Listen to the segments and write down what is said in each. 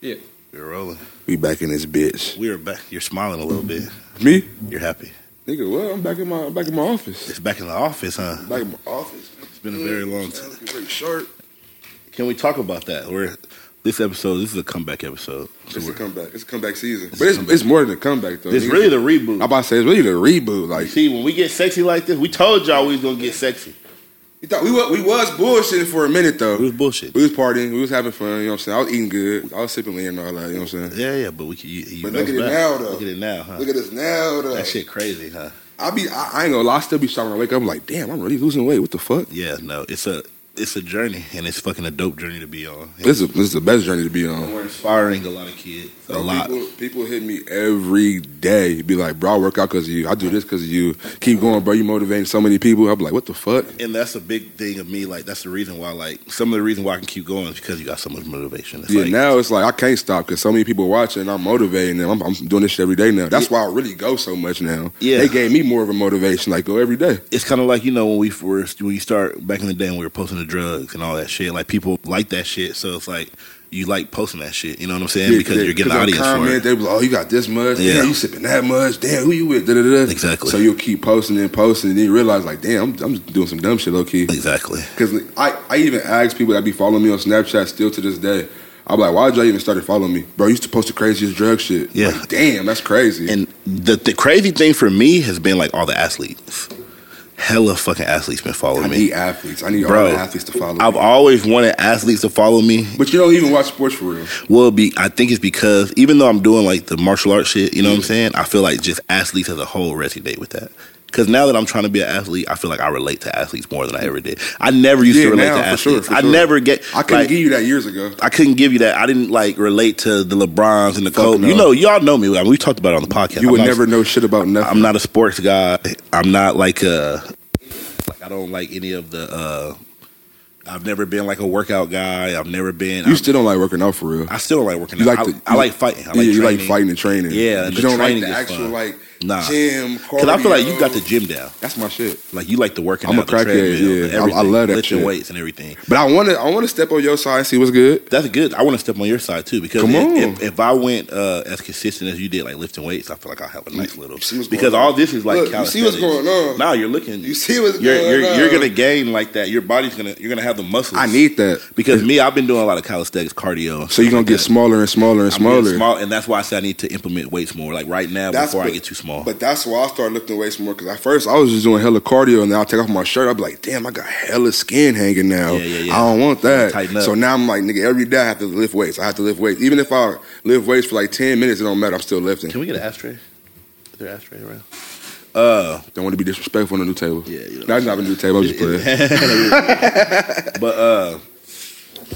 Yeah. We're rolling. We back in this bitch. We are back. You're smiling a little bit. Me? You're happy. Nigga, well, I'm back in my I'm back in my office. It's back in the office, huh? Back in my office. It's been a very long Sound time. looking Very sharp. Can we talk about that? We're this episode. This is a comeback episode. So It's a we're- comeback. It's a comeback season. It's But a it's, comeback. it's more than a comeback though. It's nigga. really the reboot. I about to say it's really the reboot. Like See, when we get sexy like this, we told y'all we was gonna get sexy. you thought we was, we was bullshitting for a minute though. It was bullshit. We was partying, we was having fun, you know what I'm saying? I was eating good, I was sipping lean and all that, you know what I'm saying? Yeah, yeah, but we can. You, you But look bounce at it back. now, though. Look at it now, huh? Look at us now though. that shit crazy, huh? I be I, I ain't gonna lie, I still be shocked when I wake up I'm like, damn, I'm really losing weight. What the fuck? Yeah, no, it's a it's a journey, and it's fucking a dope journey to be on. This is this is the best journey to be on. We're inspiring a lot of kids, a Bro, lot. People, people hit me every day. Be like, bro, I work out because of you. I do this because of you. Keep going, bro. You motivating so many people. I'm like, what the fuck? and that's a big thing of me. Like that's the reason why, like some of the reason why I can keep going is because you got so much motivation. It's yeah, like, now it's like I can't stop because so many people watching. I'm motivating them. I'm, I'm doing this shit every day now. That's why I really go so much now. Yeah. they gave me more of a motivation. Like go every day. it's kind of like you know when we first when you start back in the day when we were posting the drugs and all that shit. Like people like that shit, so it's like you like posting that shit. You know what I'm saying? Yeah, because you're getting a the audience for comment, it. They be like, oh, you got this much. Yeah. Damn, you sipping that much. Damn, who you with? Da, da, da, da. Exactly. So you'll keep posting and posting, and then you realize like, damn, I'm, I'm doing some dumb shit, low key. Exactly. Because I, I even ask people that be following me on Snapchat still to this day. I'm like, why would y'all even started following me? Bro, you used to post the craziest drug shit. Yeah. Like, damn, that's crazy. And the the crazy thing for me has been like all the athletes. Hella fucking athletes been I following me. need athletes. I need all Bro, the athletes to follow I've me. always wanted athletes to follow me. But you don't even watch sports for real. Well, be I think it's because even though I'm doing like the martial arts shit, you know what I'm saying? I feel like just athletes as a whole resonate with that. Because now that I'm trying to be an athlete, I feel like I relate to athletes more than I ever did. I never used Yeah, to relate now, to for athletes. sure, for I sure. never get. I couldn't like, give you that years ago. I couldn't give you that. I didn't like relate to the LeBrons and the Fuck Kobe. no. You know, y'all know me. I mean, we talked about it on the podcast. You I'm would not- never know shit about nothing. I'm not a sports guy. I'm not like a like I don't like any of the uh I've never been like a workout guy. I've never been you still don't like working out for real. I, I still don't like working You out. like I, the- I like fighting. I like yeah, you like training. fighting and training. Yeah, But the you don't like training the is actual fun. like Nah. gym. Cause I feel like you cardio. got the gym down. That's my shit. Like you like the working I'm a out, the crackhead, treadmill, yeah. the I- I everything, love that lifting shit. weights and everything. But I want to. I want to step on your side and see what's good. That's good. I want to step on your side too because Come if, on. If, if I went uh, as consistent as you did, like lifting weights, I feel like I'll have a nice little. see what's Because going on. all this is like Look, you see what's calisthenics. going on. Now you're looking. You see what's you're, going you're, on. You're gonna gain like that. Your body's gonna. You're gonna have the muscles. I need that. because me, I've been doing a lot of calisthenics, cardio. So you're gonna get smaller and smaller and smaller, smaller. small, and that's why I said I need to implement weights more. Like right now, That's before I what- get too small. But that's why I started lifting weights more because at first I was just doing hella cardio and then I'll take off my shirt. I'll be like, damn, I got hella skin hanging now. Yeah, yeah, yeah. I don't want Tighten that. up. So now I'm like, nigga, every day I have to lift weights. I have to lift weights. Even if I lift weights for like 10 minutes, it don't matter. I'm still lifting. Can we get an ashtray? Is there an ashtray around? Uh, Don't want to be disrespectful on the new table. Yeah, you know. That's not a new table. I'm just playing. but uh,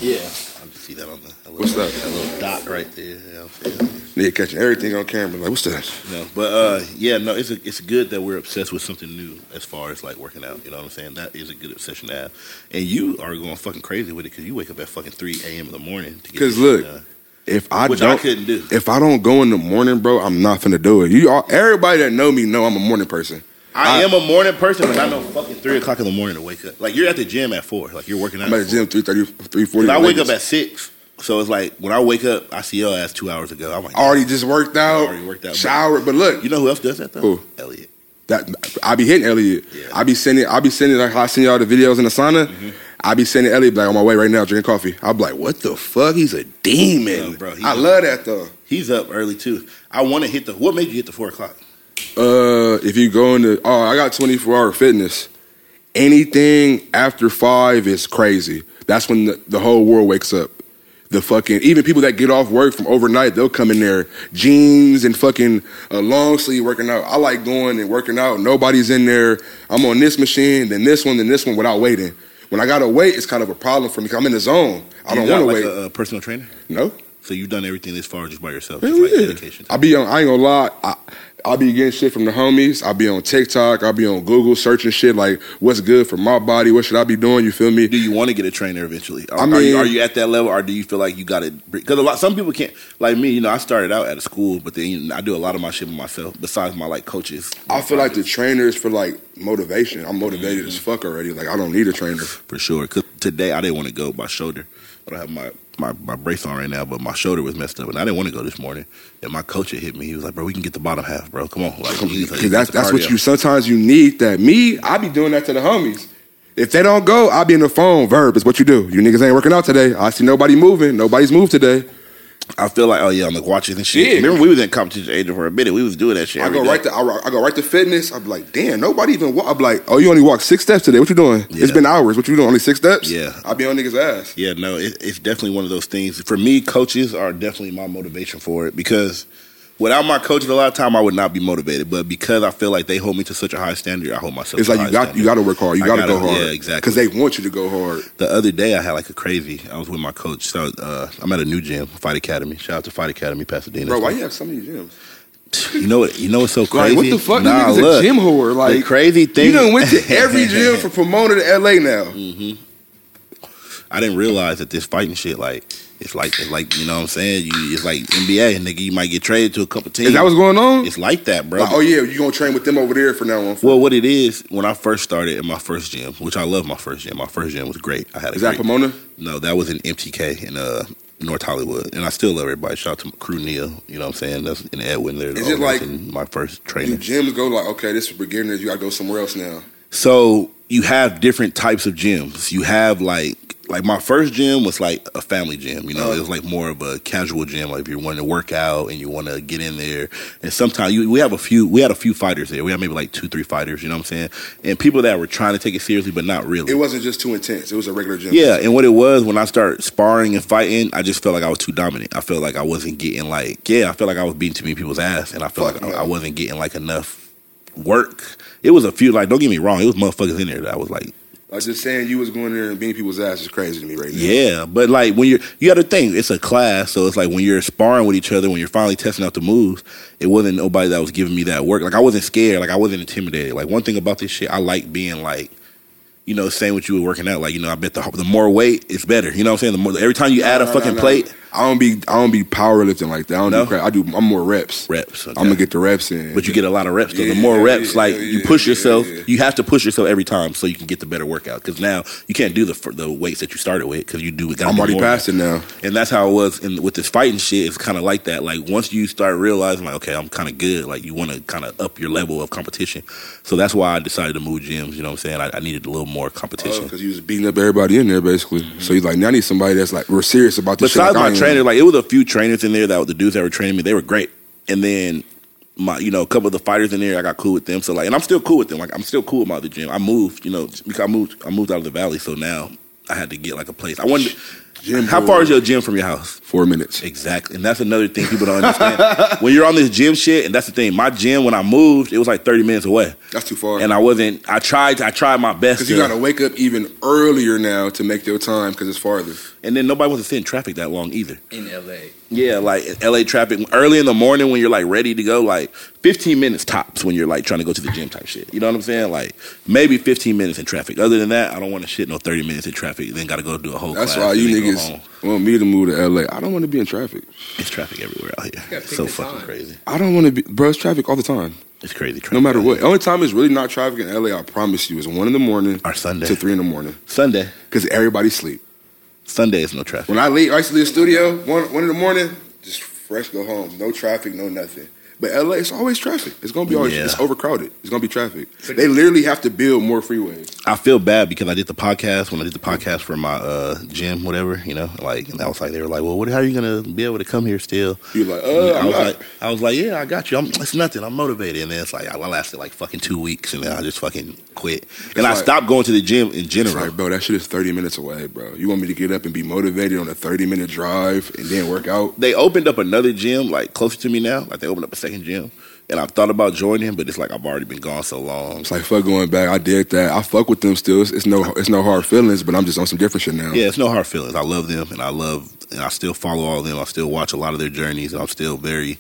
yeah, I see that on the a little, What's that? A little dot right there. you know what I'm saying? Nigga catching everything on camera. Like, what's that? No, but uh, yeah, no, it's a, it's good that we're obsessed with something new as far as like working out. You know what I'm saying? That is a good obsession to have. And you are going fucking crazy with it because you wake up at fucking three a.m. in the morning. to get 'Cause this shit look, done, If I which don't, I couldn't do. if I don't go in the morning, bro, I'm not finna do it. You all, everybody that know me know I'm a morning person. I, I- am a morning person, but I know fucking three o'clock in the morning to wake up. Like you're at the gym at four. Like you're working out. I'm at the four. gym 330, 340. But I wake up at six, so it's like when I wake up, I see your ass two hours ago. I'm like, I already just worked out, already worked out, but- showered. But look, you know who else does that though? Who? Elliot. that I be hitting Elliot. Yeah. Mm-hmm. I be sending. I be sending. Like how I send y'all the videos in the sauna. I be sending Elliot like on my way right now, drinking coffee. I'm like, what the fuck? He's a demon, Yeah, bro, he- I love that though. He's up early too. I want to hit the. What made you hit the four o'clock? Uh, if you go into oh, I got 24 hour fitness. Anything after five is crazy. That's when the, the whole world wakes up. The fucking even people that get off work from overnight, they'll come in there jeans and fucking uh, long sleeve working out. I like going and working out. Nobody's in there. I'm on this machine, then this one, then this one without waiting. When I gotta wait, it's kind of a problem for me. 'cause I'm in the zone. I You don't got, want to like wait. A, a personal trainer. no. So you've done everything this far just by yourself. Hell Just like yeah. dedication. I be on. I ain't gonna lie. I, I be getting shit from the homies. I be on TikTok. I be on Google searching shit like what's good for my body. What should I be doing? You feel me? Do you want to get a trainer eventually? Are, I are, you, mean- are you at that level, or do you feel like you got it? Because a lot some people can't. Like me, you know, I started out at a school, but then you know, I do a lot of my shit with myself. Besides my like coaches, I feel like the trainers for like motivation. I'm motivated as fuck already. Like I don't need a trainer. for sure. 'Cause today I didn't want to go by shoulder, but I have my my, my brace on right now, but my shoulder was messed up, and I didn't want to go this morning. And my coach had hit me. He was like, "Bro, we can get the bottom half, bro. Come on." Like, he's like, Cause that's that's what cardio. you sometimes you need that. Me, I be doing that to the homies. If they don't go, I be in the phone. Verb is what you do. You niggas ain't working out today. I see nobody moving. Nobody's moved today. I feel like, oh yeah, I'm like watching and shit. Yeah. Remember, we was in competition agent for a minute. We was doing that shit. I every go day. right to I, I go right to fitness. I'm like, damn, nobody even. Walk. I'm like, oh, you only walked six steps today. What you doing? It's Yeah. been hours. What you doing? Only six steps? Yeah. I be on niggas ass. Yeah, no, it, it's definitely one of those things. For me, coaches are definitely my motivation for it because without my coaches, a lot of time I would not be motivated. But because I feel like they hold me to such a high standard, I hold myself. It's to a like you high got standard. you got to work hard. You I got to gotta- go hard. yeah, exactly. Because they want you to go hard. The other day, I had like a crazy. I was with my coach. So uh, I'm at a new gym, Fight Academy. Shout out to Fight Academy, Pasadena. Bro, why you have so many gyms? You know what? You know what's so Like, crazy? what the fuck? Nah, you niggas look, a gym whore. Like the crazy You thing. Mm-hmm. done went to every gym from Pomona to LA now. I didn't realize that this fighting shit, like, it's like, it's like, you know what I'm saying? You, it's like NBA, nigga. You might get traded to a couple teams. Is that what's going on? It's like that, bro. Like, oh yeah, you gonna train with them over there for now on. Well, what it is, when I first started in my first gym, which I love my first gym, my first gym was great. I had a Is that great- Pomona? No, that was in MTK in uh, North Hollywood. And I still love everybody. Shout out to my crew Neil, you know what I'm saying? That's in Edwin there. the Is it owners like- and my first Do trainer? gyms go like okay, this is beginners. You gotta go somewhere else now. So you have different types of gyms. You have like like my first gym was like a family gym. You know, Uh-huh. it was like more of a casual gym. Like if you want to work out and you want to get in there, and sometimes you, we have a few. We had a few fighters there. We had maybe like two, three fighters. You know what I'm saying? And people that were trying to take it seriously, but not really. It wasn't just too intense. It was a regular gym. Yeah, and what it was when I started sparring and fighting, I just felt like I was too dominant. I felt like I wasn't getting like yeah, I felt like I was beating too many people's ass, and I felt Fuck like no. I, I wasn't getting like enough work. It was a few like don't get me wrong, it was motherfuckers in there that I was like I was just saying you was going there and beating people's ass is crazy to me right now. yeah, but like when you're you got to think it's a class, so it's like when you're sparring with each other, when you're finally testing out the moves, it wasn't nobody that was giving me that work. Like I wasn't scared, like I wasn't intimidated. Like one thing about this shit, I like being like. You know, same with you were working out. Like, you know, I bet the the more weight, it's better. You know what I'm saying? The more every time you add a No, no, no, fucking no. plate, I don't be I don't be powerlifting like that. I don't No? do crap. I do I'm more reps. reps. okay. I'm gonna get the reps in. but you get a lot of reps. though. Yeah, the more yeah, reps, yeah, like yeah, you push yeah, yourself, yeah. you have to push yourself every time so you can get the better workout. Because now you can't do the fir- the weights that you started with because you do. gotta I'm do already more. past it now. And that's how it was in, with this fighting shit. It's kind of like that. Like once you start realizing, like, okay, I'm kind of good. Like you want to kind of up your level of competition. So that's why I decided to move gyms. You know what I'm saying? I, I needed a little more competition. Because Oh, you was beating up everybody in there basically. So he's like, now I need somebody that's like we're serious about this. shit Mm-hmm. Besides like I my am. trainer, like it was a few trainers in there that the dudes that were training me, they were great. And then my, you know, a couple of the fighters in there, I got cool with them. So like, and I'm still cool with them. Like I'm still cool with my other gym. I moved, you know, because I moved, I moved out of the valley. So now I had to get like a place. I wanted. Gym how boy. far is your gym from your house? four minutes. Exactly, and that's another thing people don't understand. when you're on this gym shit, and that's the thing. My gym, when I moved, it was like 30 minutes away, That's too far. and I wasn't. I tried. I tried my best. Because you to- got to wake up even earlier now to make your time because it's farther. and then nobody wants to sit in traffic that long either. in LA. Yeah, like LA traffic early in the morning when you're like ready to go, like 15 minutes tops when you're like trying to go to the gym type shit. You know what I'm saying? Like maybe 15 minutes in traffic. Other than that, I don't want to shit no 30 minutes in traffic. Then got to go do a whole. That's class why and you then go home. niggas want me to move to LA. I don't want to be in traffic. It's traffic everywhere out here. gotta It's pick so the fucking time. crazy. I don't want to be, bro. It's traffic all the time, It's crazy. Traffic no matter out what. here. only time it's really not traffic in LA, I promise you, is one in the morning Or Sunday. to three in the morning Sunday. because everybody sleep. Sunday is no traffic. When I leave, I used to leave the studio one one in the morning, just fresh go home, no traffic, no nothing. But LA, it's always traffic. It's gonna be always Yeah. it's overcrowded. It's gonna be traffic. They literally have to build more freeways. I feel bad because I did the podcast when I did the podcast for my uh, gym, whatever, you know, like, and I was like, they were like, well, what, how are you going to be able to come here still? You're like, uh, I I'm was not. like, I was like, yeah, I got you. I'm, it's nothing. I'm motivated. And then it's like, I lasted like fucking two weeks and then I just fucking quit. and I like- stopped going to the gym in It's general. like, bro, that shit is 30 minutes away, bro. You want me to get up and be motivated on a 30 minute drive and then work out? they opened up another gym like closer to me now. Like they opened up a second gym, and I've thought about joining, but it's like I've already been gone so long. It's like fuck going back. I did that. I fuck with them still. It's, it's no it's no hard feelings, but I'm just on some different shit now. Yeah, it's no hard feelings. I love them, and I love, and I still follow all of them. I still watch a lot of their journeys, and I'm still very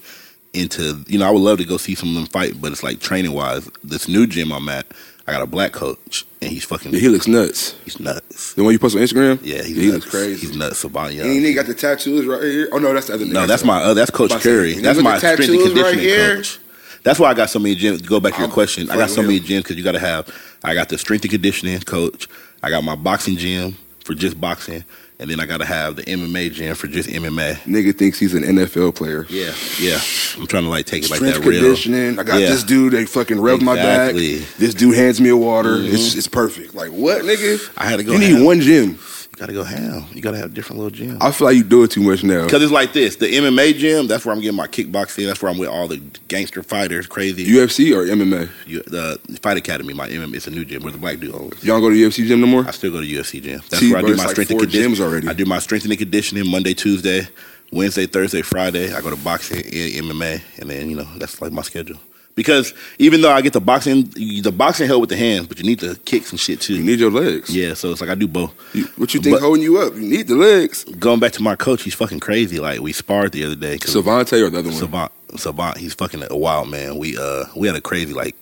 into. You know, I would love to go see some of them fight, but it's like training wise, this new gym I'm at, I got a black coach, and he's fucking, Yeah, he looks nuts. he's nuts. The one you post on Instagram? Yeah, he's he nuts. looks crazy. He's nuts, Savant. Yeah. And he got the tattoos right here. Oh no, that's the other nigga. no, that's my uh, that's Coach About to say, Curry. you That's look my at tattoos strength and conditioning right here. coach. That's why I got so many gyms. Go back to your I'm question. I got so fucking many with gyms because you got to have. I got the strength and conditioning coach. I got my boxing gym for just boxing, and then I gotta have the MMA gym for just MMA. Nigga thinks he's an NFL player. Yeah, yeah. I'm trying to like take it like Strength that real. conditioning. I got Yeah. this dude. They fucking rub my Exactly. back. This dude hands me a water. It's it's perfect. Like what, nigga? I had to go. you need ham. one gym. You gotta go ham. You gotta have different little gyms. I feel like you do it too much now. Because it's like this: the MMA gym. That's where I'm getting my kickboxing. That's where I'm with all the gangster fighters. Crazy. UFC or MMA? You- the Fight Academy, my MMA, it's a new gym where the black dude owns. Y'all go to UFC gym no more? I still go to UFC gym. That's See, where I bro, do it's my like strength four and gyms already. I do my strength and conditioning Monday, Tuesday, Wednesday, Thursday, Friday. I go to boxing and MMA, and then you know that's like my schedule. Because even though I get the boxing, the boxing help with the hands, but you need the kicks and shit You too. need your legs. Yeah, so it's like I do both. You- what you think But- holding you up? You need the legs. Going back to my coach, he's fucking crazy. Like we sparred the other day. 'cause Savante or the other one? Savant, Savant, he's fucking a wild man. We uh we had a crazy like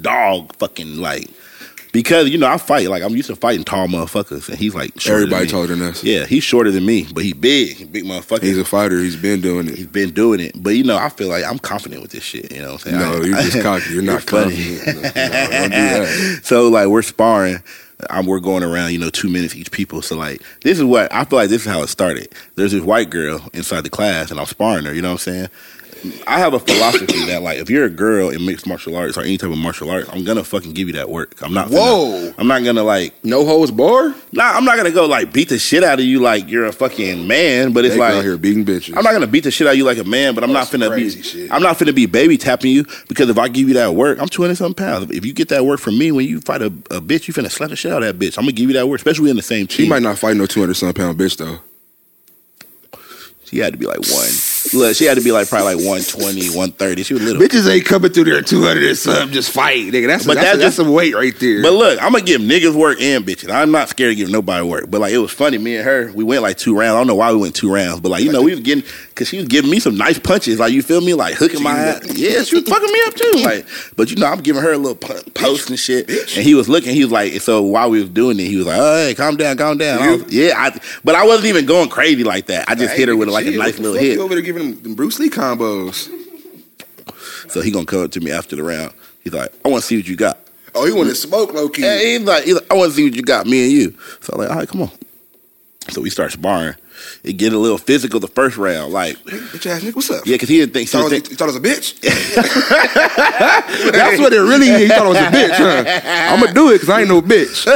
dog fucking like because you know I fight like I'm used to fighting tall motherfuckers and he's like shorter Everybody than me. taller than us. Yeah, he's shorter than me, but he big, he big motherfucker. He's a fighter. He's been doing it. he's been doing it, but you know I feel like I'm confident with this shit. You know what I'm saying? No, I- you're just cocky. You're not It's funny. confident. No, no, don't do that. so like we're sparring. Um, we're going around, you know, two minutes each people. So like, this is what I feel like. This is how it started. There's this white girl inside the class, and I'm sparring her. You know what I'm saying? I have a philosophy that like, if you're a girl in mixed martial arts or any type of martial arts, I'm gonna fucking give you that work. I'm not. finna- Whoa. I'm not gonna like. No holes bar? Nah, I'm not gonna go like beat the shit out of you like you're a fucking man. But it's They like out here beating bitches. I'm not gonna beat the shit out of you like a man, but I'm That's not finna crazy be. shit. I'm not finna be baby tapping you because if I give you that work, I'm 200 something pounds. If you get that work from me when you fight a, a bitch, you finna slap the shit out of that bitch. I'm gonna give you that work, especially in the same team. she might not fight no 200 some pound bitch though. She had to be like one. Look, she had to be like probably like 120, 130. She was little. Bitches ain't coming through there 200 and some just fight, nigga. That's But that's, that that's just- some weight right there. But look, I'm gonna give niggas work and bitches. I'm not scared to give nobody work. But like it was funny, me and her, we went like two rounds. I don't know why we went two rounds, but like you know, we was getting because she was giving me some nice punches. Like you feel me, like hooking my ass. Yeah, she was fucking me up too. Like, but you know, I'm giving her a little pu- post and shit. And he was looking. He was like, so while we was doing it, he was like, oh, hey, calm down, calm down. I was- yeah, I, but I wasn't even going crazy like that. I just hit her with like a Shit, nice what the little fuck hit. You over there giving them, them Bruce Lee combos. So he gonna come up to me after the round. He's like, I want to see what you got. Oh, he want to smoke, low key. Yeah, he's like, he's like, I want to see what you got, me and you. So I'm like, all right, come on. So we start sparring. It get a little physical the first round, like Bitch ass nigga, what's up? yeah, because he didn't think. You She thought, I didn't was, think you thought I was a bitch? That's what it really is. You thought I was a bitch, huh? I'm gonna do it because I ain't no bitch.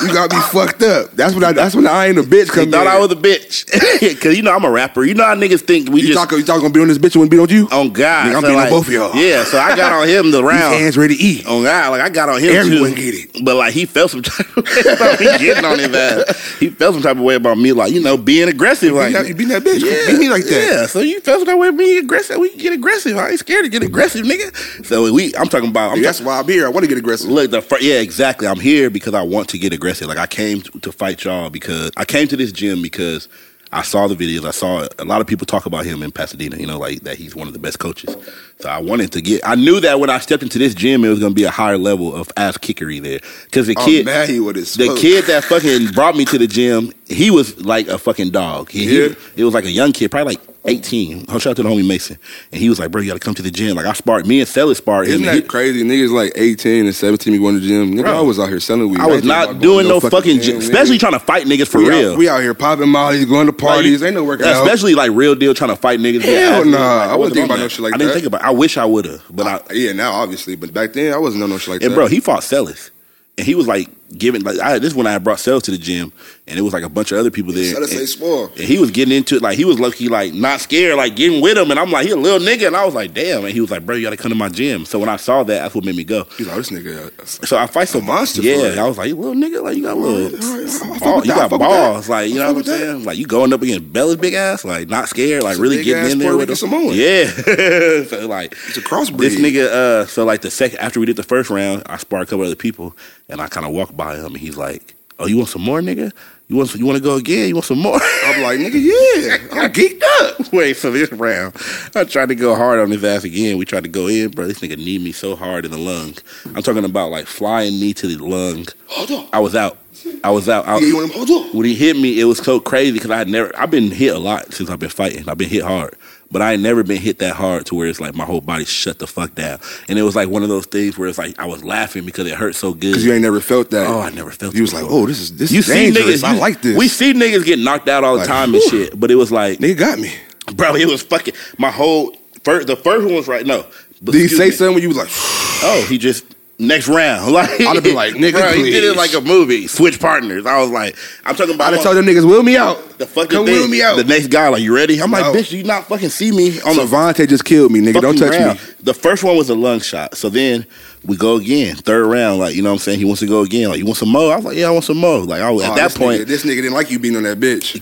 you got me fucked up. That's when I. That's when I ain't a bitch. he Come thought in. I was a bitch because you know I'm a rapper. You know how niggas think we You just thought you thought I was gonna be on this bitch? Wouldn't be on you. on God. Nigga, I'm so beating on like, both of y'all. Yeah, so I got on him the These round. hands ready to eat. on God, like I got on him Everyone too. get it. But like he felt some type of way about me getting on his ass. He felt some type of way about me, like, you know, being aggressive. You Like beat that- you beat that bitch. Beat me like that. Yeah, so you felt some type of way being aggressive. We can get aggressive. I ain't scared to get aggressive, nigga. So we I'm talking about I'm That's talking, why I'm here. I want to get aggressive. Oh, Look, the fir- yeah, exactly. I'm here because I want to get aggressive. Like I came t- to fight y'all because I came to this gym because I saw the videos. I saw a lot of people talk about him in Pasadena. You know, like that he's one of the best coaches. So I wanted to get. I knew that when I stepped into this gym, it was going to be a higher level of ass kickery there because the I'm kid. mad Oh, he would have the kid that fucking brought me to the gym, he was like a fucking dog. He, he- Yeah. it was like a young kid, probably like 18. Shout out to the homie Mason. And he was like, bro, you got to come to the gym. Like, I sparred, me and Sally sparred him. Isn't and he- that crazy? Niggas like 18 and 17 be going to the gym. Nigga, Bro. I was out here selling weed. I was ain't thinking not about going doing no to fucking, gym, gym, nigga. especially trying to fight niggas for we real. Out, we out here popping mollies, going to parties. ain't no working out. Especially like real deal trying to fight niggas. Hell Yeah, nah, I wasn't wasn't thinking about on no that. shit like I didn't that. think about. I wish I would have, but I. yeah, now obviously, but back then I wasn't on no shit like And that. bro, he fought Celis, and he was like giving like I, this is when I had brought Celis to the gym, and it was like a bunch of other people there. Celis and- ain't small. And he was getting into it like he was lucky, like not scared, like getting with him. And I'm like, he a little nigga, and I was like, damn. And he was like, bro, you gotta come to my gym. So when I saw that, that's what made me go. He's like, this nigga. uh, So I fight some monster for Yeah, it. I was like, you little nigga, like you got little, All right, all right, I fuck ball- with you that, I fuck got with that. balls, like you I know fuck what I'm with that. saying? Like you going up against Bella's big ass, like not scared, like It's a really big getting ass in there Puerto with Rican him. Samoan. Yeah, so like It's a crossbreed. This nigga, uh, so like the second after we did the first round, I sparred a couple other people, and I kind of walked by him, and he's like, "Oh, you want some more, nigga? You want you want to go again? You want some more?" I'm like, nigga, yeah. I'm geeked up. Wait, so this round, I tried to go hard on his ass again. We tried to go in, bro. This nigga kneed me so hard in the lung. I'm talking about like flying knee to the lung. Hold on. I was out. I was out. I, Yeah, you want him? Hold on. when he hit me, it was so crazy because I had never. I've been hit a lot since I've been fighting. I've been hit hard, but I had never been hit that hard to where it's like my whole body shut the fuck down. And it was like one of those things where it's like I was laughing because it hurt so good. Because you ain't never felt that. Oh, I never felt You it was like, before. oh, this is this You is see dangerous. niggas. I you- like this. We see niggas get knocked out all the Like, time whew. and shit, but it was like, nigga got me. bro, it was fucking my whole first. The first one was right. No, but Did he Oh, excuse say me. something when you was like, Oh, he just next round. Like I'd've been like, nigga, bro, he did please. it like a movie. Switch partners. I was like, I'm talking I about. done told them niggas, wheel me out. The fucking Come thing. wheel me out. The next guy, like, you ready? I'm No. like, bitch, do you not fucking see me on the Savante just killed me, nigga. Don't fucking touch round. me. The first one was a lung shot. So then we go again, third round. Like, you know what I'm saying? He wants to go again. Like, you want some more? I was like, yeah, I want some more. Like, I was, Oh, at that this point, nigga, this nigga didn't like you being on that bitch.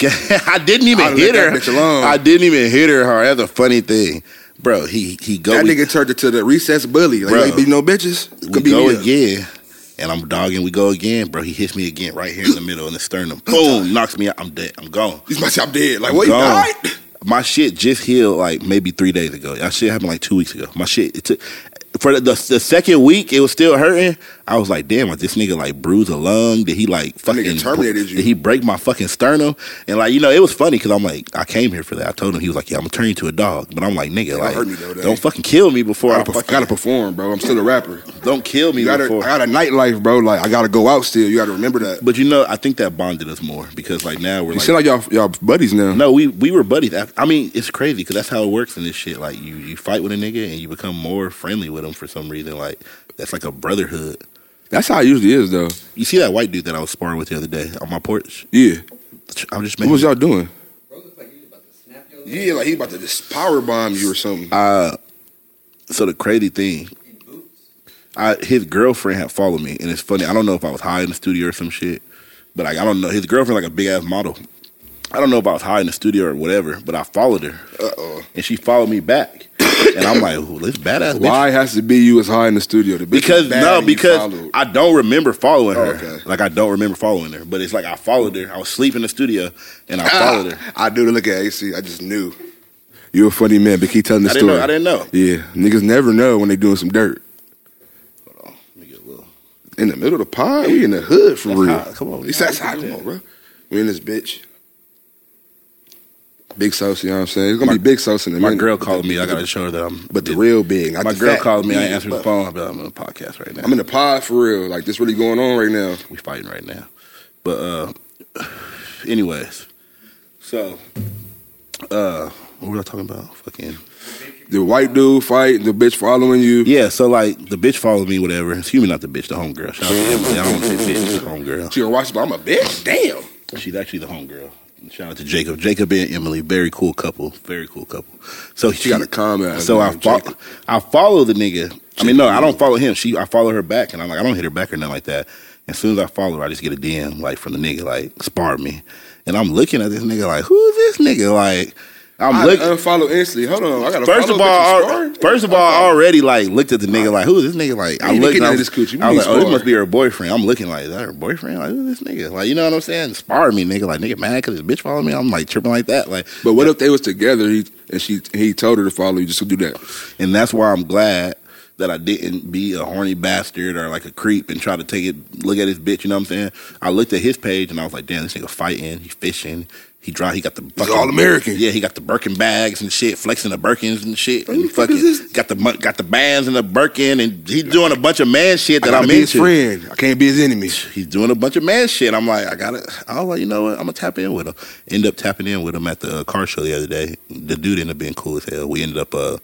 I didn't even I'd've hit let her. that bitch alone. I didn't even hit her hard. That's a funny thing, bro. He he go. That we- nigga turned into the recess bully. Like, Bro. you ain't beat no bitches. we Could beat go me up. again, and I'm dogging. We go again, bro. He hits me again right here in the middle in the sternum. Boom, knocks me out. I'm dead. I'm gone. He's my top dead. Like, I'm what? You gone. died? My shit just healed like maybe three days ago. That shit happened like two weeks ago. My shit it took for the, the, the second week it was still hurting. I was like, damn, like this nigga like bruised a lung. Did he like fucking terminated you. Did he break my fucking sternum? And like you know, it was funny because I'm like, I came here for that. I told him he was like, yeah, I'm gonna turn you to a dog. But I'm like, nigga, like hurt me though, dang. don't fucking kill me before I I gotta, perf- fucking gotta perform, bro. I'm still a rapper. don't kill me You gotta, I before. got a nightlife, bro. Like, I gotta go out still. You gotta remember that. but you know, I think that bonded us more because like now we're You like seem like y'all, y'all buddies now. No, we we were buddies. af- I mean, it's crazy because that's how it works in this shit. Like you you fight with a nigga and you become more friendly with him for some reason. Like that's like a brotherhood. That's how it usually is, though. You see that white dude that I was sparring with the other day on my porch? Yeah. I'm just What making. was y'all doing? Bro, look like you about to snap your leg. Yeah, like he about to just power bomb you or something. uh, so the crazy thing, In boots. I, his girlfriend had followed me, and it's funny. I don't know if I was high in the studio or some shit, but like I don't know. His girlfriend like a big ass model. I don't know if I was high in the studio or whatever, but I followed her, Uh oh. and she followed me back, and I'm like, "Ooh, this badass." bitch Why has to be you as high in the studio? The bitch Because is bad no, and you because followed. I don't remember following Oh, her. okay. Like I don't remember following her, but it's like I followed her. I was sleeping in the studio and I followed her. Ah, I knew to look at AC. I just knew. You a funny man, but keep telling the I didn't story. know. I didn't know. Yeah, niggas never know when they doing some dirt. Let me get a little- In the middle of the pod, we in the hood for That's real. hot. Come on, It's- man. that's hot. Come on, bro. We in this bitch. Big sauce, you know what I'm saying? It's gonna My- be big sauce in a My minute. girl called me. I gotta show her that I'm. but the real big. not my the girl fat called me. I big, answered the but phone. But I'm on a podcast right now. I'm in the pod for real. Like this really going on right now. we fighting right now. But uh, anyways, so uh, what was I talking about? Fucking The white dude fight, the bitch following you. yeah. So like the bitch followed me. Whatever. Excuse me, not the bitch. The homegirl. Shout out to Emily. I don't want to say bitch. The homegirl. She gonna watch it, but I'm a bitch. Damn. She's actually the homegirl. Shout out to Jacob. Jacob and Emily, very cool couple. Very cool couple. So she, got a calm ass So I name, fo- Jacob. I follow the nigga. I mean, no, I don't follow him. She, I follow her back, and I'm like, I don't hit her back or nothing like that. As soon as I follow her, I just get a DM like from the nigga, like spar me, and I'm looking at this nigga like, who is this nigga? Like, I'm I looking. unfollow instantly. Hold on, I gotta. First follow of all, bitches al- first. first of all, I already like looked at the nigga like, who is this nigga? Like, I You looked looking and I at was, this coochie, you I need was like, oh, this spar. must be her boyfriend. I'm looking like, is that her boyfriend? Like, who is this nigga? Like, you know what I'm saying? Spar me, nigga. Like, nigga, mad because this bitch followed me. I'm like tripping like that. Like, But what if they was together he, and she he told her to follow you just to do that? and that's why I'm glad that I didn't be a horny bastard or like a creep and try to take it look at his bitch, you know what I'm saying? I looked at his page and I was like, damn, this nigga fighting, he fishing, he dry, he got the fucking all-American. Yeah, he got the Birkin bags and shit, flexing the Birkins and shit. And the he fuck fucking is this? got the mu- got the bands and the Birkin and he's doing a bunch of man shit I that gotta I'm be his into. friend. I can't be his enemy. He's doing a bunch of man shit. I'm like, I gotta. I was like, you know what? I'm gonna tap in with him. End up tapping in with him at the uh, car show the other day. The dude ended up being cool as hell. We ended up uh,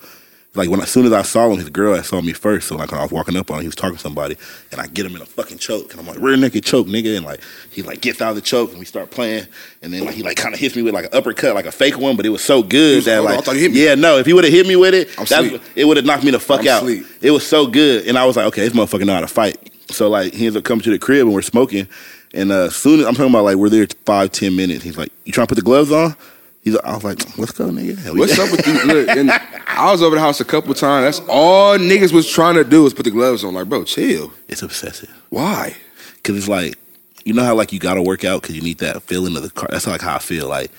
like when as soon as I saw him, his girl had saw me first. So like when I was walking up on him, he was talking to somebody, and I get him in a fucking choke, and I'm like rear naked choke, nigga, and like he like gets out of the choke, and we start playing, and then like he like kind of hits me with like an uppercut, like a fake one, but it was so good was that like, "Oh, I like thought he hit me." yeah, no, if he would have hit me with it, I'm that's, asleep. it would have knocked me the fuck I'm out. asleep. It was so good, and I was like, okay, this motherfucker know how to fight. So like, he ends up coming to the crib and we're smoking, and uh, soon I'm talking about like we're there five ten minutes. He's like, you trying to put the gloves on? He's, I was like, let's go, nigga. And we- What's up with you? Look, and I was over the house a couple times. That's all niggas was trying to do was put the gloves on. Like, bro, chill. It's obsessive Why? because it's like, you know how like you gotta work out because you need that feeling of the car. That's like how I feel. Like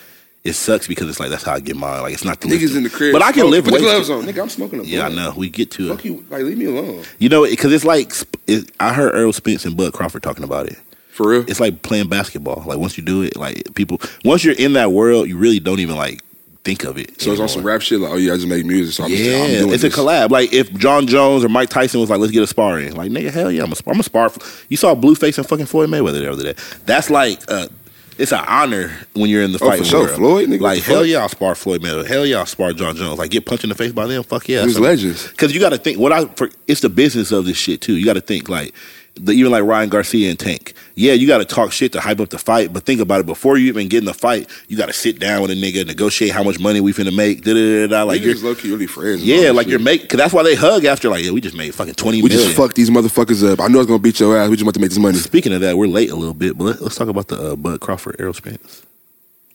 it sucks because it's like that's how I get mine. Like it's not the Niggas in the crib. but I can smoke. live Put the wasted. gloves on, nigga. I'm smoking a Yeah, I blunt. know. We get to it. Fuck you. Like, leave me alone. You know, because it's like sp- it, I heard Earl Spence and Bud Crawford talking about it. For real? It's like playing basketball. Like once you do it, like people once you're in that world, you really don't even like think of it. So it's on anymore. some rap shit. Like, oh yeah, I just make music. So I'm just, I'm Yeah, doing it's this. a collab. Like if John Jones or Mike Tyson was like, "Let's get a spar in," like nigga, hell yeah, I'm a spar. I'm a spar. You saw Blueface and fucking Floyd Mayweather the other day. That's like, uh, it's an honor when you're in the Oh, for fight. sure. world. Floyd, nigga, like the fuck? hell yeah, I'll spar Floyd Mayweather. Hell yeah, I'll spar John Jones. Like get punched in the face by them. Fuck yeah, He was legends. Because you got to think what I for, it's the business of this shit too. You got to think like the, even like Ryan Garcia and Tank. Yeah, you got to talk shit to hype up the fight, but think about it before you even get in the fight. You got to sit down with a nigga, negotiate how much money we finna make. Da da da da. Like Like you're you're low key really friends. and all yeah, that like shit. you're making. Cause that's why they hug after. Like, yeah, we just made fucking twenty We million. just fucked these motherfuckers up. I know it's gonna beat your ass. We just want to make this money. Speaking of that, we're late a little bit, but let, let's talk about the uh, Bud Crawford Errol Spence.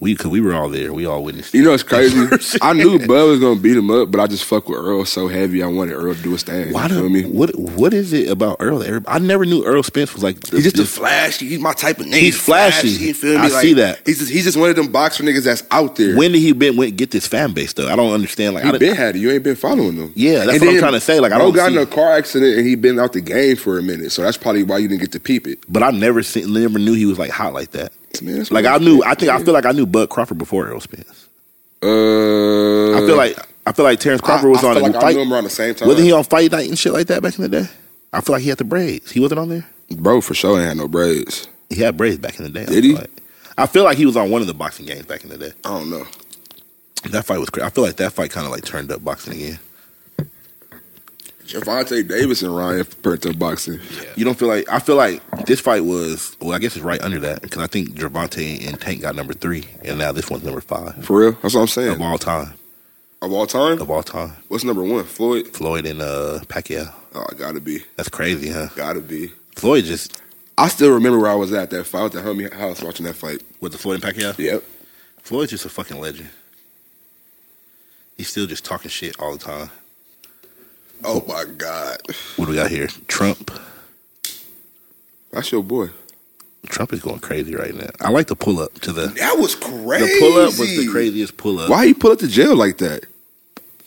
We cause we were all there. We all witnessed. it. You know it's crazy. First. I knew Bud was gonna beat him up, but I just fuck with Earl so heavy. I wanted Earl to do his thing. Why you feel do me? what what is it about Earl? that everybody- I never knew Earl Spence was like. He's just a this- flashy. He's my type of nigga. He's flashy. You feel me? I Like, see that. He's just, he's just one of them boxer niggas that's out there. when did he been went get this fan base though? I don't understand. Like, I you didn't- been had it. You ain't been following them. Yeah, that's And what I'm then trying to say. Like, I Bro don't got see- in a car accident and he been out the game for a minute. So that's probably why you didn't get to peep it. but I never seen, never knew he was like hot like that. Man, that's Like I what- knew. I think I feel like I knew Bud Crawford before Earl Spence. Uh, I feel like I feel like Terrence Crawford I- was I on feel a like I fight. knew him uh, around the same time. Wasn't he on Fight Night and shit like that back in the day? I feel like he had the braids. He wasn't on there. Bro, for sure, ain't had no braids. He had braids back in the day. I Did feel he? Like. I feel like he was on one of the boxing games back in the day. I don't know. That fight was crazy. I feel like that fight kind of like turned up boxing again. Javante Davis and Ryan compared to boxing. You don't feel like I feel like this fight was well. I guess it's right under that because I think Gervonta and Tank got number three, and now this one's number five For real? That's what I'm saying. of all time. Of all time? Of all time, What's number one? Floyd? Floyd and uh Pacquiao. Oh, gotta be. That's crazy, huh? Gotta be. Floyd just I still remember where I was at that fight. I was at homie house watching that fight. with the Floyd and Pacquiao. Yep. Floyd's just a fucking legend. He's still just talking shit all the time. Oh my God. What do we got here? Trump. That's your boy. Trump is going crazy right now. I like the pull up to the That was crazy. the pull up was the craziest pull up. Why he pull up to jail like that?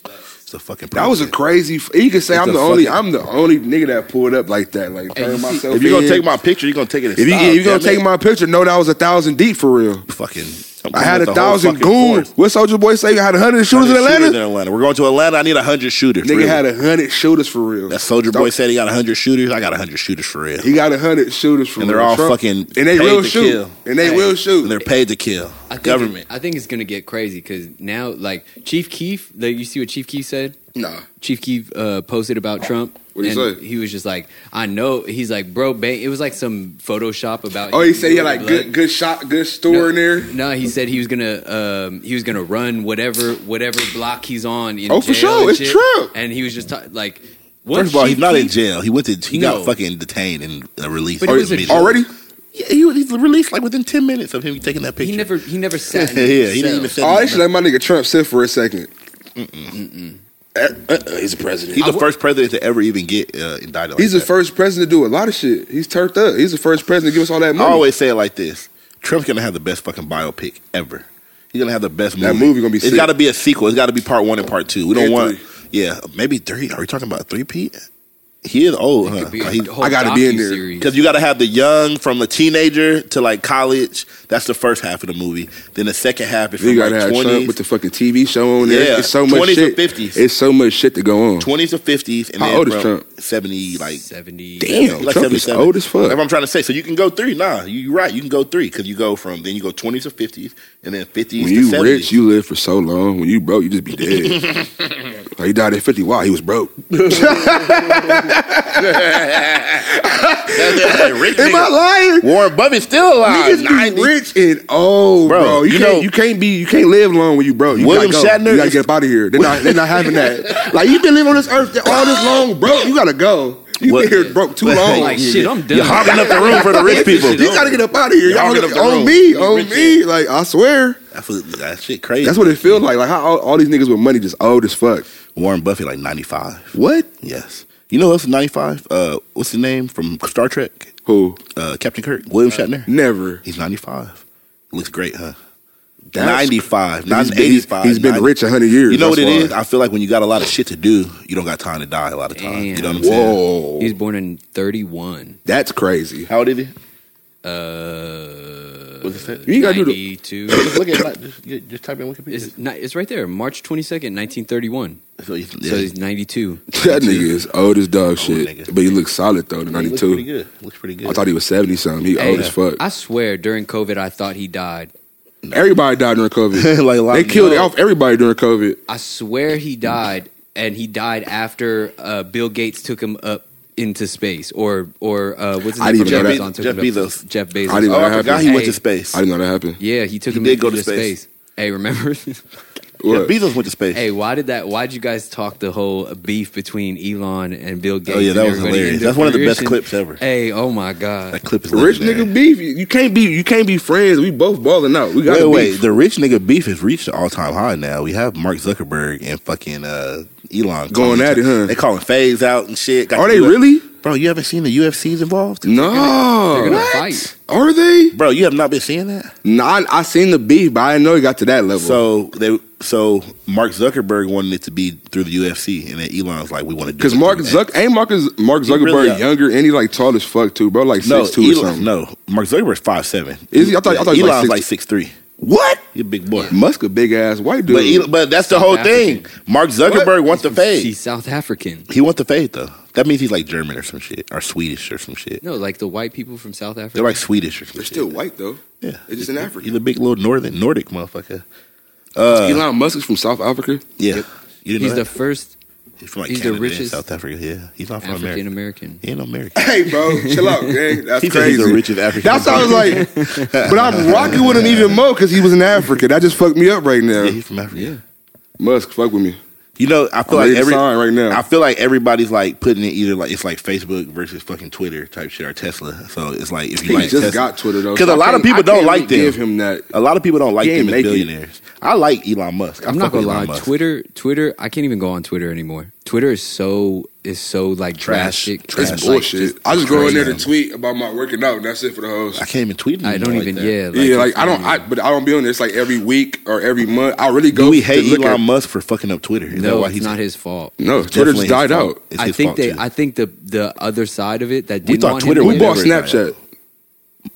It's a fucking That was a president. crazy. F- you can say It's I'm a the only. fucking- I'm the only nigga that pulled up like that. Like Hey, you turn see- myself. If you're gonna in. take my picture, you're gonna take it. in if you style, if you gonna damn it. take my picture, know that was a thousand deep for real. fucking, I had with a the whole thousand fucking goons. force. What Soldier Boy say? I had a hundred shooters in 100 Atlanta. shooters in Atlanta. We're going to Atlanta. I need hundred shooters. Nigga really. had a hundred shooters for real. that soldier Don't- boy said he got hundred shooters. I got hundred shooters for real. He got a hundred shooters for And real. they're all Trump- fucking and they paid will to shoot. kill. And they Hey. will Oh, shoot. And they're paid to kill. I think Government. I think it's gonna get crazy because now, like Chief Keef, like you see what Chief Keef said. nah. Chief Keef uh, posted about Trump. What'd he and say? He was just like, I know. He's like, bro, bang. it was like some Photoshop about. Oh, he said he had like Like, good, good shot, good store no, in there. No, he said he was gonna um, he was gonna run whatever whatever block he's on. In Oh, for jail sure, and it's shit. Trump. And he was just ta- like, First of all, he's not in jail. jail. He went to. He No. got fucking detained and uh, released. But it was a immediately. joke. Already? Yeah, he was he's released like within ten minutes of him taking that picture. He never he never sat. In yeah, his he cell. didn't even. Say Oh, they nothing. should let my nigga Trump sit for a second. Uh, uh, uh, he's a He's president. the first president to ever even get uh, indicted. like He's the that. first president to do a lot of shit. He's turned up. He's the first president to give us all that I money. always say it like this: Trump's gonna have the best fucking biopic ever. He's gonna have the best movie. That movie gonna be It's sick. got to be a sequel. It's got to be part one and part two. We don't And want. Yeah, maybe three. Are we talking about three? Pete? He is old, huh? Could be a Because whole I gotta be in there. docuseries. you got to have the young from the teenager to like college. That's the first half of the movie. Then the second half is from You gotta like have Trump with the twenties, fucking TV show on there. Yeah, it's so much 20s shit. and 50s. It's so much shit to go on. twenties to fifties, and How then old is from Trump? seventy like. seventy. Damn, Like Trump is 77. old as fuck. That's what I'm trying to say. So you can go three. Nah, you- you're right. You can go three because you go from then you go 20s to 50s and then 50s When to you 70s. rich, you live for so long. When you broke, you just be dead. like he died at fifty. Wow, he was broke. That- that- that rich Am nigga. I lying? Warren Buffett's still alive. Niggas 90. be rich and old, bro. Bro, You, you can't, know- you can't be, you can't live long when you broke. You William gotta go. Shatner you gotta is- get up out of here. They're not, they're not having that. Like you've been living on this earth all this long, bro. You gotta go. You've What- been here broke too long. Like shit, I'm done. You're hogging up the room for the rich people. you gotta get up out of here. Y'all Y'all, get up the on room. me, You on rich me. Like I swear, I feel- that shit crazy. that's what it feels like. Like how all, all these niggas with money just old as fuck. Warren Buffett, like 95. What? Yes. You know what's 95? Uh, what's the name from Star Trek? Who? Uh, Captain Kirk, William Shatner. Never. He's 95. Looks great, huh? That's- 95, not He's been- he's- 85. he's been 90. rich a hundred years. You know what that's it why. is? I feel like when you got a lot of shit to do, you don't got time to die a lot of time. You know what I'm saying? Whoa, He was born in thirty one. that's crazy. How old is he? Uh, What's it say? You ain't gotta do the- 92. Just look at like, just, ju- just type in Wikipedia. It's, ni- it's right there, March 22nd, 1931. so you, yeah. So he's 92. That nigga is old as dog shit, nigga. but he looks solid though. The He looks pretty ninety-two. good. Looks pretty good. I thought he was seventy something. He Hey, old as fuck. I swear, during COVID, I thought he died. everybody died during COVID. like a lot they of- killed off everybody during COVID. I swear he died, and he died after uh, Bill Gates took him up into space, or or uh, what's his name? I didn't from even know Amazon that. took Jeff him up- Bezos. Jeff Bezos. I didn't Oh, know I that forgot happened. he went Hey. to space. I didn't know that happened. Yeah, he took He him did into go to space. space. Hey, remember? Yeah, What? Bezos went to space. hey, why did that? Why would you guys talk the whole beef between Elon and Bill Gates? Oh, yeah, and that was everybody hilarious. into That's one of the best fruition? clips ever. Hey, oh my god! That clip is Rich legendary. nigga beef. You you can't be. You can't be friends. We both balling out. We Wait, got wait. beef. The rich nigga beef has reached an all time high now. We have Mark Zuckerberg and fucking uh, Elon Going calling at each- it, huh? They calling phase out and shit. Got Are the they U- really? Bro, you haven't seen the UFCs involved, No. They're gonna What? fight. Are they? bro. You have not been seeing that. No, I, I seen the beef, but I didn't know it got to that level. So they, so Mark Zuckerberg wanted it to be through the UFC, and then Elon's like, we want to do Because it Mark through that. Zuck ain't Mark, is- Mark He Zuckerberg really up. younger and he like tall as fuck too, bro. Like No, six two or something. Elon, no. Mark Zuckerberg's five seven. Is he? I thought- I thought he was like Elon's six- like six three. What? He's a big boy. Musk a big ass white dude. But Elon, but that's the South whole African. thing. Mark Zuckerberg wants the fade. She's South African. He wants the fade though. That means he's like German or some shit, or Swedish or some shit. No, like the white people from South Africa. They're like Swedish or some They're shit. still white though. Yeah, They're just in Africa. He's a big little northern Nordic motherfucker. Elon Musk is from South Africa. Yeah, you didn't He's know the that? first he's from like he's the Canada and richest South Africa. Yeah, he's not from African America. American. He ain't no American. Hey, bro, chill out, gang. That's He said crazy. he's the richest African. That's how I was like, but I'm rocking with him even more because he was in Africa. That just fucked me up right now. Yeah, he's from Africa. Yeah. Musk, fuck with me. You know, I I'm feel ready like to every sign right now. I feel like everybody's like putting it either like it's like Facebook versus fucking Twitter type shit or Tesla. So it's like if you He like just Tesla- got Twitter though, 'Cause so a I lot of can't- people I don't can't like really them. Give him that. a lot of people don't like He ain't them as make it. billionaires. I like Elon Musk. I I'm fuck not with gonna Elon lie. Musk. Twitter, Twitter. I can't even go on Twitter anymore. Twitter is so is so like Trash. drastic. Trash. It's It's like bullshit. just I just go in there to crazy. tweet about my working out, and that's it for the host. I can't even tweet. I don't anymore even. Like that. yeah. yeah, like it's I don't, not I, even- but I don't be on this like every week or every month. I really go. Do we to hate look at- Elon Musk for fucking up Twitter? Is that no, why it's he's not his fault. No, it's Twitter definitely just his died fault. out. It's I his think fault, they. too. I think the the other side of it that We didn't thought want Twitter him to was Who win. bought never died Snapchat? out.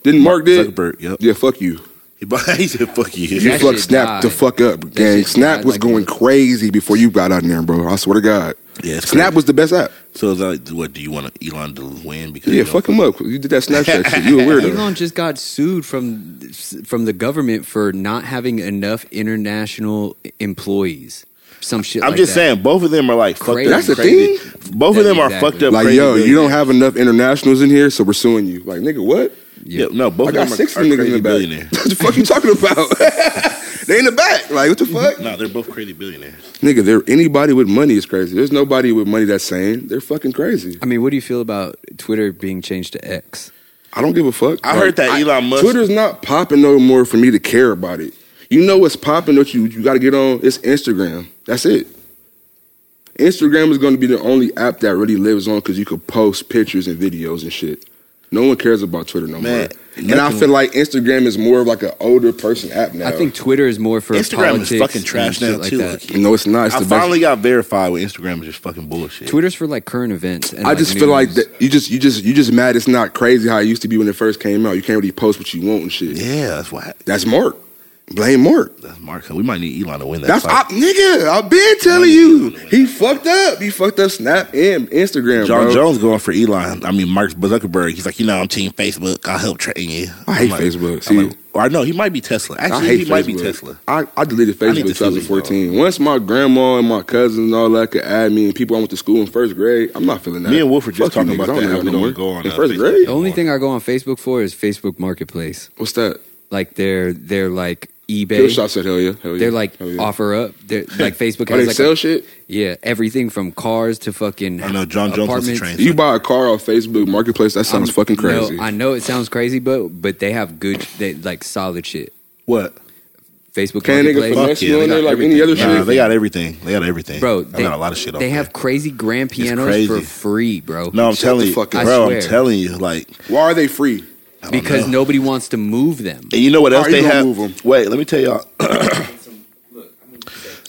Didn't Mark did? Zuckerberg. Yep. Yeah, fuck you. He bu- he said, "Fuck you." You That fuck shit Snap the died. fuck up, gang. shit Snap died was like going a- crazy before you got out there, bro. I swear to God. Yeah, it's Snap crazy. was the best app. So it's like, what do you want Elon to win? Because Yeah, you know, fuck him up. You did that Snapchat shit. You a weirdo. Elon just got sued from from the government for not having enough international employees. Some shit. I'm like just that. saying, both of them are like fucked Crazy. up. That's the crazy- Both of That- them are exactly. fucked up. Like, crazy yo, you don't billionaires. have enough internationals in here, so we're suing you. Like, nigga, what? Yeah, no, both I of got them are, six are of them niggas in the crazy billionaires. back. what the fuck you talking about? they in the back. Like, what the fuck? No, they're both crazy billionaires. Nigga, there anybody with money is crazy. There's nobody with money that's sane. They're fucking crazy. I mean, what do you feel about Twitter being changed to X? I don't give a fuck. I heard that Elon Musk- Twitter's not popping no more for me to care about it. You know what's popping that you you got to get on? It's Instagram. That's it. Instagram is going to be the only app that really lives on because you could post pictures and videos and shit. No one cares about Twitter no Man, more. And I nothing- feel like Instagram is more of like an older person app now. I think Twitter is more for Instagram politics is fucking trash and shit now like too. that. low-key. no, it's not. It's I the best. finally got verified with Instagram is just fucking bullshit. Twitter's for like current events. And I just feel like that you just you just you just mad. It's not crazy how it used to be when it first came out. You can't really post what you want and shit. Yeah, that's why. That's Mark. Blame Mark. That's Mark. So we might need Elon to win that. That's I, fight. nigga. I've been telling you. He fucked up. He fucked up Snap and Instagram, John bro. Jones going for Elon. I mean, Mark Zuckerberg. He's like, you know, I'm Team Facebook. I'll help train you. I hate I'm like- Facebook. I'm See- like, or no, he might be Tesla. I Actually, hate he Facebook. might be Tesla. I, I deleted Facebook I need to in delete it, 2014. Once my grandma and my cousins and all that could add me and people I went to school in first grade, I'm not feeling that. Me and Wolf were just Fuck you talking niggas. about I that. don't How have we no gonna more. go on in uh, first Facebook grade. the only anymore. thing I go on Facebook for is Facebook Marketplace. What's that? Like they're they're like Your eBay. shot said hell yeah. Hell yeah. They're like Oh, hell yeah. offer up. They're like Facebook Oh, has they like sell a- shit. yeah everything from cars to fucking. I know John Jones wants to apartments. train. You buy a car off Facebook Marketplace. That sounds I'm- fucking no, crazy. I know it sounds crazy, but but they have good, they like solid shit. what? Facebook Can a nigga Marketplace. finesse Fuck yeah, you they on there got like any everything. other Nah, shit? they got everything. They got everything. Bro, they got a lot of shit. off They there. have crazy grand pianos crazy. for free, bro. No, I'm Shut telling the you, fuck up. bro. I I'm swear. telling you, like, Why are they free? I don't because know. nobody wants to move them. And you know what How else you they gonna have? move 'em? Wait, let me tell y'all.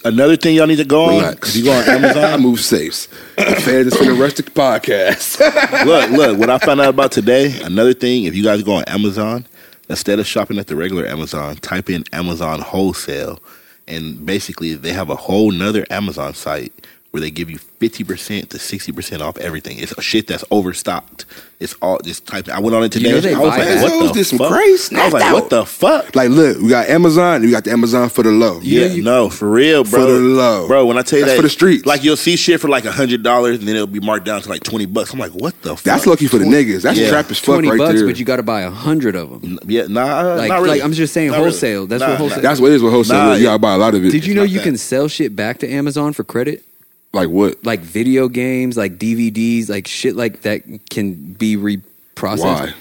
Another thing y'all need to go on. Relax. If you go on I Amazon, move safes. The Fed is finna rush the podcast. look, look. What I found out about today. Another thing. If you guys go on Amazon, instead of shopping at the regular Amazon, type in Amazon wholesale, and basically they have a whole nother Amazon site where they give you fifty percent to sixty percent off everything. It's shit that's overstocked. It's all just type. I went on it You know today. they I was buy like, that. Those what the did some fuck? crazy I was like, stuff. what the fuck? like, look, we got Amazon. and We got the Amazon for the low. Yeah, you- no, for real, bro. For the love. bro. When I tell you That's that for the streets. like you'll see shit for like hundred dollars, and then it'll be marked down to like twenty bucks. I'm like, what the? fuck? That's lucky for the niggas. That's Yeah. trap as fuck Twenty right bucks, there. but you got to buy a hundred of them. Yeah, nah, uh, Like- not really. like, I'm just saying Not really. wholesale. That's what wholesale- That's what it is with wholesale. Nah, you gotta buy a lot of it. Did you It's know not you that. can sell shit back to Amazon for credit? like what? Like video games, like DVDs, like shit like that can be reprocessed. Why?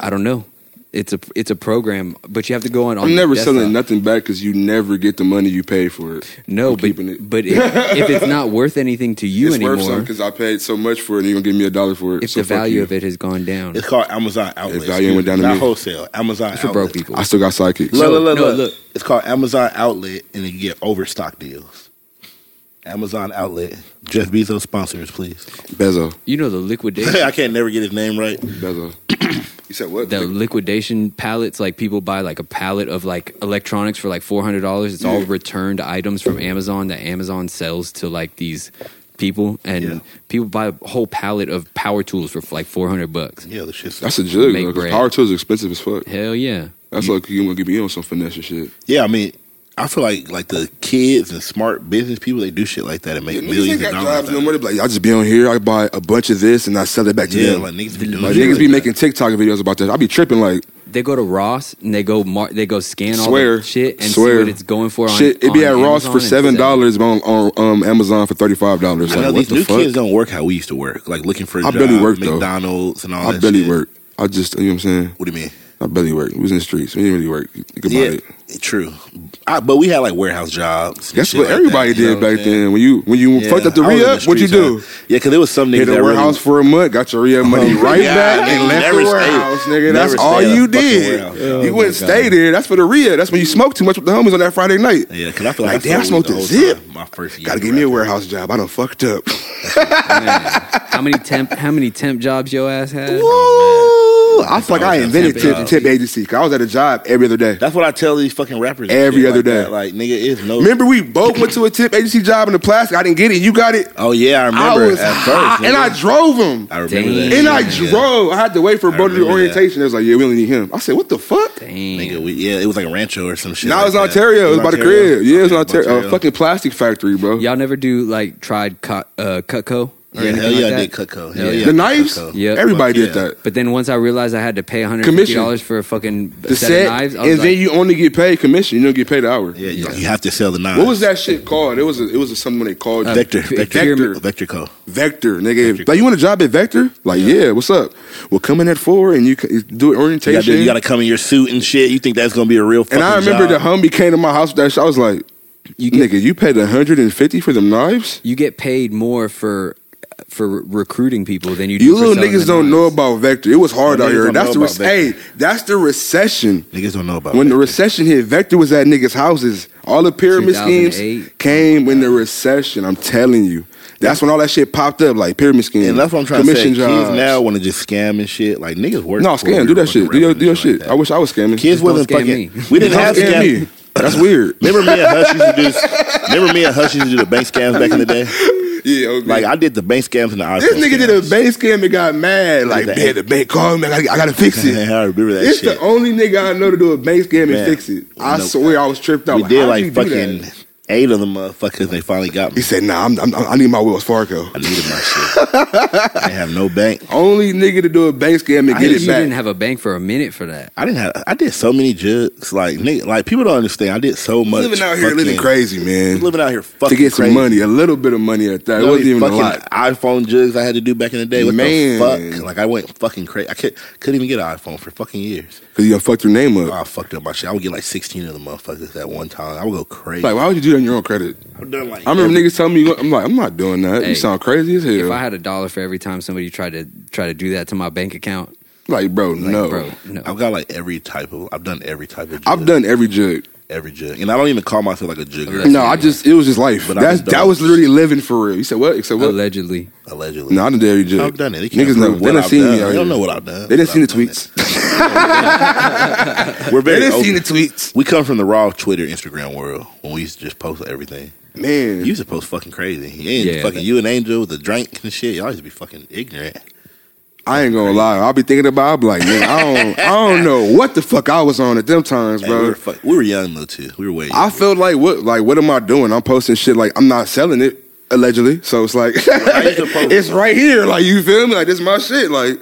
I don't know. It's a it's a program, but you have to go on. on I'm never your selling desktop. nothing back because you never get the money you pay for it. No, I'm but keeping it. but if, if it's not worth anything to you it's worth something anymore, because I paid so much for it. and You gonna give me a dollar for it? if so the fuck value you. of it has gone down, It's called Amazon Outlet. If value went down to not me. wholesale. Amazon it's for Outlet. broke people. I still got psychics. Look, look, look, No, look. look. It's called Amazon Outlet, and then you get overstock deals. Amazon Outlet. Jeff Bezos sponsors, please. Bezo, You know the liquidation. I can't never get his name right. Bezo. you said what? the liquidation pallets like people buy like a pallet of like electronics for like $400 it's all Yeah. returned items from amazon that amazon sells to like these people and Yeah. people buy a whole pallet of power tools for like 400 bucks Yeah, the shit's. That's a jug. Make though, 'cause bread. Power tools are expensive as fuck. hell yeah That's like you gonna get me on some finesse and shit. Yeah, I mean, I feel like like the kids and smart business people they do shit like that and make Niggas millions ain't of got dollars. jobs no more. They be like, I just be on here. I buy a bunch of this and I sell it back to Yeah, them. like Like, niggas be doing shit niggas be like making TikTok videos about that. I be tripping like they go to ross and they go mar- they go scan all Swear. the shit and Swear. see what it's going for on, shit. It be at on Ross Amazon for and sell it. seven dollars, but on, on um, Amazon for thirty five dollars. that. I know Like, what these the new fuck? kids don't work how we used to work, like looking for a I job, barely work, though. McDonald's and all I that. barely shit. work. I just you know what I'm saying. What do you mean? I barely work. We was in the streets. We didn't really work. Think about yeah, it. true. I, but we had like warehouse jobs. and That's shit what like that, everybody you know did what I'm back saying? then. When you when you Yeah, fucked up the I was in re up, what you streets, do? huh? Yeah, because it was some niggas Hit that a warehouse for really, a month, got your re up money Oh, right yeah, back, I and left never the stayed- warehouse, nigga. never That's stayed all at a you fucking did. warehouse. Oh you wouldn't stay there. That's for the re up. That's when you smoked too much with the homies on that Friday night. Yeah, because I feel like, Like, damn, I sold smoked a weed the whole zip. time, My first year. Gotta give me a right? warehouse job. I done fucked up. how many temp how many temp jobs your ass had Woo! I feel like I That was invented temp tip, job. tip agency 'cause I was at a job every other day. That's what I tell these fucking rappers and Every shit other like day. that. Like nigga, it's no. Remember, we both went to a tip agency job in the plastic. I didn't get it. You got it. Oh yeah, I remember. I was at high, first, and I nigga. drove him. I remember Damn. that. And I Yeah. drove. I had to wait for I bro to do remember that. orientation. It was like, yeah, we only need him. I said, what the fuck? damn Nigga, we, yeah, it was like a rancho or some shit. Now like it's that. Ontario. It was by the crib. Yeah, it was Okay, Ontario. A fucking plastic factory, bro. y'all never do like tried co- uh, cutco or Yeah, anything hell like yeah, that? I did Cutco. Hell Yeah. yeah. The knives. Cutco. Yeah. Everybody Fuck did yeah. that. But then once I realized I had to pay $150 Commission. for a fucking The set, set, of knives, I was and like, then you only get paid commission. You don't get paid an hour. Yeah, you, you have to sell the knives. What was that shit called? It was a, it was a, something they called Vector. P- Vector. Pyramid. Vector Co. Vector, nigga. Like you want a job at Vector? Like yeah, what's up? Well, come in at four and you c- you do an You gotta, orientation. do- you gotta come in your suit and shit. You think that's gonna be a real fucking and I remember the job? homie came to my house with that shit. I was like, you get nigga, you paid hundred and fifty for them knives. you get paid more for for recruiting people than you do. You for little selling niggas the don't know knives. about Vector. It was hard Niggas out here. don't That's the know re- about hey, that's the recession. Niggas don't know about When the Vector. recession hit, Vector was at niggas' houses. All the pyramid schemes 2008. came when the recession. I'm telling you, that's when all that shit popped up, like pyramid schemes. And that's what I'm trying commission to say. Kids jobs. now want to just scam and shit. Like niggas work. no for it. scam. Do that Fucking shit. Do your, do your rappers and shit. shit like I wish I was scamming. that. Kids don't wasn't scam fucking. me. We didn't Don't have scam scam. me. That's weird. Remember me and Hutch used to do. this- Remember me and Hutch used to do the bank scams back in the day. yeah, okay. Like I did the bank scams and the iPhone This nigga scams. did a bank scam and got mad. Like, Like, man, the bank called me. I gotta, I gotta fix it. I remember that It's shit. the only nigga I know to do a bank scam and Man, fix it. I no. swear I was tripped out. we Like, did how like you do that? fucking eight of them motherfuckers. and They finally got He me. said, "Nah, I'm, I'm, I need my Wells Fargo." I needed my shit. I didn't have no bank. Only nigga to do a bank scam and You get it didn't back. have a bank for a minute for that. I didn't have. I did so many jugs. Like nigga, like people don't understand. I did so much. Living out here, fucking- living crazy, man. Living out to here, fucking get some crazy. money, a little bit of money at that. it You know how wasn't many even a fucking lot. iPhone jugs I had to do back in the day. What Man. the fuck? Like I went fucking crazy. I could, couldn't even get an iPhone for fucking years. Cause you done fucked your name up. I fucked up my shit. I would get like sixteen of the motherfuckers at one time. I would go crazy. Like, why would you do that on your own credit? I've done like I remember niggas telling me, you- I'm like, I'm not doing that. Hey, you sound crazy as If hell. I had a dollar for every time somebody tried to try to do that to my bank account, like, bro, like, no. bro, no. I've got like every type of. I've done every type of. Jug. I've done every jug. every jug. And I don't even call myself like a jugger, That's no, I really just it was just life. But I That's just don't- that was literally living for real. You said what? You said what? allegedly. allegedly. No, I didn't dare you jug. I've done it. They can't Niggas know. prove They what done I've seen done. me. out They don't here. know what I've done. They didn't but see the I've done tweets. it. We're They very didn't see the open. tweets. We come from the raw Twitter, Instagram world when we used to just post everything. Man, You used to post fucking crazy. You ain't Yeah. fucking you and Angel with the drink and shit. Y'all used to be fucking ignorant. I ain't gonna lie. I'll be thinking about. I'll be like, man, I don't, I don't know what the fuck I was on at them times, Hey, we, bro. were fuck, we were young though too. We were way. I felt like what, like what am I doing? I'm posting shit like I'm not selling it allegedly, so it's like used to post- it's right here. Like you feel me? Like this is my shit. Like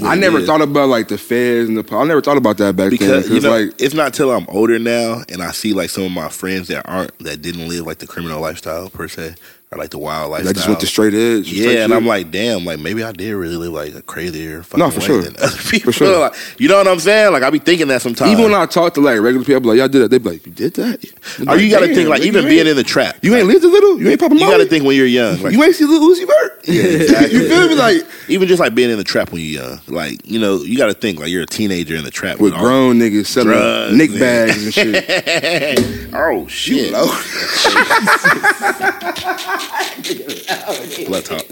I it never is. thought about like the feds and the. po- I never thought about that back then. because you Because know, like it's not till I'm older now and I see like some of my friends that aren't that didn't live like the criminal lifestyle per se or like the wild I lifestyle. just went to straight edge. straight yeah, and I'm shit. like, damn, like maybe I did really live like a crazier fucking No, for way sure. than other people. sure. Like, you know what I'm saying? Like I be thinking that sometimes. even when I talk to like regular people, I be like y'all did that. They be like, you did that? or Oh, you got to think like even being in the trap. you ain't like, lived a little. You ain't popping. you got to think when you're young. Like, you ain't see little Uzi Vert. Yeah, exactly. you feel me? Like even just like being in the trap when you're young. Like you know, you got to think like you're a teenager in the trap with all- grown niggas selling Drugs, Nick yeah. bags and shit. oh shit! low. Blood talk.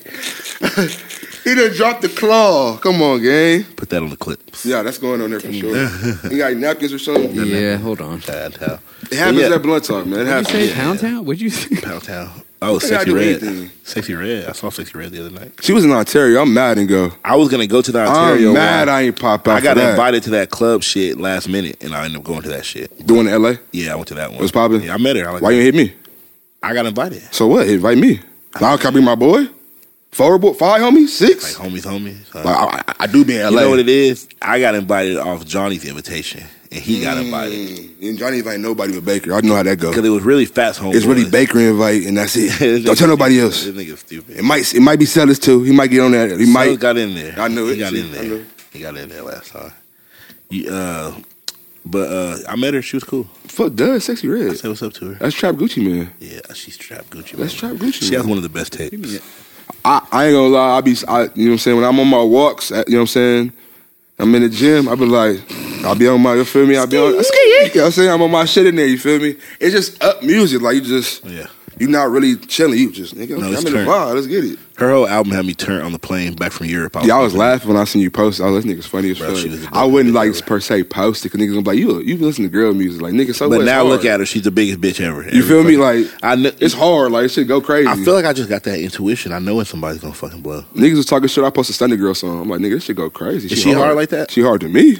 he done dropped the claw. Come on, gang. Put that on the clips. Yeah, that's going on there for sure. you got napkins or something? Yeah, hold on. Pound town. It happens Yeah. at Blood Talk, man. It What'd happens. you say? Pound Town? What'd you say? Pound town. Oh, think I sexy do red. anything. Sexy red. I saw sexy red the other night. She was in Ontario. I'm mad and go. I was gonna go to the Ontario. I'm mad one. I ain't pop out. I got for that. invited to that club shit last minute, and I ended up going to that shit. Doing in LA. Yeah, I went to that one. What's poppin'? Yeah, I met her. I, like, Why you ain't hit me? I got invited. So what? Invite me. Now can I bring my boy? Four, boy, five homies, Like six. homies, homies. Uh, Like, I, I- I do be in LA. you know what it is? I got invited off Johnny's invitation, and he got invited Mm, and Johnny invite nobody but Baker. I know how that goes. because it was really fast. Home. It's really Baker invite, and that's it. Don't tell nobody else. This nigga It stupid. might it might be sellers too. He might get on that. He Mike might. got in there. I knew He it, got too. in I there. knew it. He got in there last time. You, uh, but uh, I met her. She was cool. Fuck Doug, sexy I red. said what's up to her. That's Trap Gucci man. Yeah, she's trap Gucci. That's Trap man. Gucci, She man. has one of the best tapes. I, I ain't gonna lie. I be I, you know what I'm saying. When I'm on my walks, uh, you know what I'm saying. I'm in the gym. I be like, I'll be on my. You feel me? I'll be on. You know what I'm saying. I'm on my shit in there. You feel me? It's just up music. Like you just Yeah. you not really chilling. You just nigga. Okay, it's I'm in the current. vibe. Let's get it. Her whole album had me turn on the plane back from Europe. Yeah, I was laughing when I seen you post. I was this nigga's funny as Oh, Bro, she was a fuck. dope I wouldn't bitch, like bro. per se post it because niggas gonna be like, you you listen to girl music like nigga. So But what? It's now look hard. at her. She's the biggest bitch ever. You feel me? Every Like fucking- I kn- it's hard. Like shit go crazy. I feel like I just got that intuition. I know when somebody's gonna fucking blow. Niggas was talking shit. I posted Stunning Girl song. I'm like, nigga, this shit go crazy. Is she hard like that? She hard to me.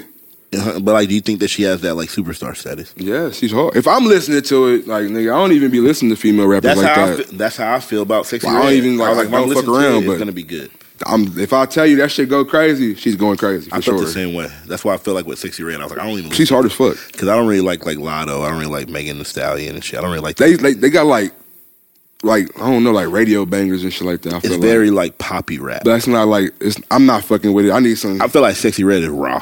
Uh-huh. But like, do you think that she has that like superstar status? Yeah, she's hard. If I'm listening to it, like nigga, I don't even be listening to female rappers That's like how that. I feel, that's how I feel about sexy. Well, I don't Red. even, like, was I don't if I'm fuck listening to around, it, but- it's gonna be good. I'm, if I tell you that shit go crazy, she's going crazy for I felt sure. the same way. That's why I feel like with sexy red, I was like, I don't even She's hard as fuck. because I don't really like like Lotto. I don't really like Megan the Stallion and shit. I don't really like that. They like they got like like I don't know like radio bangers and shit like that. I feel like. It's very like poppy rap. but that's not like it's. I'm not fucking with it. I need some. I feel like sexy red is raw.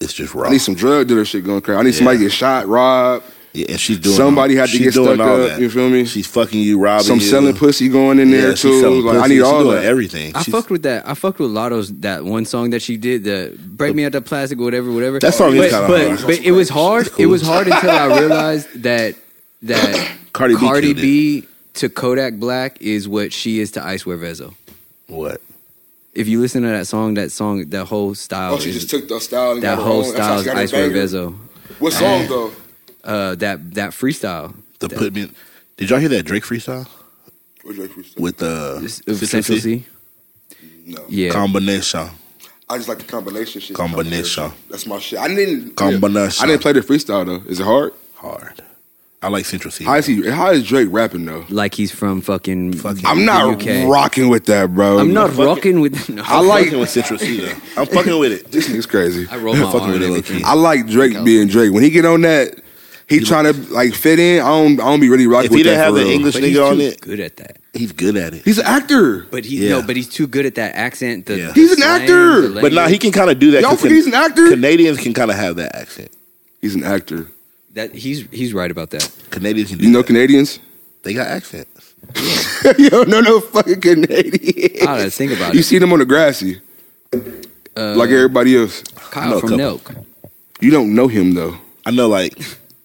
It's just raw. I need some drug dealer shit going crazy. I need somebody Yeah. get shot, robbed, Yeah, and she's doing Somebody had to she's get doing stuck all up, you feel me? She's fucking you, robbing some you. selling pussy going in Yeah, there she's too. selling Like I pussy. need She's all doing that. everything. I She's- fucked with that. I fucked with Lotto's that one song that she did, the "Break Me Out the Plastic" or whatever, whatever. That song is but, kinda but, hard. But it was hard. It was hard until I realized that that Cardi B Cardi killed it. B to Kodak Black is what she is to Ice Vezo. what? If you listen to that song, that song, that whole style, Oh, she is- just took the style. And that got her whole own. style That's is how she Ice got her banger. Vezo. What song though? Uh, that that freestyle, The put me. Did y'all hear that Drake freestyle What Drake freestyle? with uh, this- of Central C. No. Yeah, combination? I just like the combination shit. Combination. That's my shit. I didn't Combination. I didn't play the freestyle though. Is it hard? Hard. I like Central C. How is he? How is Drake rapping though? like he's from fucking. Fucking- I'm not UK. rocking with that, bro. I'm not fucking- rocking with. No, I like- fucking with Central C though. I'm fucking with it. This nigga's crazy. I roll my Fucking R with and it, low everything. key. I like Drake being Drake. When he get on that, he trying to like fit in. I don't. I don't be really rocking If with he that. didn't have for the real. English But he's nigga on too it, good at that. he's good at it. he's an actor. But he Yeah. no, but he's too good at that accent. The, Yeah. the He's an slang, actor! the But But language. now he can kind of do that. Y'all 'cause forget he's an actor? Canadians can kind of have that accent. He's an actor. that he's he's right about that. Canadians can do You know that. Canadians? they got accents. Yo, no, no fucking Canadian. I don't think about You it. see them on the grassy, Uh, Uh, like everybody else. I know Kyle a from couple. Nelk. You don't know him though. I know, like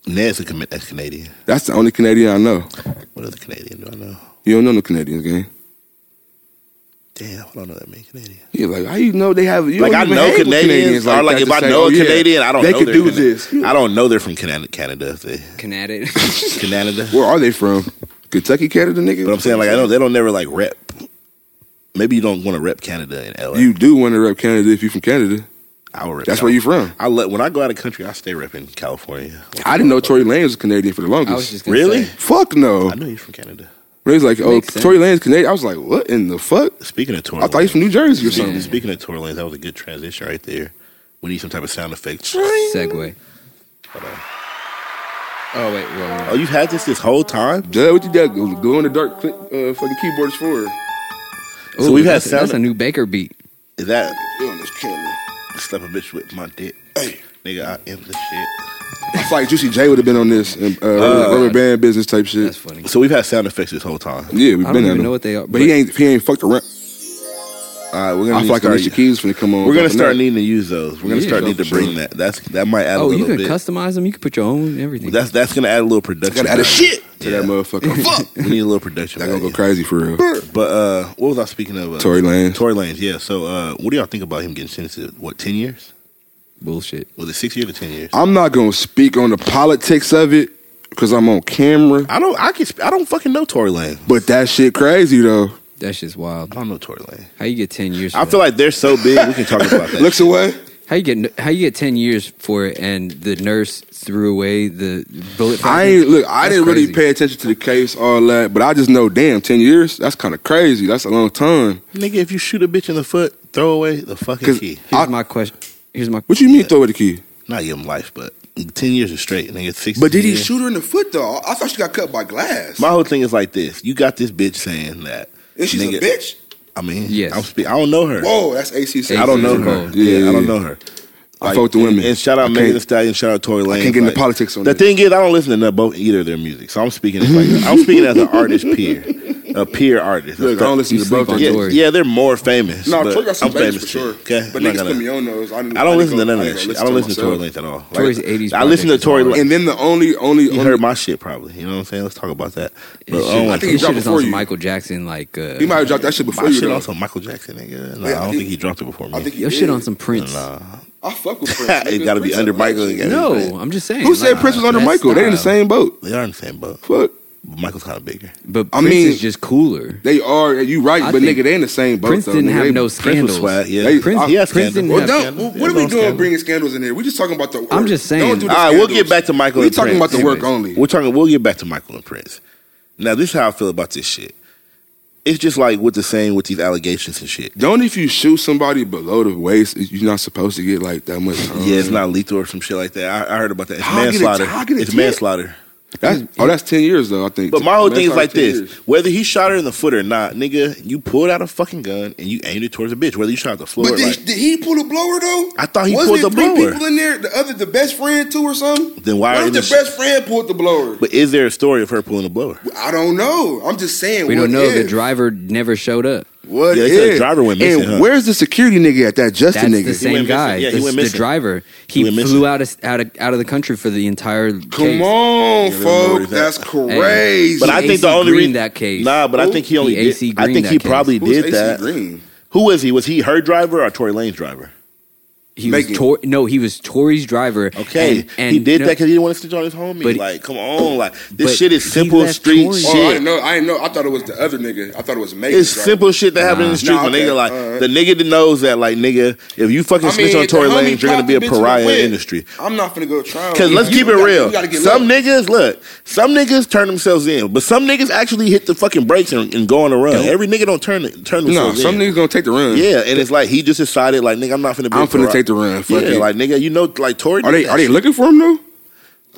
Ned's a com- ex Canadian. That's the only Canadian I know. What other Canadian do I know? You don't know no Canadians, gang. Damn, I don't know that many Canadians. Yeah, like how you know they have? You like don't I even know hang with Canadians, or like that if to I say, know oh, a yeah, Canadian, I don't They know could they're do Canadian. this. I don't know they're from Canada. Canada, if they, Canada. Canada. Where are they from? Kentucky, Canada, nigga. But I'm saying like I don't. They don't never like rep. Maybe you don't want to rep Canada in LA. you do want to rep Canada if you from Canada. I would rep That's Cal- where you from. I let when I go out of country, I stay repping California. I didn't know Tory Lane was a Canadian for the I was longest. just gonna Really? say, Fuck no. I know he's from Canada. They was like, oh, Makes sense. Tory Lane's Canadian. I was like, what in the fuck? Speaking of tour, I thought he's from New Jersey or Speaking, something. speaking of tour lanes, that was a good transition right there. We need some type of sound effects. segue. Oh wait, whoa, whoa. Oh, you've had this this whole time. Duh, what you got? Glow in the dark click, uh, fucking keyboards for. So we've had that's, sound- that's a new Baker beat. Is that You on this camera. slap a bitch with my dick? Hey. Nigga, I am the shit. It's like Juicy J would have been on this and uh, rubber band business type shit. That's funny. So we've had sound effects this whole time. Yeah, we've I don't been even at know him. what they are, But, he but- ain't he ain't fucked around. All right, we're gonna I need feel like to Alicia start- Keys finna come on. We're gonna fucking start up. needing to use those. We're gonna Yeah. start needing to For sure. bring that. That's that might add a Oh, little you can bit. customize them. You can put your own everything. That's that's gonna add a little production. Gotta add a value. shit to Yeah. that motherfucker. Fuck. We need a little production. That gonna go value. crazy for real. But uh, what was I speaking of? Uh, Tory Lanez. Tory Lanez. Yeah. So uh, what do y'all think about him getting sentenced? to, What ten years? bullshit. Was it six years or ten years? I'm not gonna speak on the politics of it because I'm on camera. I don't. I can. sp- I don't fucking know Tory Lanez. But that shit crazy though. That shit's I wild. don't know Tory Lanez. How you get ten years? For I feel like they're so big. We can talk about that. Looks away. like how you get how you get ten years for it, and the nurse threw away the bullet. I fragments? ain't look. I That's didn't really crazy. pay attention to the case, all that. But I just know, damn, ten years. That's kind of crazy. That's a long time. nigga, if you shoot a bitch in the foot, throw away the fucking 'Cause key. Here's I- my question. Here's my. What you mean throw away the key? Not give him life, but ten years is straight, nigga. Six. years. shoot her in the foot though? I thought she got cut by glass. My whole thing is like this: you got this bitch saying that. nigga, bitch. I mean, Yes. I'm spe- I don't know her. Whoa, that's ACC. I don't know her. Bold. Yeah, I don't know her. I fuck with the and- women. And shout I out Megan can't- Thee Stallion. Shout out Tory Lane. can't get into politics on The this. thing is, I don't listen to no- both either of their music, so I'm speaking as like I'm speaking as an artist peer, a peer artist. Look, I don't listen You to sleep both. on yeah, Yeah. Tory. yeah, they're more famous. No, but Troy got some I'm babes famous for sure. too. Okay, But I'm not niggas gonna- put me on those. I, didn't- I don't didn't listen go- to none of didn't that go shit. I don't listen to Tory myself. Lanez at all. Like, Tory's 80s I listen to project is Tory hard. Lanez. And then the only, only, You only heard my shit probably. You know what I'm saying? Let's talk about that. But I His don't shit, I like think Tory. his shit Drop is before on some you. Michael Jackson like. Uh, he might have dropped that shit before my you. shit Though. also Michael Jackson, nigga. Nah, Yeah, I don't he- think he dropped it before me. I think he your shit on some Prince. Nah. I fuck with Prince. it nigga. gotta be Prince under is Michael. legend. It gotta be No, Prince. I'm just saying. Who said nah, Prince was under that's Michael? They in the style. same boat. They are in the same boat. Fuck. But Michael's kind of bigger. But I Prince mean- is just cooler. They are. You right, I but think nigga, they in the same boat. Prince though, didn't nigga. have They- no Prince scandals. was swag. Yeah, They- Prince, I- he has scandals. Prince didn't Well, have don't, scandals. what are we There's no doing scandals. bringing scandals in here? We just talking about the. Work. I'm just saying. Don't do the All right, we'll scandals. get back to Michael. We and talking about Prince. the work only. We're talking. We'll get back to Michael and Prince. Now, this is how I feel about this shit. It's just like what the same with these allegations and shit. Don't if you shoot somebody below the waist, you're not supposed to get like that much time. Yeah, it's not lethal or some shit like that. I, I heard about that. It's Mm-hmm. How I get a- manslaughter. how I get a it's tip? manslaughter. That's, oh, that's ten years though. I think. But my whole thing is Manslaughter like 10 this: years. whether he shot her in the foot or not, nigga, you pulled out a fucking gun and you aimed it towards a bitch. Whether you shot at the floor, or But did, like, did he pull the blower though? I thought he Wasn't pulled there the three blower. people in there, the other, the best friend too, or something. Then why are if they the sh- best friend pulled the blower? but is there a story of her pulling a blower? I don't know. I'm just saying. We what don't know. The if? driver never showed up. What Yeah, they said if? driver went missing, And huh? where's the security nigga at that Justin That's nigga? the same went guy. missing. Yeah, he the, went the missing. driver. He He, went missing. flew out of, out of out of the country for the entire. Come case. on, Yeah, folk. that's That's Hey, crazy. But I he think the AC only Green reason that case. Nah, but I Who? think he only. He did- AC I Green think that he case. probably Who's did AC that. Green? Who was he? Was he her driver or Tory Lane's driver? He was Megan. Tor- no, he was Tory's driver. Okay, and, and he did no- that because he didn't want to snitch on his homie. But- like, come on, like but this shit is he simple left street Tory- shit. Oh, I didn't know. I didn't know. I thought it was the other nigga. I thought it was Megan. It's simple shit that happened in the street. Nah, when okay, nigga like alright. the nigga that knows that like nigga, if you fucking I snitch mean, on Tory the homie Lanez, you're gonna popped be a the bitch in the pariah in the whip. industry. I'm not finna go try. Cause let's keep it real. Some nigga. niggas look. Some niggas turn themselves in, but some niggas actually hit the fucking brakes and, and go on a run. Every nigga don't turn No, turn themselves some in. niggas gonna take the run. yeah, and it's like he just decided like nigga, I'm not finna. Be I'm a finna pariah. take the run. Fuck yeah, it. like nigga, you know, like Tory. Are did they that are they shit. looking for him though?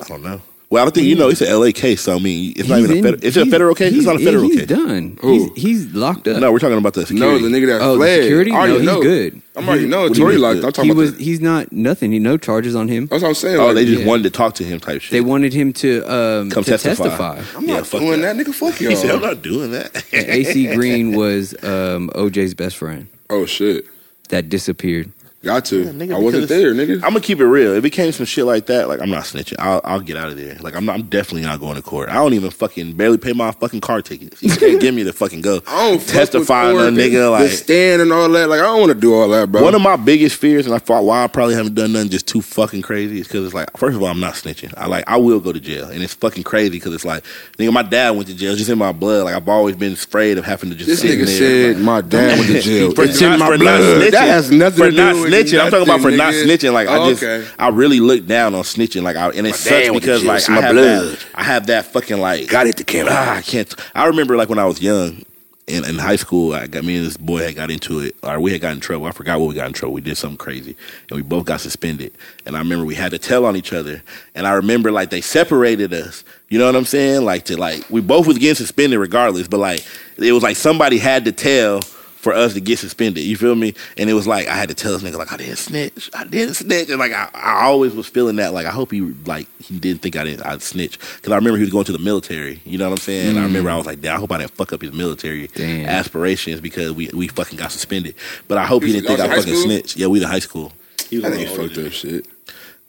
I don't know. Well, I don't think you know. It's a LA case, so I mean, it's not he's even a in- federal. It's a he's- federal case. It's he's- not a federal he's case. done. Who? He's, he's locked up. No, we're talking about the security. No, the nigga that Oh, the fled. security? I already No, he's know. good. I'm already know. What do you Tory mean like good? I'm talking he about. was. the- He's not nothing. He no charges on him. that's what I'm saying. Oh, like, they just Yeah. wanted to talk to him, type shit. They wanted him to um, Come to testify. testify. I'm Yeah, not fuck doing that. that. nigga. Fuck He said, "I'm y'all. not doing that." AC Green was um, OJ's best friend Oh shit. that disappeared. Got to. Yeah, nigga, I wasn't because there, nigga. I'm gonna keep it real. If it came to some shit like that, like I'm not snitching. I'll, I'll get out of there. Like I'm, not, I'm definitely not going to court. I don't even fucking barely pay my fucking car tickets. You can't get me to fucking go. I don't fuck testify with on a Ford, nigga the like stand and all that. Like I don't want to do all that, bro. One of my biggest fears, and I thought why I probably haven't done nothing just too fucking crazy, is because it's like, first of all, I'm not snitching. I like, I will go to jail, and it's fucking crazy because it's like, nigga, my dad went to jail, it's just in my blood. Like I've always been afraid of having to just. this sit nigga there. said my dad went to jail. For, it's not, in my for not blood. snitching. That has nothing for to do not with snitching. I'm talking about for nothing, not nigga. snitching. Like Oh, I just, okay. I really look down on snitching. Like, I, and it sucks dad went to because jail. like It's I my have blood. that, I have that fucking like Got it to camera. Ah, I can't. I remember like when I was young in, in high school, I got me and this boy had got into it, or we had got in trouble. I forgot what we got in trouble. We did something crazy, and we both got suspended. And I remember we had to tell on each other. And I remember like they separated us. You know what I'm saying? Like to like we both was getting suspended regardless, but like it was like somebody had to tell. For us to get suspended, you feel me? And it was like I had to tell this nigga like I didn't snitch, I didn't snitch, and like I, I always was feeling that like I hope he like he didn't think I didn't I snitch because I remember he was going to the military. You know what I'm saying? And I Mm. remember I was like, damn, I hope I didn't fuck up his military Damn. aspirations because we we fucking got suspended. But I hope he You didn't was- think I y'all was fucking in high school? snitched. Yeah, we in high school. He was I a think little older fucked than up me. shit.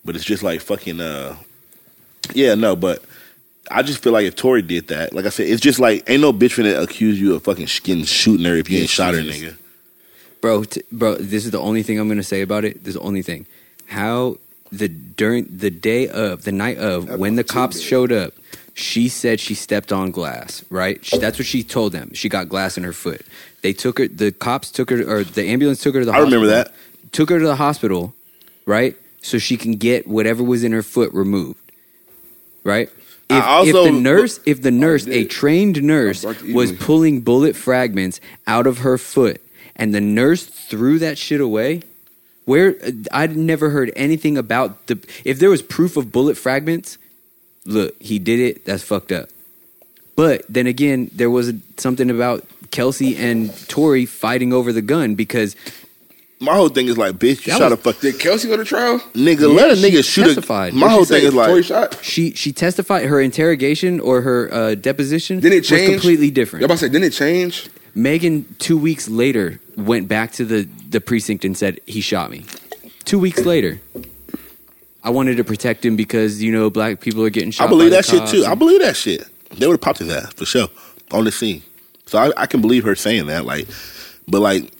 But it's just like fucking uh, yeah, no, but. I just feel like if Tori did that, like I said, it's just like ain't no bitch finna accuse you of fucking sh- getting shooting her if you ain't shot her, nigga. bro, t- bro. This is the only thing I'm gonna say about it. This is the only thing. How the during the day of the night of when the cops showed up, she said she stepped on glass. Right, she, that's what she told them. She got glass in her foot. They took her. The cops took her, or the ambulance took her to the. I remember hospital, Took her to the hospital, right? So she can get whatever was in her foot removed, right? I If, also- Oh, if the nurse, if the nurse, a trained nurse, broke the was evening. pulling bullet fragments out of her foot, and the nurse threw that shit away. Where uh, I'd never heard anything about the. If there was proof of bullet fragments, look, he did it. That's fucked up. But then again, there was something about Kelsey and Tori fighting over the gun because My whole thing is like, bitch, you That shot was- a fuck Did Kelsey go to trial? nigga. Yeah, let a she nigga shoot testified. a. My What'd whole She said thing is like, Tory shot. she she testified her interrogation or her uh, deposition Didn't it change? was completely Y'all different. about to say, didn't it change? Megan two weeks later went back to the the precinct and said he shot me. Two weeks later, I wanted to protect him because you know black people are getting shot. I believe by that the shit cops. too. I believe that shit. They would have popped his ass for sure on the scene. So I, I can believe her saying that. Like, but like,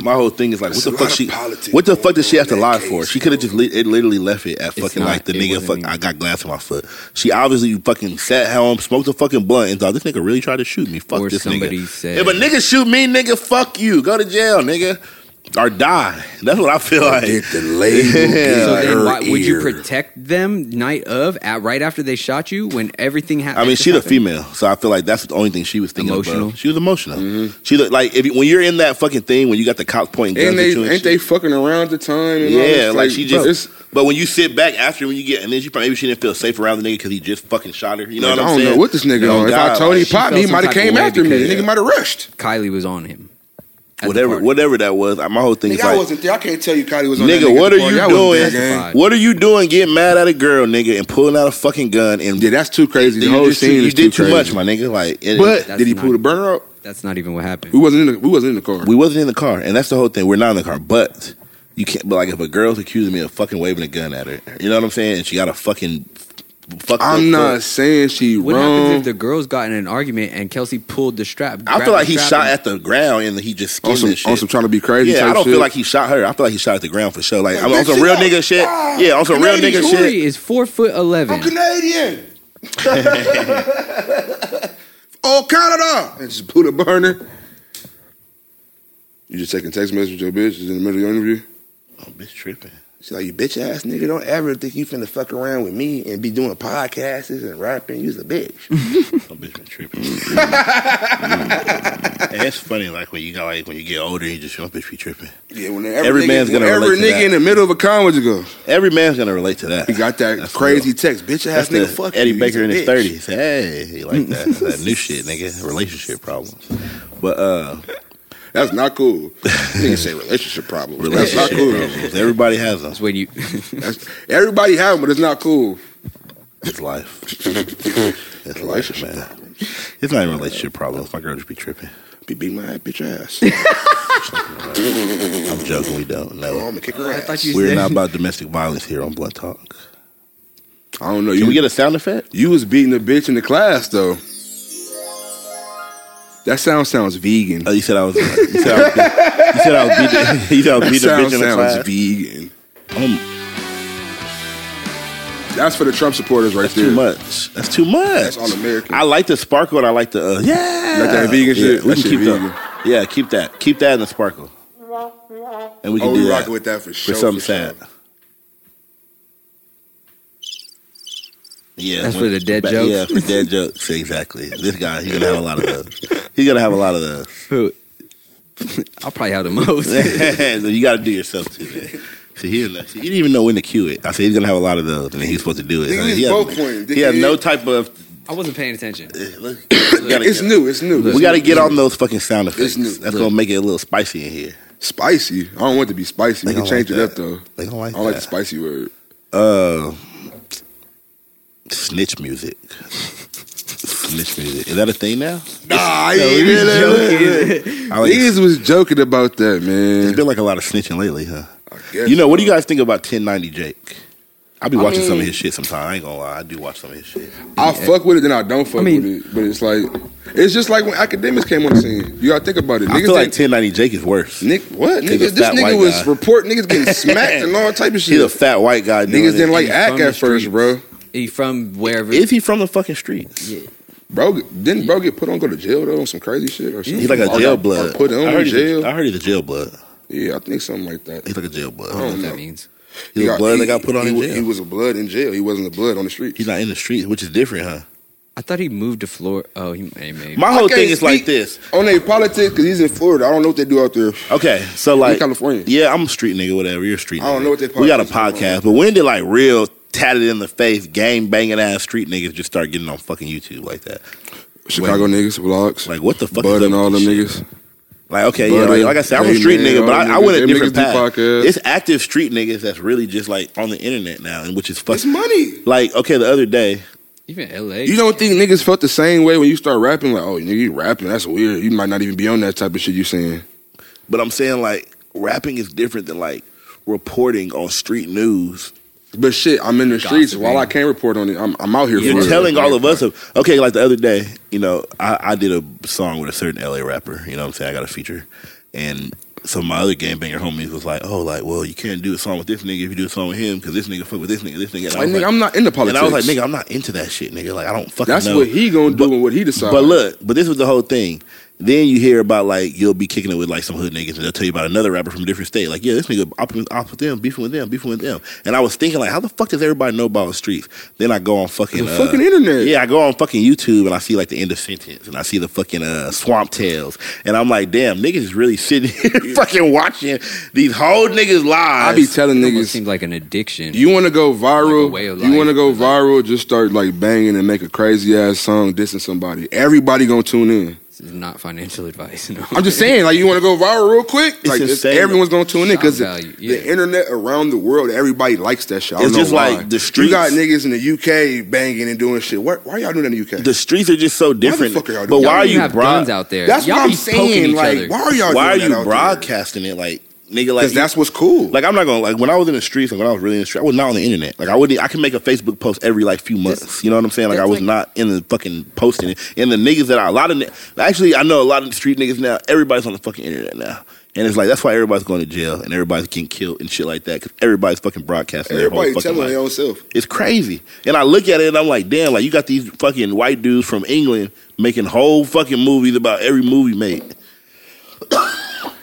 my whole thing is like, what There's the a fuck lot of she? politics What the fuck going does she on have to in lie that for? case, She could have just le- it literally left it at fucking not- like the it nigga. wasn't Fuck, even- I got glass in my foot. She obviously fucking sat home, smoked a fucking blunt, and thought this nigga really tried to shoot me. Fuck Or this somebody nigga. said- if a nigga shoot me, nigga, fuck you. Go to jail, nigga. Or die. That's what I feel like. did the label Yeah. get So her then, why, would you ear? protect them night of at right after they shot you when everything happened? I mean, she's a female, so I feel like that's the only thing she was thinking Emotional? about. She was emotional. She looked like if you- when you're in that fucking thing when you got the cops pointing guns And they at you and Mm-hmm. ain't shit. they fucking around the time? And all yeah, this? like, she bro, just. it's- But when you sit back after when you get and then she probably maybe she didn't feel safe around the nigga because he just fucking shot her. You know like, what I I'm don't saying? know what this nigga Oh, on. If God, I told like, he she popped me, he felt some might have type of came way after me. because- The nigga might have rushed. Kylie was on him. at the whatever party. whatever that was. I- My whole thing Nigga, is I like, wasn't there. I can't tell you Kylie was on that nigga, at what the are party. you I wasn't there, doing? gang. gang. What are you doing? Getting mad at a girl, nigga, and pulling out a fucking gun and Yeah, that's too crazy. The you, whole just- scene you is did too too crazy. much, my nigga. Like, it- But That's did he not- pull the burner out? That's not even what We happened. wasn't in the we wasn't in the car. We wasn't in the car, and that's the whole thing. We're not in the car, but you can't. But like, if a girl's accusing me of fucking waving a gun at her, you know what I'm saying? And she got a fucking fuck. I'm not saying she What happens wrong. if the girls got in an argument and Kelsey pulled the strap? I grabbed feel the like he strap shot and- at the ground and he just on skinned some this shit. on some trying to be crazy. yeah, type I don't shit. feel like he shot her. I feel like he shot at the ground for sure. Like I'm on bitch, some you real know. nigga shit. Yeah, on some real nigga Canadian shit. Tori is four foot I'm eleven. Canadian. Oh Canada! And just put a burner. You just taking text messages with your bitch is in the middle of your interview? Oh, bitch, tripping. She's like, you bitch ass nigga, don't ever think you finna fuck around with me and be doing podcasts and rapping. You's a bitch. Oh, bitch, been tripping. and it's funny, like when you got like when you get older, you just your bitch be tripping. Yeah, when Every man's gonna Every relate to nigga that. in the middle of a college ago. Every man's gonna relate to that. He got that That's crazy real. text, bitch ass That's nigga. the Fuck Eddie you, he's Baker a in his bitch. thirties. Hey, he like that. That's that new shit, nigga. Relationship problems. But uh That's not cool. Nigga say relationship problems. That's not relationship cool. problems. Everybody has them. That's when you. That's, everybody have them, but it's not cool. It's life. It's life, man. It's not even relationship problems. My girl just be tripping. Be beat my bitch ass. I'm joking. We don't. oh, I'm No, gonna kick her I ass. thought you we're said not about domestic violence here on Blunt Talk. I don't know. Can You we get a sound effect? you was beating a bitch in the class though. That sound sounds vegan. Oh, you said I was. You said I was. beat- You said I was beat the, you said I was That beat the sound bitch in the sounds class. vegan. Um, That's for the Trump supporters right that's there. too much. That's too much. That's all American. I like the sparkle. and I like the uh, yeah. Like that vegan Yeah, shit? We That can shit keep vegan. that. Yeah, keep that. Keep that in the sparkle. And we can Oh, do we that rocking with that for sure. for something sure. sad. Yeah, That's when- for the dead ba- jokes? Yeah, for dead jokes. Exactly. This guy, he's gonna have a lot of those. He's gonna have a lot of those. Who? I'll probably have the most. so you got to do yourself too, man. See, he, didn't, see, he didn't even know when to cue it. I said he's gonna have a lot of those, and then he's supposed to do it. Nigga, So he he's has- both pointing. he has Nigga, no he- type of. I wasn't paying attention. It's new. It's new. We got to get on those fucking sound effects. new. That's gonna make it a little spicy in here. Spicy. I don't want it to be spicy. They We can don't change like it up that. though. They don't I like don't like the that. spicy word. Uh, snitch music. snitch music. Is that a thing now? Nah, I No, ain't we was really- I like, Niggas was joking about that, man. it's been like a lot of snitching lately, huh? guess You know, what do you guys think about 1090 Jake? I be watching some of mean- his shit sometimes. I ain't gonna lie, I do watch some of his shit. I fuck with it, then I don't fuck I mean- with it. But it's like, it's just like when academics came on the scene. You gotta think about it. I Niggas feel like think- 1090 Jake is worse. Nick, what? He's a Nigga, this fat white nigga was guy. report niggas getting smacked and all type of He's shit. a fat white guy. doing niggas didn't it. like He's act from the at first, streets. bro. He from wherever? Is he from the fucking streets? Bro, didn't bro get put on go to jail though on some crazy shit or something? He's like a Or jail got- blood. or Put I on heard in he's a- jail. I heard he's a jail blood. yeah, I think something like that. He's like a jail Oh, blood. I don't know what that means. He's a got- blood he- that got put on he in wa- He jail. was a blood in jail. He wasn't a blood on the street. He's not in the streets, which is different, huh? I thought he moved to Florida. Oh, he may maybe. My I whole can't thing is like speak this. on their politics because he's in Florida. I don't know what they do out there. Okay, so like California. Yeah, I'm a street nigga, whatever. You're a street. I don't nigga. know what they We got a politics podcast, but when did like real tatted in the face, gang banging ass street niggas just start getting on fucking YouTube like that? Chicago niggas vlogs. Like what the fuck? is Bud up and with all them this shit? niggas. Like okay, yeah, Buddy, like, like I said, I'm a Hey, street man, nigga, but all I, I them went niggas- a them different niggas do path. podcasts. It's active street niggas that's really just like on the internet now, and which is It's fucking money. like okay. The other day, Even LA. You don't think niggas felt the same way when you start rapping? Like, oh, nigga, you rapping? That's weird. You might not even be on that type of shit you saying. but I'm saying like rapping is different than like reporting on street news. But shit, I'm in the streets. Gossiping. While I can't report on it, I'm, I'm out here. You're for it. telling all of us, of, okay, like the other day, you know, I, I did a song with a certain LA rapper, you know what I'm saying? I got a feature. And some of my other gangbanger homies was like, oh, like, well, you can't do a song with this nigga if you do a song with him because this nigga fuck with this nigga, this nigga. And I Like, was nigga, like, I'm not into and politics. I was like, nigga, I'm not into that shit, nigga. Like, I don't fucking that's know. what he gonna do But- and what he decides. But look, but this was the whole thing. Then you hear about like you'll be kicking it with like some hood niggas, and they'll tell you about another rapper from a different state. Like, yeah, this nigga up with, up with them, beefing with them, beefing with them. And I was thinking like, how the fuck does everybody know about the streets? Then I go on fucking The uh, fucking internet. Yeah, I go on fucking YouTube and I see like the end of sentence, and I see the fucking uh, swamp tales, and I'm like, damn, niggas is really sitting here fucking watching these whole niggas I lives. be telling It almost niggas, seemed like an addiction. you want to go viral. Like a way of you life. want to go viral. Just start like banging and make a crazy ass song dissing somebody. Everybody gonna tune in. This is not financial advice. No. I'm just saying, like you want to go viral real quick. Like it's- insane. everyone's gonna tune in because Shock value, yeah. the internet around the world, everybody likes that shit. I don't It's know just why. like the streets- You got niggas in the UK banging and doing shit. Why, why y'all doing that in the UK? the streets are just so different. fuck are y'all but doing- why Y'all are even you have broad- guns out there? that's Y'all what I'm be poking saying. each Like, other. why are y'all? Why are doing that you out there? broadcasting it like nigga? Like Because that's what's cool. Like I'm not gonna like when I was in the streets, like when I was really in the street, I was not on the internet. Like I wouldn't, I can make a Facebook post every like few months. you know what I'm saying? Like I that's was like- not in the fucking posting it. And the niggas that I a lot of ni- actually I know a lot of the street niggas now. Everybody's on the fucking internet now, and it's like that's why everybody's going to jail and everybody's getting killed and shit like that because everybody's fucking broadcasting. Everybody their whole fucking telling life. their own self. It's crazy. And I look at it and I'm like, damn, like you got these fucking white dudes from England making whole fucking movies about every movie made.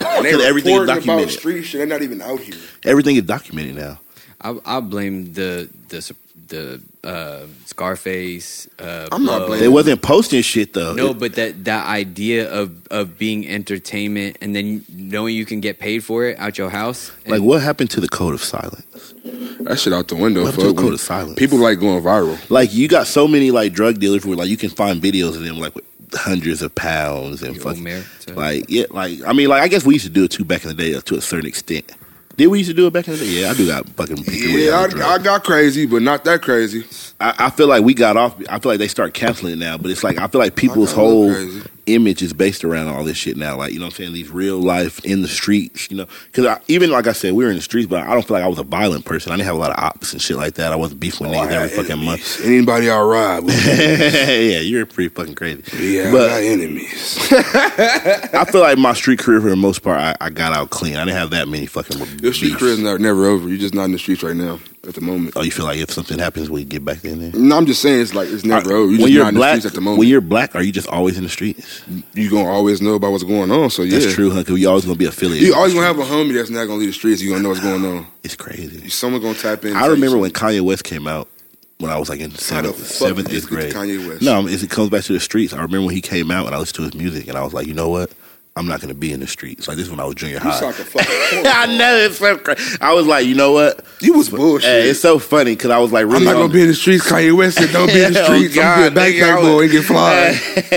And they Because everything is reporting documented. about street shit. They're not even out here. Everything is documented now. I, I blame the the the uh, Scarface. Uh, I'm not Blow. blaming They wasn't posting shit though. No, It- but that that idea of of being entertainment and then knowing you can get paid for it out your house. and- like what happened to the code of silence? That shit out the window. What happened to Fuck. the code of silence? People like going viral. Like you got so many like drug dealers where like you can find videos of them like with hundreds of pounds and Yo, fucking Mayor, tell- like yeah like I mean like I guess we used to do it too back in the day uh, to a certain extent. Did we used to do it back in the day? Yeah, I do got fucking. Yeah, I, I got crazy, but not that crazy. I, I feel like we got off. I feel like they start canceling it now, but it's like I feel like people's I got a little whole crazy. image is based around all this shit now. Like, you know what I'm saying? These real life in the streets, you know? Because even like I said, we were in the streets, but I don't feel like I was a violent person. I didn't have a lot of ops and shit like that. I wasn't beefing Oh, with niggas every fucking month. Anybody I ride with, yeah, you're pretty fucking crazy. yeah, but my enemies. I feel like my street career, for the most part, I, I got out clean. I didn't have that many fucking. Your street beefs. career is not, never over. You're just not in the streets right now at the moment. Oh, you feel like if something happens, we get back in there. No, I'm just saying it's like it's never over. You're when just you're not in the black, streets at the moment. when you're black, are you just always in the streets? you gonna always know about what's going on. So yeah, That's true, huh? 'Cause we always gonna be affiliated. You always gonna have a homie that's not gonna leave the streets. You gonna know what's going on. It's crazy. Someone gonna tap in. and I tell you remember something. when Kanye West came out when I was like in seventh, the fuck seventh, did eighth you get grade. to Kanye West? No, I mean, it comes back to the streets. I remember when he came out and I listened to his music and I was like, you know what? I'm not gonna be in the streets. Like this is when I was junior You high. sound like a fucking porn. I know it's so crazy. I was like, you know what? you was bullshit. Hey, it's so funny because I was like, really I'm not gonna on- be in the streets. Kanye West said, "Don't be in the Oh, streets. I'm God, gonna be a nigga, I backpack was- boy and get fly."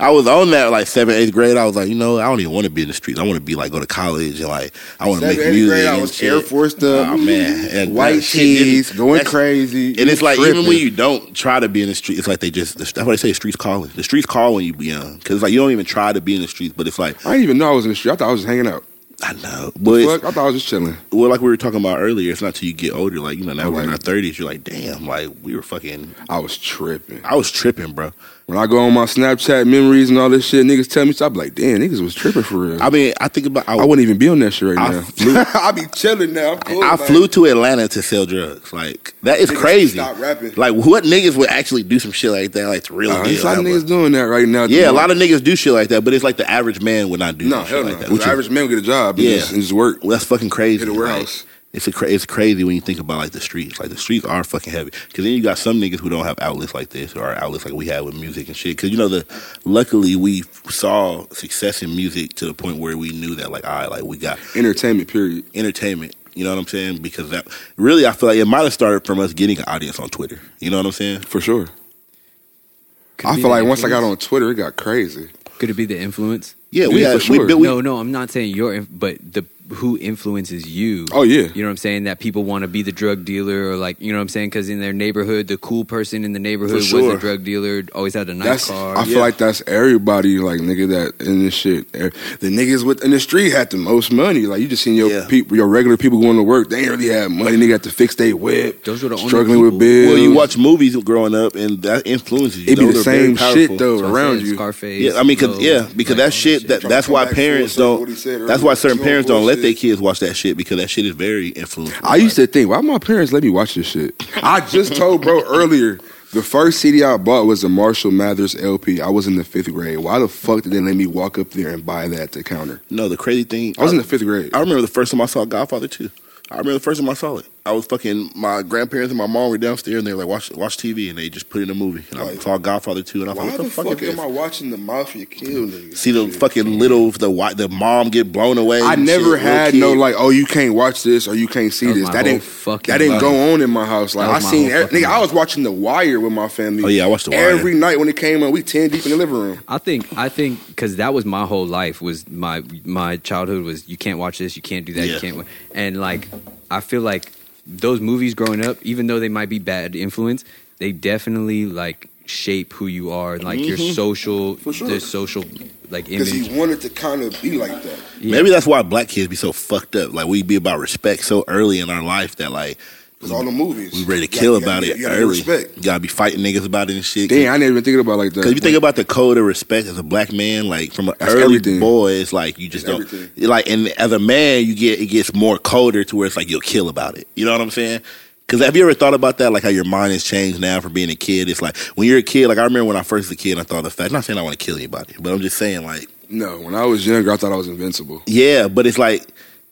I was on that like seventh, eighth grade. I was like, you know, I don't even want to be in the streets. I want to be like go to college and like I want to make Seventh, eighth music. grade, I and was shit. Air Forced up. Oh, man, and White that shit cheese, didn't- going that's- crazy. And it's like even when Tripping. you don't try to be in the street, it's like they just that's why they say the streets calling. The streets call when you be young because like you don't even try to be in the streets, but it's like I didn't even know I was in the street. I thought I was just hanging out. I know, but it's- Fuck, I thought I was just chilling. well, like we were talking about earlier, it's not till you get older, like you know, now we're in Right. our thirties, you're like, damn, like we were fucking, I was tripping. I was tripping, bro. When I go on my Snapchat memories and all this shit, niggas tell me, so I'm like, damn, niggas was tripping for real. I I, mean, I think about I, wouldn't even be on that shit right I now. flew- I be chilling now. I uh, flew to Atlanta to sell drugs. Like that is Niggas crazy. stop rapping. Like what niggas would actually do some shit like that? Like to really Uh, deal. there's a lot of like, niggas doing that right now. yeah, a lot of niggas do shit like that, but it's like the average man would not do No, shit hell no. like that. 'cause Which the average is, man would get a job and, Yeah. just, and just work. well, that's fucking crazy. Hit a Like, warehouse. it's a cra- it's crazy when you think about like the streets. Like the streets are fucking heavy. Because then you got some niggas who don't have outlets like this or outlets like we had with music and shit. Because you know the luckily we saw success in music to the point where we knew that like all right, like we got Entertainment, period. entertainment. You know what I'm saying? Because that really, I feel like it might have started from us getting an audience on Twitter. You know what I'm saying? For sure. Could I be feel the like once I got influence. on Twitter, it got crazy. Could it be the influence? Yeah, we Yeah, had for we sure. built. We, no, no, I'm not saying your, inf- but the who influences you. Oh, yeah. you know what I'm saying. That people want to be the drug dealer, or like you know what I'm saying, because in their neighborhood, the cool person in the neighborhood was sure. a drug dealer, always had a nice That's car. I feel like that's everybody like nigga that in this shit. Er, The niggas with in the street had the most money. Like you just seen your Yeah. people, your regular people going to work. They ain't really had money. Nigga had to fix their whip. Those were the only struggling with people- bills. well, you watch movies growing up, and that influences you. It be Those the are very same powerful. shit though So I'm around saying you. Scarface. Yeah, I mean, cause, Low, yeah, because like, all that shit, that, Trying that's to why come back parents full circle, don't. what he said That's why earlier. certain It's all parents don't let their bullshit. kids watch that shit because that shit is very influential. I used to think, why my parents let me watch this shit? I just told bro earlier. The first CD I bought was a Marshall Mathers LP. I was in the fifth grade. Why the fuck did they let me walk up there and buy that at the counter? no. The crazy thing, I was in the fifth grade. I remember the first time I saw Godfather too. I remember the first time I saw it. I was fucking my grandparents and my mom were downstairs and they were like watch watch TV and they just put in a movie and I Like, saw Godfather two and I thought Why what the fuck is am this? I watching the mafia kill niggas? see the Shit. fucking little the wi- the mom get blown away. I and never shit, had little no kid. like, oh, you can't watch this or you can't see That was this. my That whole didn't fucking that didn't life. go on in my house. Like That I was my seen whole every, fucking nigga, I was watching The Wire with my family. Oh, yeah, I watched The Wire. every night when it came on. We ten deep in the living room. I think I think because that was my whole life was my my childhood was you can't watch this you can't do that Yeah. you can't wa-" and like I feel like those movies growing up even though they might be bad influence they definitely like shape who you are and like Mm-hmm. your social sure. their social like Because image he wanted to kind of be like that. Yeah. Maybe that's why black kids be so fucked up. Like we be about respect so early in our life that like Because all the movies. we ready to You kill gotta- about you it gotta- you gotta get early. Respect. You gotta be fighting niggas about it and shit. Damn, I never even thinking about it like that. Because if you think about the code of respect as a black man, like from an That's early everything. boy, it's like you just It's don't everything. like. And as a man, you get it gets more colder to where it's like you'll kill about it. You know what I'm saying? Because have you ever thought about that? Like how your mind has changed now from being a kid. It's like when you're a kid. Like I remember when I first was a kid, I thought the fact. Not saying I want to kill anybody, but I'm just saying like no, when I was younger, I thought I was invincible. yeah. But it's like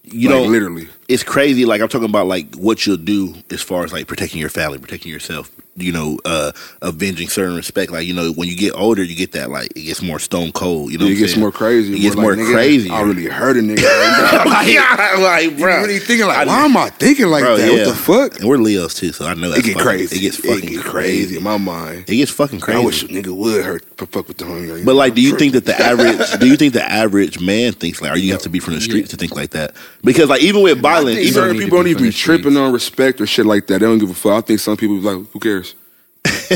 you like, don't literally. it's crazy. Like I'm talking about like what you'll do as far as like protecting your family, protecting yourself. You know, uh, avenging certain respect. Like you know, when you get older, you get that like it gets more stone cold. You know, it gets more crazy. It gets We're more like, nigga, crazy. I really hurt a nigga. right now. like, yeah, like, You bro, really thinking I- like, why am I thinking like bro, that? yeah. What the fuck? And we're Leos too, so I know It that's get fucking- crazy. It gets fucking get crazy. in my mind. It gets fucking crazy. I wish a nigga would hurt fuck with the homie. But like, do you think that the average? do you think the average man thinks like? Or you have to be from the streets to think like that? Because like, even with violence, think even don't certain need to people be don't even from be the streets. tripping on respect or shit like that. They don't give a fuck. I think some people be like, who cares?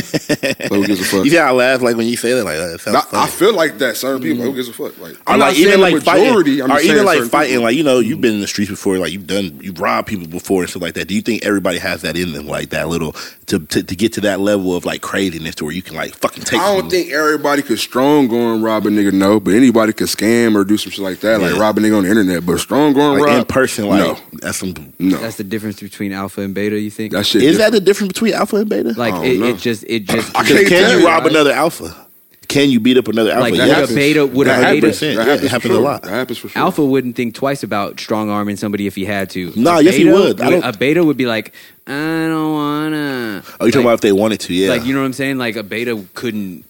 So who gives a fuck? You see how I laugh like when you say that like that. It sounds I, funny. I feel like that. Certain people, who gives a fuck? Like I'm Or, not saying the majority. fighting, I'm or just even saying like certain fighting, people. like you know, you've been in the streets before, like you've done, you've robbed people before and stuff like that. Do you think everybody has that in them, like that little to to, to get to that level of like craziness to where you can like fucking take? I don't people? think everybody could strong go and rob a nigga, no, but anybody could scam or do some shit like that, like Yeah. rob a nigga on the internet. But strong go and like rob in person, like no, that's some. no, That's the difference between alpha and beta. You think? that shit Is is that the difference between alpha and beta? like I don't it, know. it just it just I Because can't can tell you you, rob right? another alpha? Can you beat up another alpha? Like, Yeah. would a beta- would a That beta- happens. Yeah, it happens a lot. That happens for sure. Alpha wouldn't think twice about strong arming somebody if he had to. Nah, A yes, he beta would. I don't- A beta would be like, I don't wanna. Oh, you talking Like- about if they wanted to? Yeah, Like you know what I'm saying? Like a beta couldn't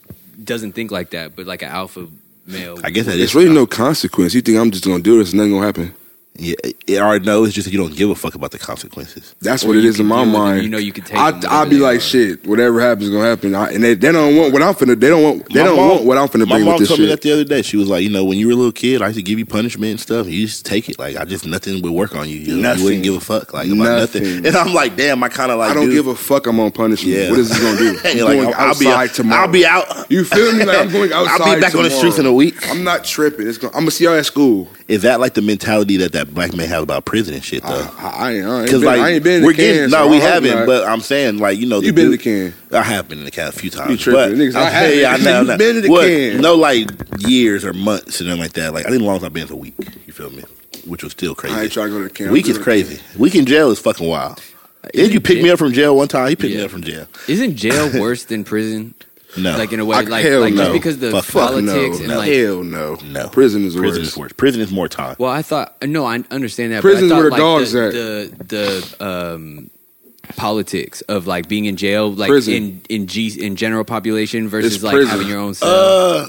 doesn't think like that, but like an alpha male. I guess that There's is really no consequence. You think I'm just gonna do this? Nothing gonna happen. Yeah, it, or no, it's just that you don't give a fuck about the consequences. That's Or what it you is can in my deal with it, mind. you know you can take I, them I'll wherever be they like, are. shit, whatever happens is gonna happen. I, and they, they don't want what I'm finna. They don't want. They My don't mom- want what I'm finna My bring with mom this told me that shit. the other day. She was like, you know, when you were a little kid, I used to give you punishment and stuff. and You used to take it. Like I just nothing would work on you. You, you Nothing. wouldn't give a fuck like about nothing. Nothing. And I'm like, damn, I kind of like I don't dude, give a fuck. I'm on punishment. Yeah. What is this gonna do? Hey, I'm like, going I'll, I'll be outside out tomorrow. I'll be out. You feel me? Like, I'm going outside. I'll be back on the tomorrow. streets in a week. I'm not tripping. It's gonna, I'm gonna see y'all at school. Is that like the mentality that that black man have about prison and shit though? I, I, ain't- I ain't Because been, like I ain't been in we're the can, getting so no, I we hope haven't. not. But I'm saying like you know, the You been in dude- the I have been in the can a few times. tripping, but niggas. I I'm saying, yeah, I haven't. know, I You know. been in the What- can. No, like years or months and nothing like that. Like I think the longest I've been is a week. You feel me? Which was still crazy. I ain't trying to go to the can. Week I'm is good. crazy. Week in jail is fucking wild. Did you pick me up from jail one time? He picked me Yeah. up from jail. Isn't jail worse than prison? No, Like in a way, I- like, hell like no. just because the Fuck, fuck Fuck no. politics and no. like. Hell no. no. Prison is prison worse. is worse. Prison is more time. Well, I thought no, I understand that. Prison's but I where the thought, dogs like, at. the, The the um, politics of like being in jail, like Prison. in in G in general population versus It's like prison. having your own Uh, cell.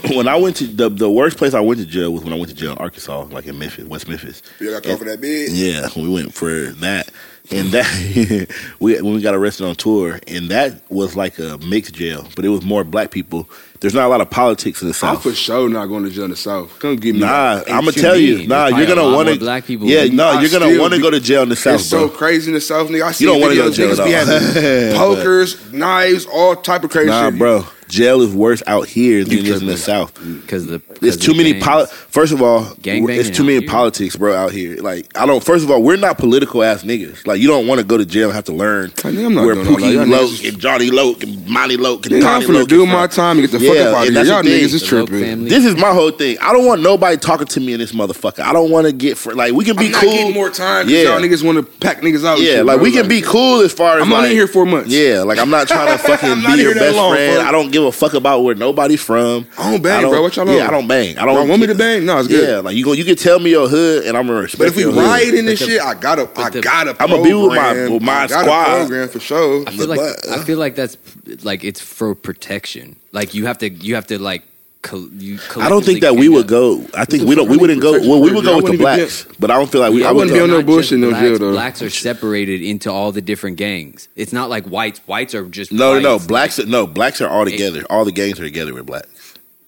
when I went to the the worst place I went to jail was when I went to jail in Arkansas, like in Memphis, West Memphis. You got caught for that bid. Yeah, we went for that, and that we when we got arrested on tour, and that was like a mixed jail, but it was more black people. There's not a lot of politics in the I'm South. for sure not going to jail in the South. Come get me. Nah, I'm gonna shouldn't tell be. you, There's nah, probably you're a gonna lot want to more black people. Yeah, no, I you're gonna still want to be- go to jail in the South, It's so bro. crazy in the South, nigga. I see You don't wanna go videos, to jail niggas at be all. having pokers, knives, all type of crazy Nah, shit. bro, jail is worse out here than You it is in tripping. the South. Because the There's 'cause too of many gangs. poli- First of all, Gang we're- it's banging too out many here. politics, bro, out here. Like I don't. First of all, we're not political ass niggas. Like you don't want to go to jail and have to learn I think I'm not where doing all that. Pookie Y'all Loke niggas- and Johnny Loke and Monty Loke and Nigga, I'm Donnie finna Loke do is my from. time and get the Yeah, fuck up out and of here. that's Y'all the thing. niggas is The Loke tripping. family. This is my whole thing. I don't want nobody talking to me in this motherfucker. I don't want to get fr- like we can be I'm not cool. getting more time because Yeah. y'all niggas want to pack niggas out. and Yeah, shit, like bro. we can be cool as far as I'm only like- here for months. Yeah, like I'm not trying to I'm fucking not be your here that best long, friend. bro. I don't give a fuck about where nobody from. I don't bang, bro. What y'all Yeah, on? I don't bang. I don't Y'all want me to bang? No, it's good. Yeah, like you go, you can tell me your hood, and I'm gonna respect. But if we your hood. ride in this But the- shit, I gotta, I the- gotta. I'ma be with my- program. with my I gotta squad. program for sure. uh, I feel like I feel like that's like it's for protection. Like you have to you have to like col- you. I don't think that we would go. I think we don't. We fuck? wouldn't go. Well, we would I go with the wouldn't even blacks, but I don't feel like we. I I wouldn't wouldn't be go. on no Not bullshit just in no blacks, jail, though. Blacks are separated into all the different gangs. It's not like whites. Whites are just No, no, no. whites. Blacks. are- No, blacks are all together. All the gangs are together with blacks.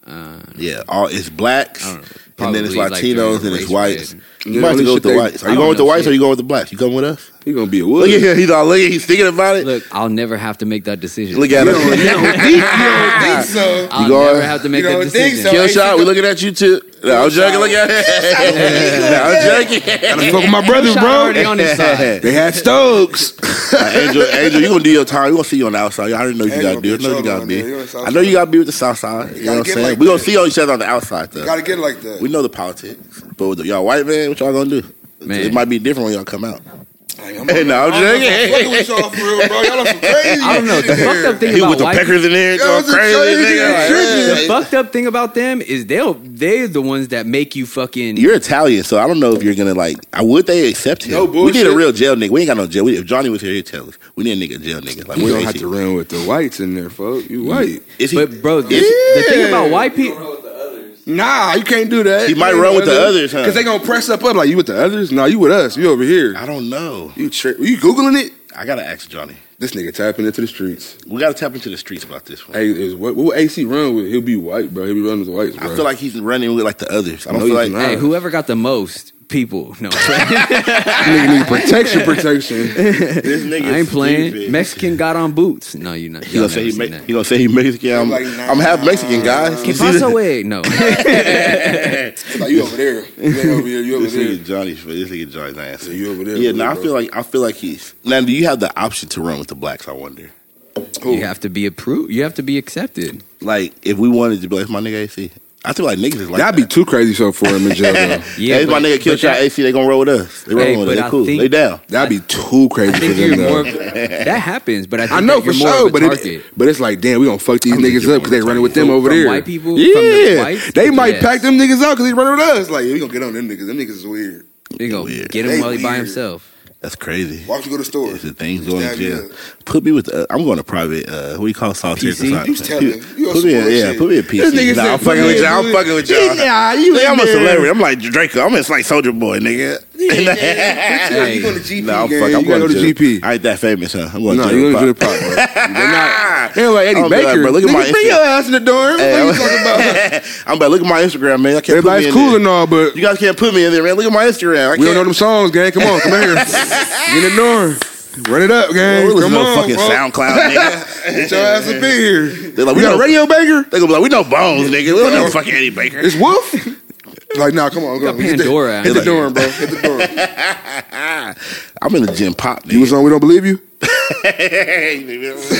Uh, Yeah, all it's blacks, I don't know. and then it's Probably, like, Latinos they're and it's race whites. related. You Yeah, might have to only go with shit the they- whites. I Are you don't going with the know whites? Or shit. you going with the blacks? You coming with us? He gonna be a Look wood. at him. He's all look at. He's thinking about it. look, I'll never have to make that decision. Look at him. think so. I'll You never going- have to make You that don't think decision. so? Kill shot. We looking at you too. No, I'm joking. Look at him. No, I'm joking. Gotta fuck with my brothers, Shot bro. already on his side. They had Stokes. Like, Angel, Angel, you gonna do your time. We gonna see you on the outside. I already know you Angel gotta do. I gonna know you be gotta trouble be. on there. You're on South I know you gotta be with the South Side. You know gotta what I'm get saying? like we gonna that. see each other on the outside though. Gotta get it like that. We know the politics, but with y'all white man, what y'all gonna do? Man. It might be different when y'all come out. Like, I'm Hey, no, I'm fucking joking. with y'all for real, bro. Y'all are some crazy. I don't know. The shit in fucked here. up thing He about with the white peckers in there, That going was a crazy. crazy nigga. Like, shit. hey. The fucked up thing about them is they'll they're the ones that make you fucking. You're Italian, so I don't know if you're gonna like. I would they accept him? No we need a bullshit. real jail nigga. We ain't got no jail. We, if Johnny was here, he'd tell us. We need a nigga jail nigga. Like We where don't is have he? to run with the whites in there, fuck. Mm. You white? Is he? but bro, this, the thing about white people, Nah, you can't do that. He might run with the others, huh? Cause they gonna press up up like you with the others. Nah, you with us. You over here. I don't know. You tri- you googling it? I gotta ask Johnny. This nigga tapping into the streets. We gotta tap into the streets about this one. Hey, is what, what would AC run with? He'll be white, bro. He'll be running with the whites, bro. I feel like he's running with like the others. I don't No, feel like he's not. hey, whoever got the most people. No, Nigga need protection, protection. This nigga I ain't playing. Mexican got on boots. No, you're not. You gonna You don't say say he that. me- you gonna say he Mexican? I'm, Like, I'm half Mexican, guys. You Que see this- pasa, wey? No. It's like you over there. You ain't over here. You over This there. nigga Johnny's this nigga Johnny's answer. Yeah, you over there, Yeah, bro, no, I bro. feel like I feel like he's now. Do you have the option to run with the blacks? I wonder. you have to be approved. You have to be accepted. Like, if we wanted to be like my nigga AC, I feel like niggas is like That'd be too crazy so for him in jail. Though. Yeah, Yeah, hey, but- my nigga but kill shot that- AC. They gonna roll with us. They Hey, rolling with but us. I They cool. think- They down. That'd be too crazy I for think them you're more. though. of- that happens, but I think I know that you're for more sure, of a but target. it, but it's like damn, we gonna fuck these I don't think niggas you're up because they more running with targeted. them over From there. white people? From yeah, the whites? they might Yes. pack them niggas out because they running with us. Like Like, yeah, we gonna get on them niggas. Them niggas is weird. They go Weird. get him They while he by weird. himself. That's crazy. Why don't you go to the store? It's the things going to Stab you jail. Put me with. Uh, I'm going to private. Uh, what do you call solitary PC? confinement? You just tell him. You Put me. In, support yeah, shit. put me in PC. This nigga nah, said, I'm fucking with y'all. I'm fucking with y'all. Nah, you Nigga, in I'm a there. celebrity. I'm like Draco. I'm just like Soldier Boy, nigga. Hey, You going to GP, Nah, I'm gang. fuck. I'm You gotta going go to to jail. GP. I ain't that famous, huh? I'm going no, to you jail. gonna do the pop. pop, bro. They're not. They're like Eddie I'm like, Baker. bro, look at Nigga, my bring Insta- your ass in the dorm. What Hey, you I'm- talking about? I'm about look at my Instagram, man. I can't put me Everybody's in cool there. and all, but You guys can't put me in there, man. Look at my Instagram. I we don't can't- know them songs, gang. Come on, come here. Get in the dorm. Run it up, Bro, gang. we listen come to on, fucking bro. SoundCloud, nigga. Get your ass up in here. They're like, we we got know a radio baker. They gonna be like, we know Bones, nigga. We don't know fucking Eddie Baker. It's Wolf. like, nah, come on, go. Got Hit the- Pandora out Hit the here. dorm, bro. Hit the dorm. Ah. I'm in the gym pop, nigga. You was on. We don't believe you. I was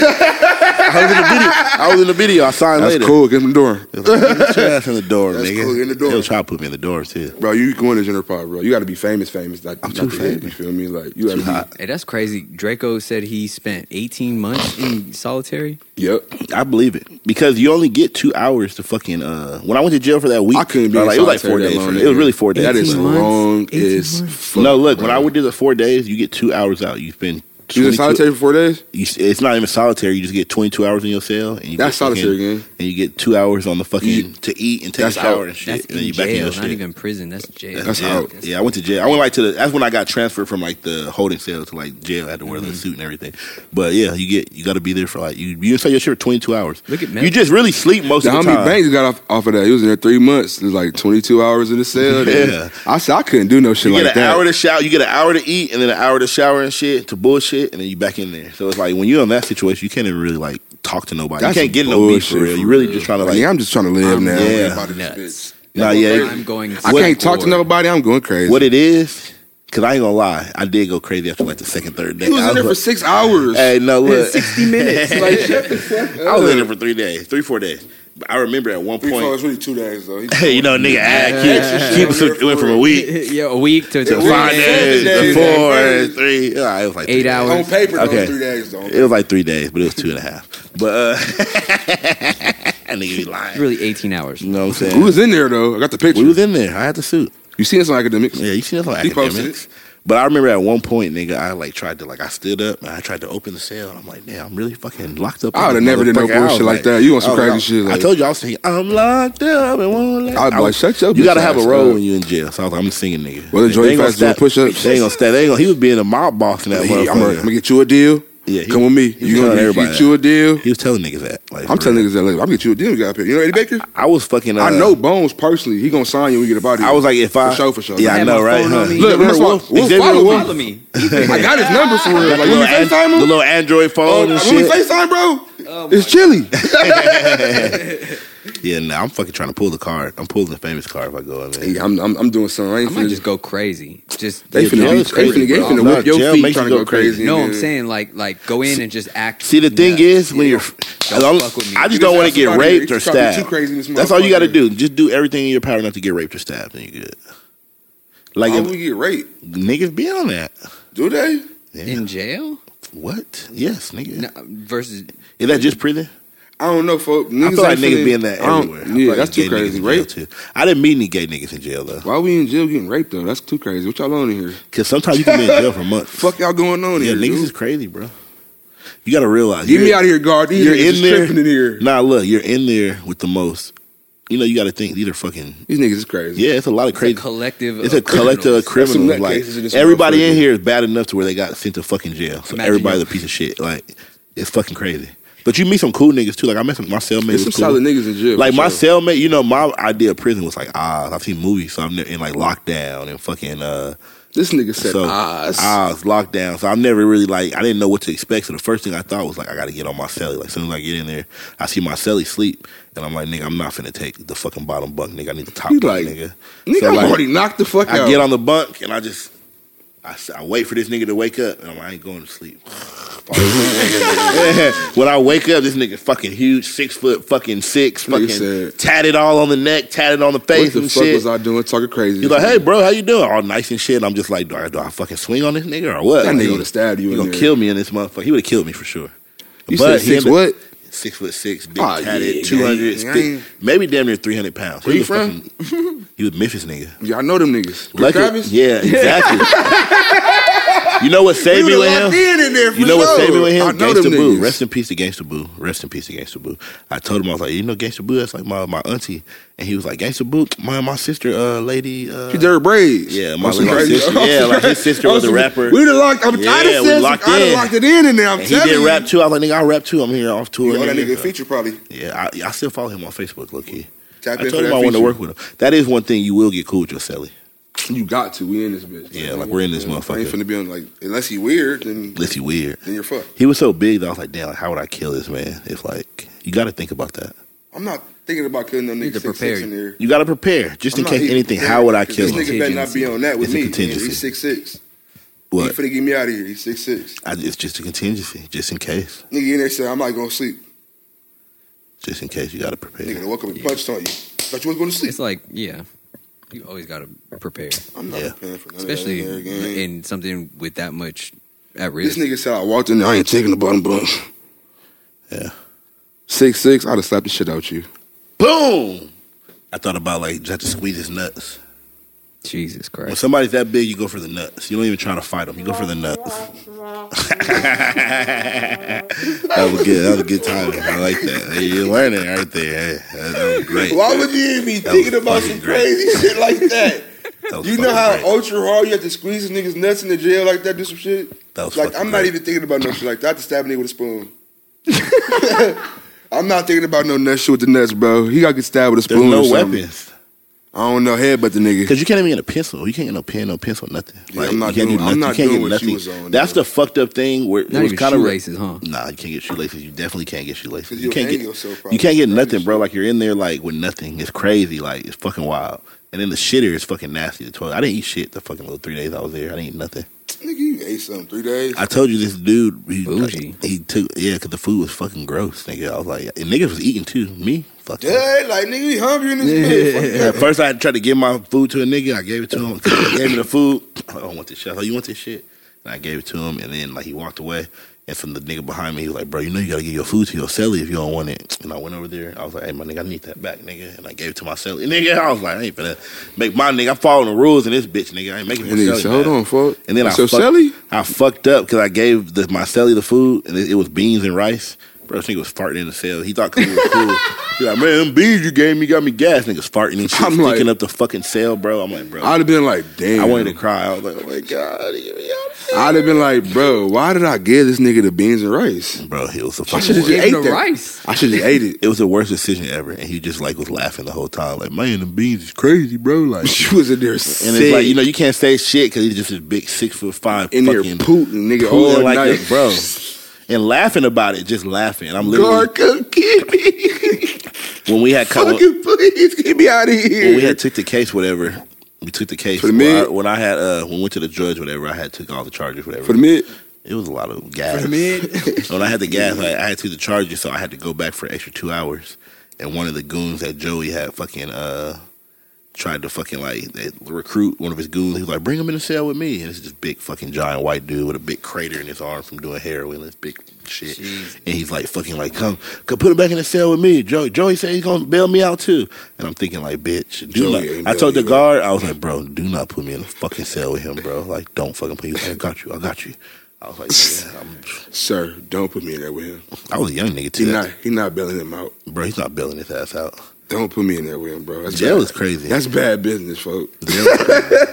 in the video. I was in the video. I signed That's later. cool. Get in the dorm, Put your ass in the door, That's nigga. cool, in the door. They'll try to put me in the door too. bro. You going to Jenner Pod, bro? You got to be famous, famous. Like, I'm too famous. You feel me? Like, you Too got hot. to Hey, that's crazy. Draco said he spent 18 months in solitary. be. Yep. I believe it because you only get two hours to fucking. Uh, when I went to jail for that week, I couldn't be. or in like, it was like four solitary that days. long, for me. nigga. It was really four days. That is 18 months? wrong 18 as months? fuck. no, look. When bro. I did the four days, you get two hours out. You spend. you was in 22 solitary for four days. you- it's not even solitary. You just get 22 hours in your cell, and you That's get fucking- solitary, gang. And you get two hours on the fucking You- to eat and take a That's shower out. and shit, That's and then in you back in jail, your not shit. even prison. That's jail. That's yeah, out. Yeah, I went to jail. I went like to the. That's when I got transferred from like the holding cell to like jail. I had to wear Mm-hmm. the suit and everything. But yeah, you get you got to be there for like you. You inside your shit for twenty two hours. Look at Mel. you just really sleep most The of the homie time. Banks got off, off of that. He was in there three months. It was like 22 hours in the cell. Yeah. I said I couldn't do no shit You like get an that. hour to shower. You get an hour to eat, and then an hour to shower and shit to bullshit, and then you back in there. So it's like when you're in that situation, you can't even really like talk to nobody. That's you can't get no beef bullshit, for real. for You really real. just trying to like. yeah, I'm just trying to live now. yeah. About this Nuts. bitch. Nah, yeah, I'm going. I What- can't talk to nobody. I'm going crazy. What it is, because I ain't gonna lie, I did go crazy after like the second, third day. he was I in there for like, six hours. Hey, no, look. 60 minutes. Like, shut the I was in there for three days, three, four days. But I remember at one Three, four, it's point, really two days, though. He- hey, you know, nigga, I keep, keep so it went from a week yeah, a week to to, to five five days, to days, four, days. three. Yeah, it was like Eight three days. hours. On paper, though, Okay. three days, though. It was like three days, but it was two and a half. But uh, nigga, be lying. Really, 18 hours. You know what I'm we saying? was in there though. I got the picture. We was in there. I had the suit. you seen this on academics? Yeah, you see that's like He posted academics. But I remember at one point, nigga, I like tried to like I stood up and I tried to open the cell. And I'm like, damn, I'm really fucking locked up. in I would've this never did no motherfucker. I was bullshit like that. You on some I was crazy shit, like- I told you I was thinking, I'm locked up and won't let. I'd be I was- like, shut your You bitch gotta have a ass role up. when you in jail. So I was like, I'm singing, nigga. Whether They Joey ain't gonna Fast is doing step- push-ups. they ain't gonna stay. They ain't gonna. He was being a mob boss in that He- I'm gonna I'm gonna motherfucker. get you a deal. Yeah, he- come with me. he You was gonna telling get, everybody get you a deal? He was telling niggas that. Like, I'm for telling real. niggas that later. I'm gonna get you a deal. You got a You know Eddie Baker? I was fucking. Uh, I know Bones personally. He gonna sign you when we get about here. I was like, if I For sure, for sure. Yeah, I Have know, my right? phone on huh? me. Look, that's why- Wolf. Wolf, Xavier follow Wolf. Follow me. I got his number for real. Like, when Got the little we FaceTime an- him, the little Android Oh, phone and when we shit. FaceTime, bro, it's chilly. Yeah, nah, I'm fucking trying to pull the card. I'm pulling the famous card if I go in there. Hey, I'm, I'm, I'm doing something. I I ain't might finna just just. go crazy. Just They Yeah, finna, jail be, is they crazy, finna, get, they bro. finna Nah, whip your jail feet makes trying you to go go crazy. No, in I'm there. saying like like go in and just act. See, the thing nuts. is, when you're, Don't fuck with me. I You just don't just want to asked get somebody, raped you tried to or be too stabbed. crazy in this That's all you got to motherfucker. do. Just do everything in your power not to get raped or stabbed, and you good. Like Why if, would we get raped? niggas be on that. Do they? Yeah. in jail What? Yes, nigga. no, versus Is that just prison? I don't know, folks. I feel like niggas be in that everywhere. I feel Yeah, like that's gay too niggas crazy. in jail, Rape. too. I didn't meet any gay niggas in jail though, Why we in jail getting raped though? That's too crazy. What y'all on in here? because sometimes you can be in jail for months. Fuck y'all going on yeah, in niggas here? is dude? crazy, bro. You got to realize. Get me you're- out of here, guard. These you're niggas in is there. tripping in here. Nah, look, you're in there with the most. You know, you got to think these are fucking. These niggas is crazy. Yeah, it's a lot of a crazy. collective. It's of a collective There's of some criminals. nut Like cases in this everybody in motherfucker. here is bad enough to where they got sent to fucking jail. So Imagine everybody's a you- piece of shit. Like it's fucking crazy. But you meet some cool niggas too. Like I met some my cellmate. There's some was cool. solid niggas in jail. Like for my sure. cellmate, you know, my idea of prison was like ah, I've seen movies, so I'm ne- in like lockdown and fucking uh, This nigga said, so "Oz." Oz, lockdown. So I never really like I didn't know what to expect. So the first thing I thought was like I got to get on my celly. Like soon as I get in there, I see my celly sleep, and I'm like nigga, I'm not finna take the fucking bottom bunk, nigga. I need the top You bunk, like, nigga. Nigga, So, I'm like, already knocked the fuck out. I get on the bunk and I just I, s- I wait for this nigga to wake up and I'm like, I ain't going to sleep. when I wake up, this nigga fucking huge, six foot, fucking six, Nigga fucking said- tatted all on the neck, tatted on the what face the and fuck shit. was I doing talking crazy? He's like, hey, bro, how you doing? All nice and shit. And I'm just like, do I, do I fucking swing on this nigga or what? That Like, nigga he- would've stabbed you He in gonna there. kill me in this motherfucker. He would have killed me for sure. you said But he six ended- what? Six foot six, big Oh, tatted, yeah, 200, yeah, thick- yeah. maybe damn near 300 pounds. Where He you was from? fucking- he was Memphis nigga. Yeah, I know them niggas. Lucky- Travis? Yeah, exactly. you know what saved me would've with him? locked in in there for you know what sure. saved me with him? I know Gangsta them Boo. niggas. Rest in peace to Gangsta Boo. Rest in peace to Gangsta Boo. I told him I was like, you know, Gangsta Boo, that's like my, my auntie, and he was like, Gangsta Boo, my my sister, uh, lady, uh, She dirty braids. yeah, my, On some my crazy- sister, on yeah, some like his crazy- sister on was a some- rapper. We done locked. I'm, I Yeah, done we said, locked I done in. locked it in in there. I'm And he telling did you. rap too. I was like, nigga, I rap too. I'm here off tour. You owe that nigga a nigga. feature probably. Yeah, I, I still follow him on Facebook, low key. Tap I in told for him that I wanted to feature. work with him. That is one thing you will get cool with your celly. You got to. We in this bitch. Yeah, like we're in this I ain't motherfucker. finna be on like unless he weird, then Unless you weird. then you're fucked. He was so big that I was like, damn, like, how would I kill this man? It's like you got to think about that. I'm not thinking about killing no Need to nigga six, prepare six in there. You got to prepare just in I'm case not- anything. yeah, How would I 'cause kill This him? nigga better not be on that with It's a me. Yeah, contingency. He's six six. He What? finna get me out of here. He's six six. I, it's just a contingency, just in case. Nigga in there said I'm not gonna sleep. Just in case you got to prepare. Nigga, they woke up and Yeah. punched on you. Thought you was going to sleep. It's like, yeah, you always got to prepare, I'm not Yeah. preparing for none especially of that in there again. in something with that much at This risk. nigga said I walked Walked in there. I ain't taking the bottom bunk. Yeah. Six six. I'd have slapped the shit out you. Boom. I thought about like just to squeeze his nuts. Jesus When Christ! somebody's that big, you go for the nuts. You don't even try to fight them. You go for the nuts. that was good. That was a good timing. I like that. Hey, You're learning right there. Hey, That, that was great. Why would you even be That thinking was about fucking some great. crazy shit like that? That was You know fucking how great. ultra hard you have to squeeze these niggas nuts in the jail like that, do some shit? That was Like, fucking I'm not great. even thinking about no shit like that. I have to stab a nigga with a spoon. I'm not thinking about No nut shit with the nuts, bro. He got to get stabbed with a There's spoon. or no something. weapons I don't know head, but the nigga. because you can't even get a pencil. You can't get no pen, no pencil, nothing. Yeah, I'm not you can't doing- do I'm nothing. not you can't doing get what nothing. you was on, That's the fucked up thing where it Not was even kind of shoelaces, huh? Nah, you can't get shoelaces. You definitely can't get shoelaces. 'Cause You you'll can't hang get yourself, you probably. can't get nothing, bro. Like you're in there like with nothing. It's crazy. Like it's fucking wild. And then the shitter is fucking nasty. The toilet. I didn't eat shit the fucking little three days I was there. I didn't eat nothing. nigga, you ate something three days. I told you this dude. He, Bougie. he took yeah, cause the food was fucking gross, nigga. I was like, and niggas was eating too. Me, fuck. that. Yeah, like nigga, you hungry in this bitch. Fuck At first, I tried to give my food to a nigga. I gave it to him. He gave me the food. I don't want this shit. I was like, you want this shit? And I gave it to him. And then, like, he walked away. And from the nigga behind me, he was like, bro, you know you got to give your food to your celly if you don't want it. And I went over there. I was like, hey, my nigga, I need that back, nigga. And I gave it to my celly. And nigga, I was like, I ain't finna make my nigga. I'm following the rules in this bitch, nigga. I ain't making my And nigga celly. said, "Hold mad." on, fuck." And then I so fucked, Shelly, I fucked up because I gave the, my celly the food and it, it was beans and rice. Bro, this nigga was farting in the cell. He thought 'cause it was cool. He like, man, them beans you gave me got me gas. Niggas farting and shit, I'm sticking like- up the fucking cell, bro. I'm like, bro, I'd I, have been like, "Damn." wanted to cry. I was like, oh my god, you- you- I'd have been like, "Bro, why did I give this nigga the beans and rice? bro, it was the should've fucking. just- worst. Even ate the that. rice. I should have ate it." It was the worst decision ever, and he just like was laughing the whole time, like, man, the beans is crazy, bro. Like, She was in there, and it's like you know you can't say shit because he's just a big six foot five in there fucking pooting, nigga, pooling all like night, that, bro. And laughing about it, just laughing. I'm literally God, come get me. when we had co- Fucking please, get me out of here. when we had took the case, whatever. We took the case For the when, mid? I, when I had uh when we went to the judge, whatever. I had took all the charges, whatever. for the mid. it was a lot of gas. mid. when I had the gas, I, I had to the charges, so I had to go back for an extra two hours. And one of the goons that Joey had fucking uh tried to fucking like they recruit one of his goons. He was like, "Bring him in the cell with me." And it's this big fucking giant white dude with a big crater in his arm from doing heroin. and This big shit. And he's like, "Fucking like, come, come, put him back in the cell with me." Joey, Joey said he's gonna bail me out too. And I'm thinking like, "Bitch, do Joey not." ain't I bailing told the you out. guard, I was like, "Bro, do not put me in the fucking cell with him, bro. Like, don't fucking put." He was like, "I got you, I got you." I was like, yeah, I'm, Sir, don't put me in there with him. I was a young nigga He too. not he not bailing him out. Bro, he's not bailing his ass out. Don't put me in that William, bro. That's Jail bad. is crazy. That's bad business, folks. Jail is crazy.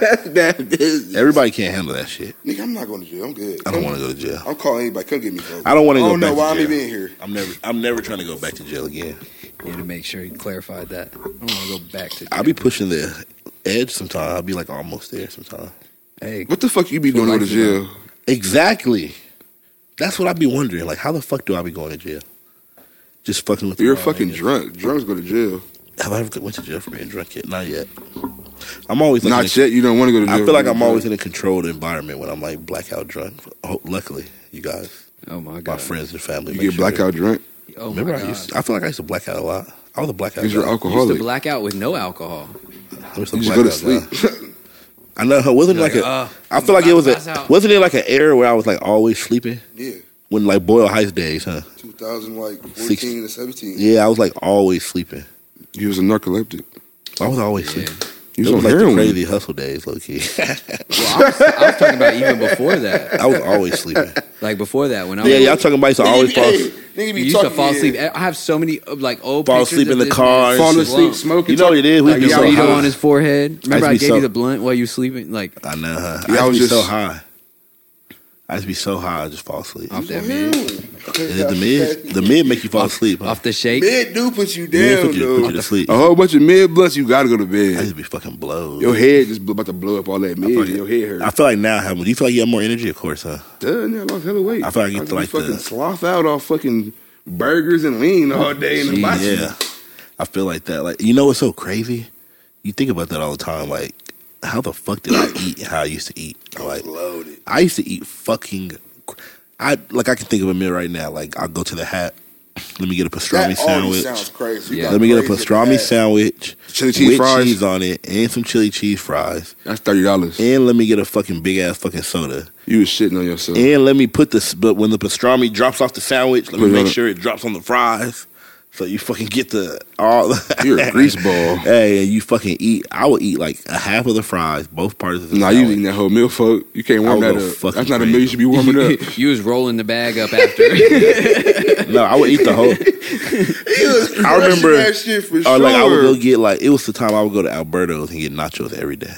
That's bad business. Everybody can't handle that shit. Nigga, I'm not going to jail. I'm good. I don't want to go to jail. I'm calling anybody. Come get me, folks. I don't want to go I don't back know to why I'm jail. even in here. I'm never, I'm never trying to go back to jail again. Yeah, to make sure he clarified that. I don't want to go back to. I'll be pushing the edge sometime. I'll be like almost there sometime. Hey, What the fuck you be Feel doing like in you jail? Exactly. That's what I'd be wondering. Like, how the fuck do I be going to jail? Just fucking with the You're wrong fucking niggas. drunk. Drunks go to jail. Have I ever went to jail for being drunk yet? Not yet. I'm always like in Not a- yet. You don't want to go to jail. I feel like I'm You're always in a controlled environment when I'm like blackout drunk. Oh, luckily, you guys, oh my my god. friends and family. drunk. make You get sure- blackout drunk Oh my Remember, I god. used. I feel like I used to blackout a lot. I was a blackout. because you're guy. I used to alcoholic. black out with no alcohol. I was uh, a You just go to blackout sleep. guy. I know. It wasn't You're like, like, a. uh, I feel like it was pass a. out. Wasn't it like an era where I was like always sleeping yeah, when like Boyle Heights days, huh? 2014 to 17. Yeah, I was like always sleeping. You was a narcoleptic. I was always Yeah. sleeping. You was It was on like the heroin. crazy hustle days, low key. Well, I was, I was talking about even before that. I was always sleeping. Like before that, when I was, Yeah, y'all talking about I used to always fall. Hey, nigga you be used talking to fall yeah. asleep. I have so many uh, like old Fall pictures asleep of in the this car man and Fall shit. asleep, slumped. smoking. You know what it is? We'd Like be so burrito on high. his forehead. Remember, to I, be gave so- you the blunt while you were sleeping. Like I know. Huh? Yeah, I I was was just so just- high. I just be so high, I just fall asleep. off that Ew. mid, Is it the mid? The mid make you fall asleep. Huh? off the shake. Mid do put you Mid down, put you, put you though. to sleep. A whole bunch of mid blunts, you gotta go to I bed. used to be fucking blows. Your head just about to blow up all that I feel mid. like- Your head hurts. I feel like now, how do you feel like you have more energy? Of course, huh? Duh, nigga, I lost hella weight. I feel like I get used to, be like, fucking the- sloth out all fucking burgers and lean all day in the box. Yeah, I feel like that. Like you know, what's so crazy. You think about that all the time. Like, how the fuck did I eat? How I used to eat? Like, Loaded. I used to eat fucking. I like I can think of a meal right now. Like I'll go to the hat. Let me get a pastrami That already sandwich. sounds crazy. You Yeah. got Let me get a crazy pastrami bad. sandwich, Chili cheese with fries. cheese on it, and some chili cheese fries. That's thirty dollars. And let me get a fucking big ass fucking soda. You was shitting on yourself. And let me put this. But when the pastrami drops off the sandwich, let Put me it make on it. sure it drops on the fries. So you fucking get the all. You're a grease ball. Hey, and you fucking eat. I would eat like a half of the fries, both parts of the. Nah, you sandwich. eating that whole meal, folk. You can't warm I would that go up. fucking That's not a meal you should be warming up. you was rolling the bag up after. No, I would eat the whole. He was I I remember- remember that shit for Or sure. like I would go get like it was the time I would go to Alberto's and get nachos every day.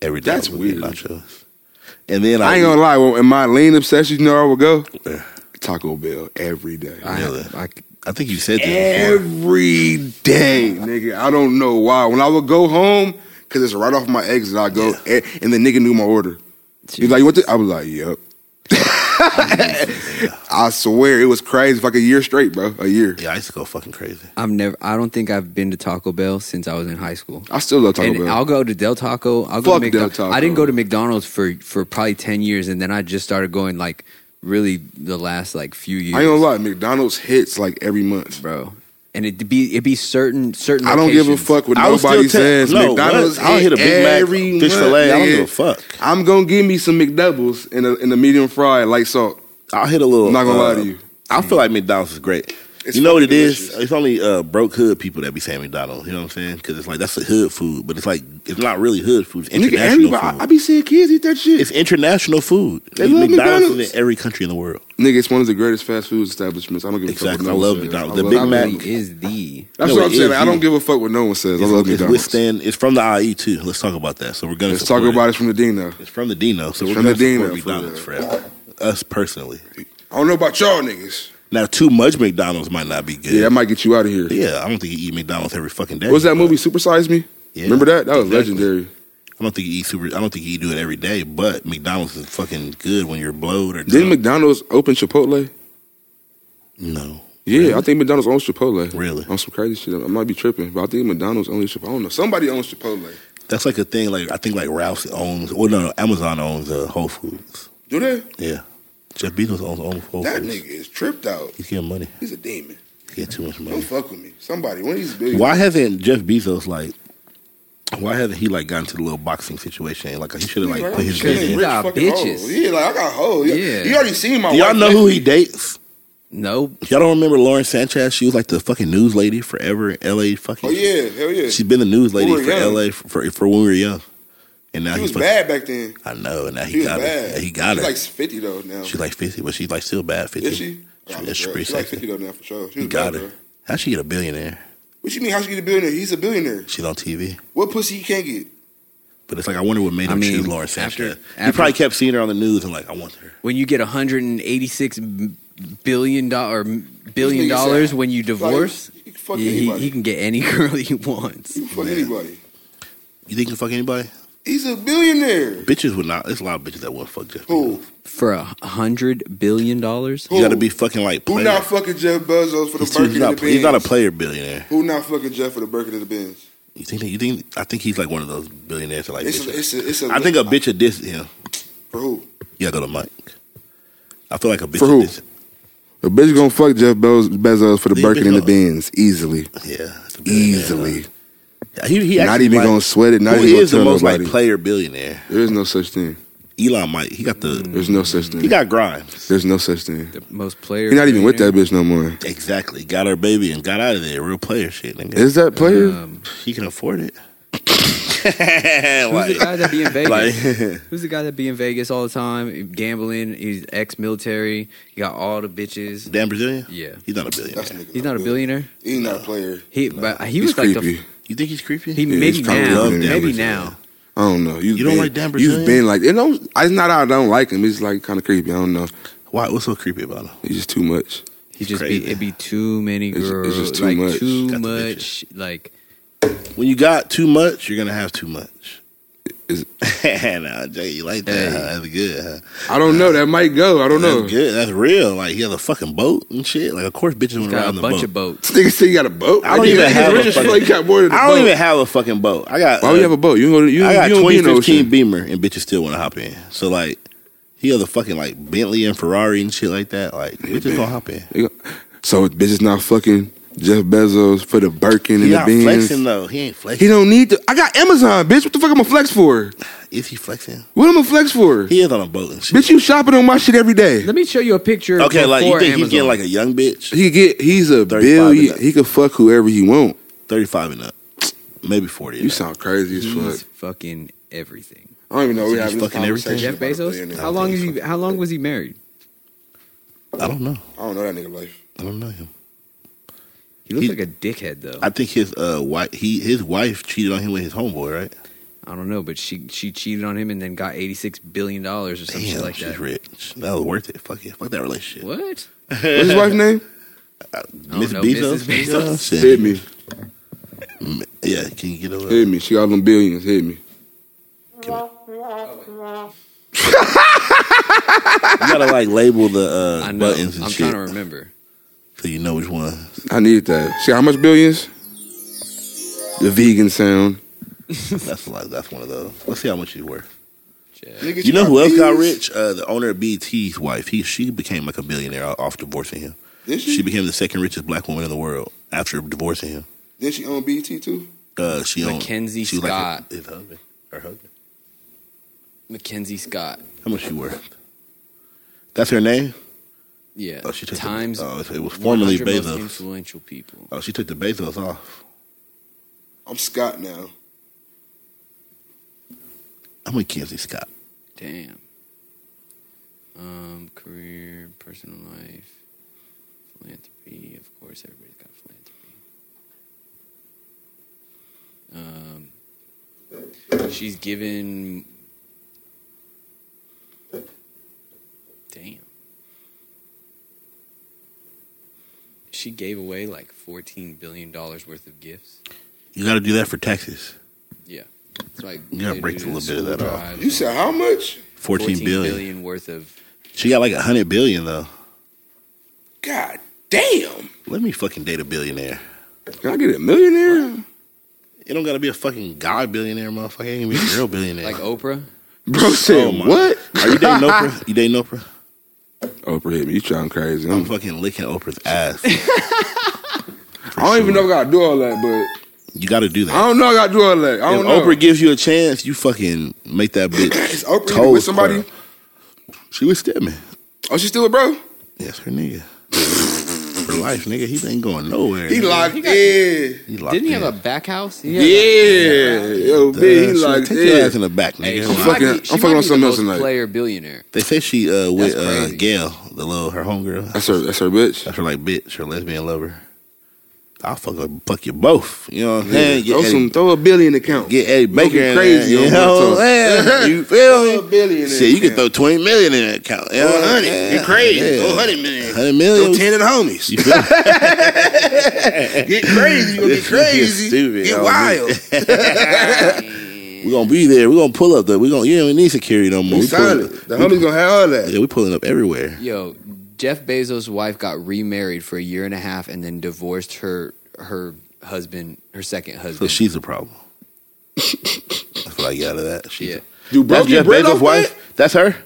Every day I That's would go get weird. nachos. And then I, I ain't gonna lie. well, In my lean obsession, you know where I would go? Where? Taco Bell every day. I, Really? I, I think you said this. Before. Every day, nigga. I don't know why. When I would go home, cause it's right off my exit. I go, eh, and the nigga knew my order. He's like, "What?" The? I was like, "Yup." I swear it was crazy. Like a year straight, bro. A year. Yeah, I used to go fucking crazy. I've never. I don't think I've been to Taco Bell since I was in high school. I still love Taco and Bell. I'll go to Del Taco. I'll go Fuck Del to McDonald's. Taco. I didn't go to McDonald's for for probably ten years, and then I just started going like really the last like few years, I ain't gonna lie. McDonald's hits like every month. bro. And it be it be certain certain. I don't give a locations. fuck what I would nobody still says. no, McDonald's. what? I'll hit a Big Mac, every fish month, fillet. I don't nigga. give a fuck. I'm gonna give me some McDoubles in a in a medium fry light salt. I'll hit a little. I'm not gonna uh, lie to you. I feel like McDonald's is great. It's you know what it fucking is? delicious. It's only uh, broke hood people that be saying McDonald's. You know what I'm saying? Because it's like that's a hood food, but it's like it's not really hood food. It's Nigga, international everybody. food. I be seeing kids eat that shit. it's international food. They love is McDonald's. in every country in the world. Nigga, it's one of the greatest fast food establishments. I don't give a Exactly. fuck. I What no love one says. McDonald's. The I Big love Mac- McDonald's. It is the That's No, what it I'm saying. is. I don't give a fuck what no one says. I It's, love it's McDonald's. withstand. It's from the IE too. Let's talk about that. So we're gonna Let's talk support about it from the Dino. It's from the Dino. So It's we're from the gonna Dino support McDonald's for forever. Us personally. I don't know about y'all niggas. Now, too much McDonald's might not be good. Yeah, that might get you out of here. Yeah, I don't think you eat McDonald's every fucking day. What's that but- movie, Super Size Me? Yeah. Remember that? That was Exactly. legendary. I don't think you eat super. I don't think you do it every day, but McDonald's is fucking good when you're blowed or Didn't drunk. McDonald's open Chipotle? no. Yeah, I think McDonald's owns Chipotle. Really? On some crazy shit. I might be tripping, but I think McDonald's owns Chipotle. I don't know. Somebody owns Chipotle. That's like a thing. Like I think like Ralph's owns or no, no Amazon owns uh, Whole Foods. Do they? Yeah, Jeff Bezos owns owns Whole That Foods. nigga is tripped out. He's getting money. He's a demon. He's getting too much Don't money. fuck with me. Somebody, one of these big. Why hasn't Jeff Bezos like? Why hasn't he like gotten to the little boxing situation? Like he should have like put his Because business. he in. got bitches. Yeah, like I got hoes. Yeah. Yeah. You already seen my Do y'all wife. know who he dates? no. Y'all don't remember Lauren Sanchez? She was like the fucking news lady forever in L.A. Fucking Oh, yeah. Hell yeah. She's been the news lady we were for young. LA for, for when we were young, and now She he's was bad back then. I know, and now She he was got bad. it. Yeah, he got She's it. like 50 though now. she's like fifty, but she's like still bad fifty. Is she? She- Oh, that's girl. pretty She's like sexy. 50 though now for sure. She He was got bad, it. How she get a billionaire? What you mean? How should he get a billionaire? He's a billionaire. Shit on TV. What pussy he can't get? But it's like I wonder what made I him mean, choose Lauren after- Sanchez. he after- probably kept seeing her on the news and like I want her. When you get 186 billion dollar billion These niggas dollars sad. when you divorce, Like, you can fuck he- he, anybody. he can get any girl he wants. you can fuck Man. anybody. You think you fuck anybody? He's a billionaire. Bitches would not. There's a lot of bitches that would fuck Jeff. Who? Bezos. For a hundred billion dollars, Who? You got to be fucking like Who player. not fucking Jeff Bezos for the he's, too- Birkin he's, and not, the he's not a Benz? player billionaire. Who not fucking Jeff for the Birkin and the Benz? You think? that- You think? I think he's like one of those billionaires that like. It's a, bitch- it's a, it's a I think a bitch would diss him. for who? Yeah, go to Mike. I feel like a bitch. For would who? Diss, A bitch gonna fuck Jeff Bez- Bezos for the Leave Birkin it and the up. Benz easily, yeah, it's a billionaire. easily. Yeah, He, he Not actually even might- gonna sweat it. Not who even gonna is the tell most nobody. like player billionaire? there is no such thing. Elon Mike. He got the. There's no such He thing. got Grimes. There's no such thing. the most player. He's not even with that bitch no more. Exactly. Got her baby and got out of there. Real player shit. Nigga. Is that player? Um, he can afford it. who's the guy like, that be in Vegas? like, Who's the guy that be in Vegas all the time, gambling? He's ex-military. He got all the bitches. damn Brazilian. Yeah, He's not a That's billionaire. nigga. he's not a good. billionaire. He's not a player. He, but he He's was like creepy. the. You think he's creepy? He he's maybe probably now, love Dan maybe Brazilian. now. I don't know. You've You don't been- like Dan Brazilian? You've been like it. Don't. It's not. I don't like him. It's like kind of creepy. I don't know. Why? What's so creepy about him? He's just too much. He just crazy. be it'd be too many It's- girls, it's just too like much. too Got the much, like When you got too much, you're gonna have too much. Is- nah, Jay, you like that? Hey. huh? That's good. Huh? I don't know. That might go. I don't know. That's good. That's real. Like he has a fucking boat and shit. Like of course bitches he's want to got ride a the bunch boat. of boats. This nigga said he got a boat. I don't Like, even nigga, have a rich as fucking- fuck, he got more than a I don't boat. even have a fucking boat. I got. Why would you have a boat? You don't, you, I you got don't be in the 2015 ocean. Beamer and bitches still want to hop in. So like, he has a fucking like Bentley and Ferrari and shit like that. Like bitches gonna hop in. So bitch is not fucking Jeff Bezos for the Birkin He and the not Benz. flexing though. He ain't He flexing. don't need to. I got Amazon, bitch. What the fuck am I flex for? Is he flexing? What am I flex for? He is on a boat and shit. bitch, you shopping on my shit every day. Let me show you a picture. Okay, like you before think he's Amazon. getting like a young bitch, He could get. He's a 35 and billion. up. He could fuck whoever he want. 35 and up, maybe 40. You sound crazy as he's fuck. fucking everything. I don't even know So we he's have this fucking everything? conversation. Jeff about a Bezos. billionaire. How long is he? How long was he married? I don't know. I don't know that nigga life. I don't know him. He looks He- like a dickhead though. I think his uh wife he his wife cheated on him with his homeboy, right? I don't know, but she she cheated on him and then got eighty six billion dollars or some shit Damn, like she's that. rich. That was worth it. Fuck it. Fuck that relationship. What? What's his wife's name? don't Miss know, Bezos. Mrs. Bezos? Shit. Hit me. Yeah, can you get a Hit little? me. She got them billions. Hit me. You gotta like label the I uh, know. buttons and I'm shit trying to remember. so you know which one. I need that. See how much billions? The vegan sound. That's like that's one of those. Let's see how much she's worth. Nigga, You know got who else got bees? rich? Uh, the owner of BT's wife. He she became like a billionaire off divorcing him. Did she? She became the second richest black woman in the world after divorcing him. Did she own E BT too? Uh, she owned Mackenzie she was Scott. Like his, his husband, her husband. Mackenzie Scott. How much she worth? That's her name. Yeah. Oh, she took the- Times. oh, it was formerly 100 most Bezos. Influential people. Oh, she took the Bezos off. I'm Scott now. I'm Mackenzie Scott. Damn. Um, career, personal life, philanthropy. Of course, everybody's got philanthropy. Um, she's given. Damn. She gave away like fourteen billion dollars worth of gifts. You got to do that for taxes. It's like You gotta they break a do little this bit of school that off. drives You and said how much? 14 billion. billion worth of She got like a hundred billion though. God damn. Let me fucking date a billionaire. Can I get a millionaire? It don't got to be a fucking guy billionaire, motherfucker. It can be a girl billionaire. like Oprah. Bro said Oh my- what? Are you dating Oprah? You dating Oprah? Oprah hit me. You trying crazy? I'm I'm, fucking licking Oprah's ass. I don't even know if I gotta do all that, but You got to do I that. don't know. if I gotta do all that. I If don't know. Oprah gives you a chance, you fucking make that bitch. Is Oprah even toes with somebody? curl. She was Stedman. Oh, she still a bro? Yes, her nigga. For life, nigga. He ain't going nowhere. He nigga. locked got- in. He locked Didn't he in. have a back house? He yeah, had a- yo, Duh, B, he shit, like, take your yeah. ass in the back, nigga. Hey, she Like, might fucking- be- I'm she fucking might on be something the else most tonight. Player billionaire. They say she uh with That's uh crazy. Gail, the little her homegirl. That's her. That's her bitch. That's her like bitch, her lesbian lover. I'll fucking fuck you both. You know what I'm saying? Get throw, Eddie- some, throw a billion account. Get Eddie Baker in crazy there, you on know my what I'm saying? You feel Throw a me? billion in Shit, you can account. throw twenty million in that account. You know what I'm Hundred. saying? You crazy. Yeah. Throw hundred million. Hundred Throw million. ten in the homies. You feel me? Get crazy. You gonna get crazy. stupid, get homie. wild. We're gonna be there. We're gonna pull up. The, we're gonna. You don't even need security no more. We We pulling solid. up. The homies gonna have all that. Yeah, we pulling up everywhere. Yo, Jeff Bezos' wife got remarried for a year and a half and then divorced her her husband, her second So husband. she's a problem. That's what I get out of that. She's yeah, Do bro that's get Jeff bread Bezos' off wife. That's her.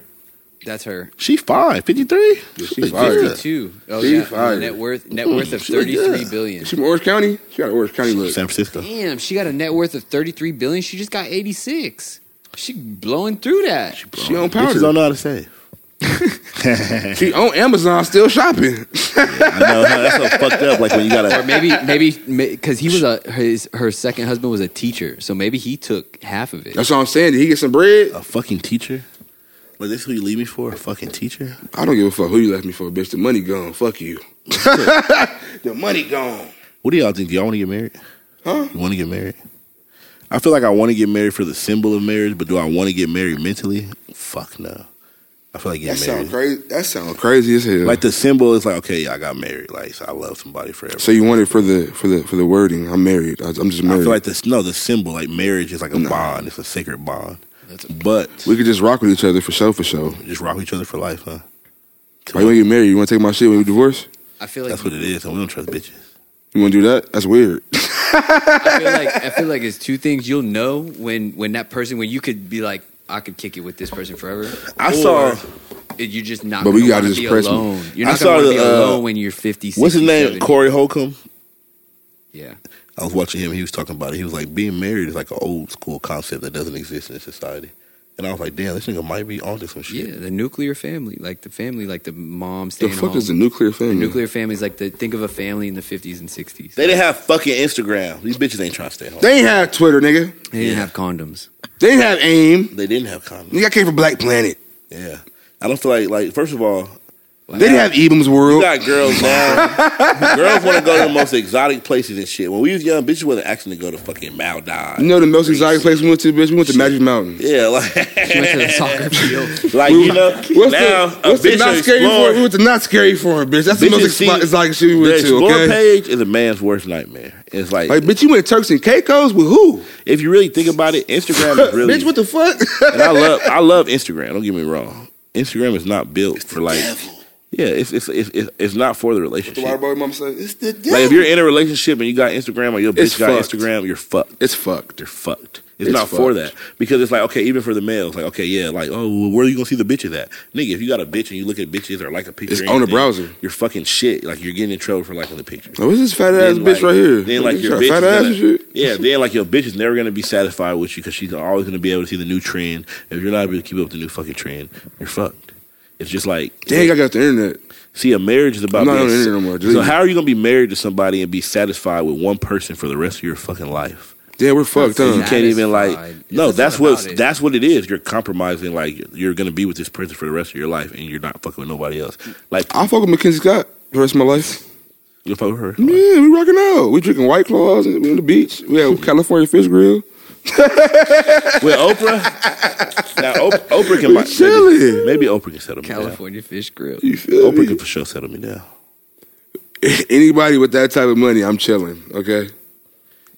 that's her. She fine. Fifty three. she fire. Yeah. Two. Oh, She yeah. fired. Hmm, Net worth net worth of she was thirty good. three billion. She from Orange County? She got an Orange County look. San Francisco. Damn, she got a net worth of thirty three billion. She just got eighty six. She blowing through that. She on Bitches don't powder. know how to save. She on Amazon still shopping. I know. huh? That's so fucked up. Like when you or gotta. maybe maybe because he was a his her second husband was a teacher, so maybe he took half of it. That's what I'm saying. Did he get some bread? A fucking teacher? Like this who you leave me for? A fucking teacher? I don't give a fuck who you left me for, bitch. The money gone. Fuck you. the money gone. What do y'all think? Do y'all want to get married? Huh? You want to get married? I feel like I want to get married for the symbol of marriage, but do I want to get married mentally? Fuck no. I feel like That getting sound married. crazy. That sound Crazy as hell. Like the symbol is like okay, I got married. Like so I love somebody forever. so you wanted for the for the for the wording. I'm married. I, I'm just I married. feel like this no, the symbol like marriage is like a bond. It's a sacred bond. but we could just rock with each other for show for show. we just rock each other for life, huh? Why you wanna get married? You wanna take my shit when we divorce? I feel like That's what it is, and we don't trust bitches. You wanna do that? That's weird. I feel like I feel like it's two things you'll know when when that person when you could be like I could kick it with this person forever. I Or saw it- you just not. But But we we got gotta to just be press me. alone. You're I not saw going to the, be uh, alone when you're 50. 60, what's his name? 70. Corey Holcomb. Yeah, I was watching him. He was talking about it. He was like, being married is like an old school concept that doesn't exist in society. And I was like, damn, this nigga might be onto some shit. yeah. The nuclear family, like the family, like the mom the staying fuck home. is the nuclear The family? nuclear families like the think of a family in the 50s and 60s. They They didn't have fucking Instagram. These bitches ain't trying to stay home. They ain't have Twitter, nigga. didn't have condoms. They ain't have AIM. They didn't have comments. Nigga, I came from Black Planet. Yeah. I don't feel like, like, first of all, They didn't have Edom's you World. got girls now. girls want to go to the most exotic places and shit. When we was young, bitches wasn't asking to go to fucking Maldives. You know the most exotic place we went to, bitch? We went to Magic Mountain. Yeah, like, She went to the soccer field. like you know, What's now the, what's the a bitch not will scary explore- for? We went to not scary for him, bitch. That's the Bitches most ex- see- exotic shit we The went to, explore okay? page is a man's worst nightmare. It's like, Like, bitch, you went to Turks and Caicos with who? if you really think about it, Instagram is really. bitch, what the fuck? and I love I love Instagram. Don't get me wrong. Instagram is not built for like. Yeah, it's it's, it's it's it's not for the The relationship. water Like boy mama said, "It's the devil." if you're in a relationship and you got Instagram or your bitch It's got fucked. Instagram, you're fucked. it's fucked. You're fucked. It's, It's not for fucked. that because it's like okay, even for the males, like okay, yeah, like oh, well, where are you gonna see the bitches at, nigga? If you got a bitch and you look at bitches or like a picture, It's or on the anything, browser. You're fucking shit. Like you're getting in trouble for liking the picture. Now, what's Oh, this fat ass Then, bitch like- right here? Then like You your got bitch, fat is ass gonna- and shit. yeah. Then like your bitch is never gonna be satisfied with you because she's always gonna be able to see the new trend. If you're not able to keep up with the new fucking trend, you're fucked. It's just like Dang, I got the internet. see, a marriage is I'm about not being on the s- internet no more, dude. So how are you gonna be married to somebody and be satisfied with one person for the rest of your fucking life? Damn, we're fucked, That's huh? You can't even like Satisfied. It's no. just That's not what about it. that's what it is. You're compromising. Like you're gonna be with this person for the rest of your life, and you're not fucking with nobody else. Like I fuck with Mackenzie Scott the rest of my life. you'll fuck with her. Yeah, we rocking out. We drinking White Claws. And we on the beach. We had California Fish Grill. with Oprah. now Op- Oprah can We might- chilling. Maybe, maybe Oprah can settle me down. California fish grill. You feel Oprah me? can for sure settle me down. Anybody with that type of money, I'm chilling. Okay,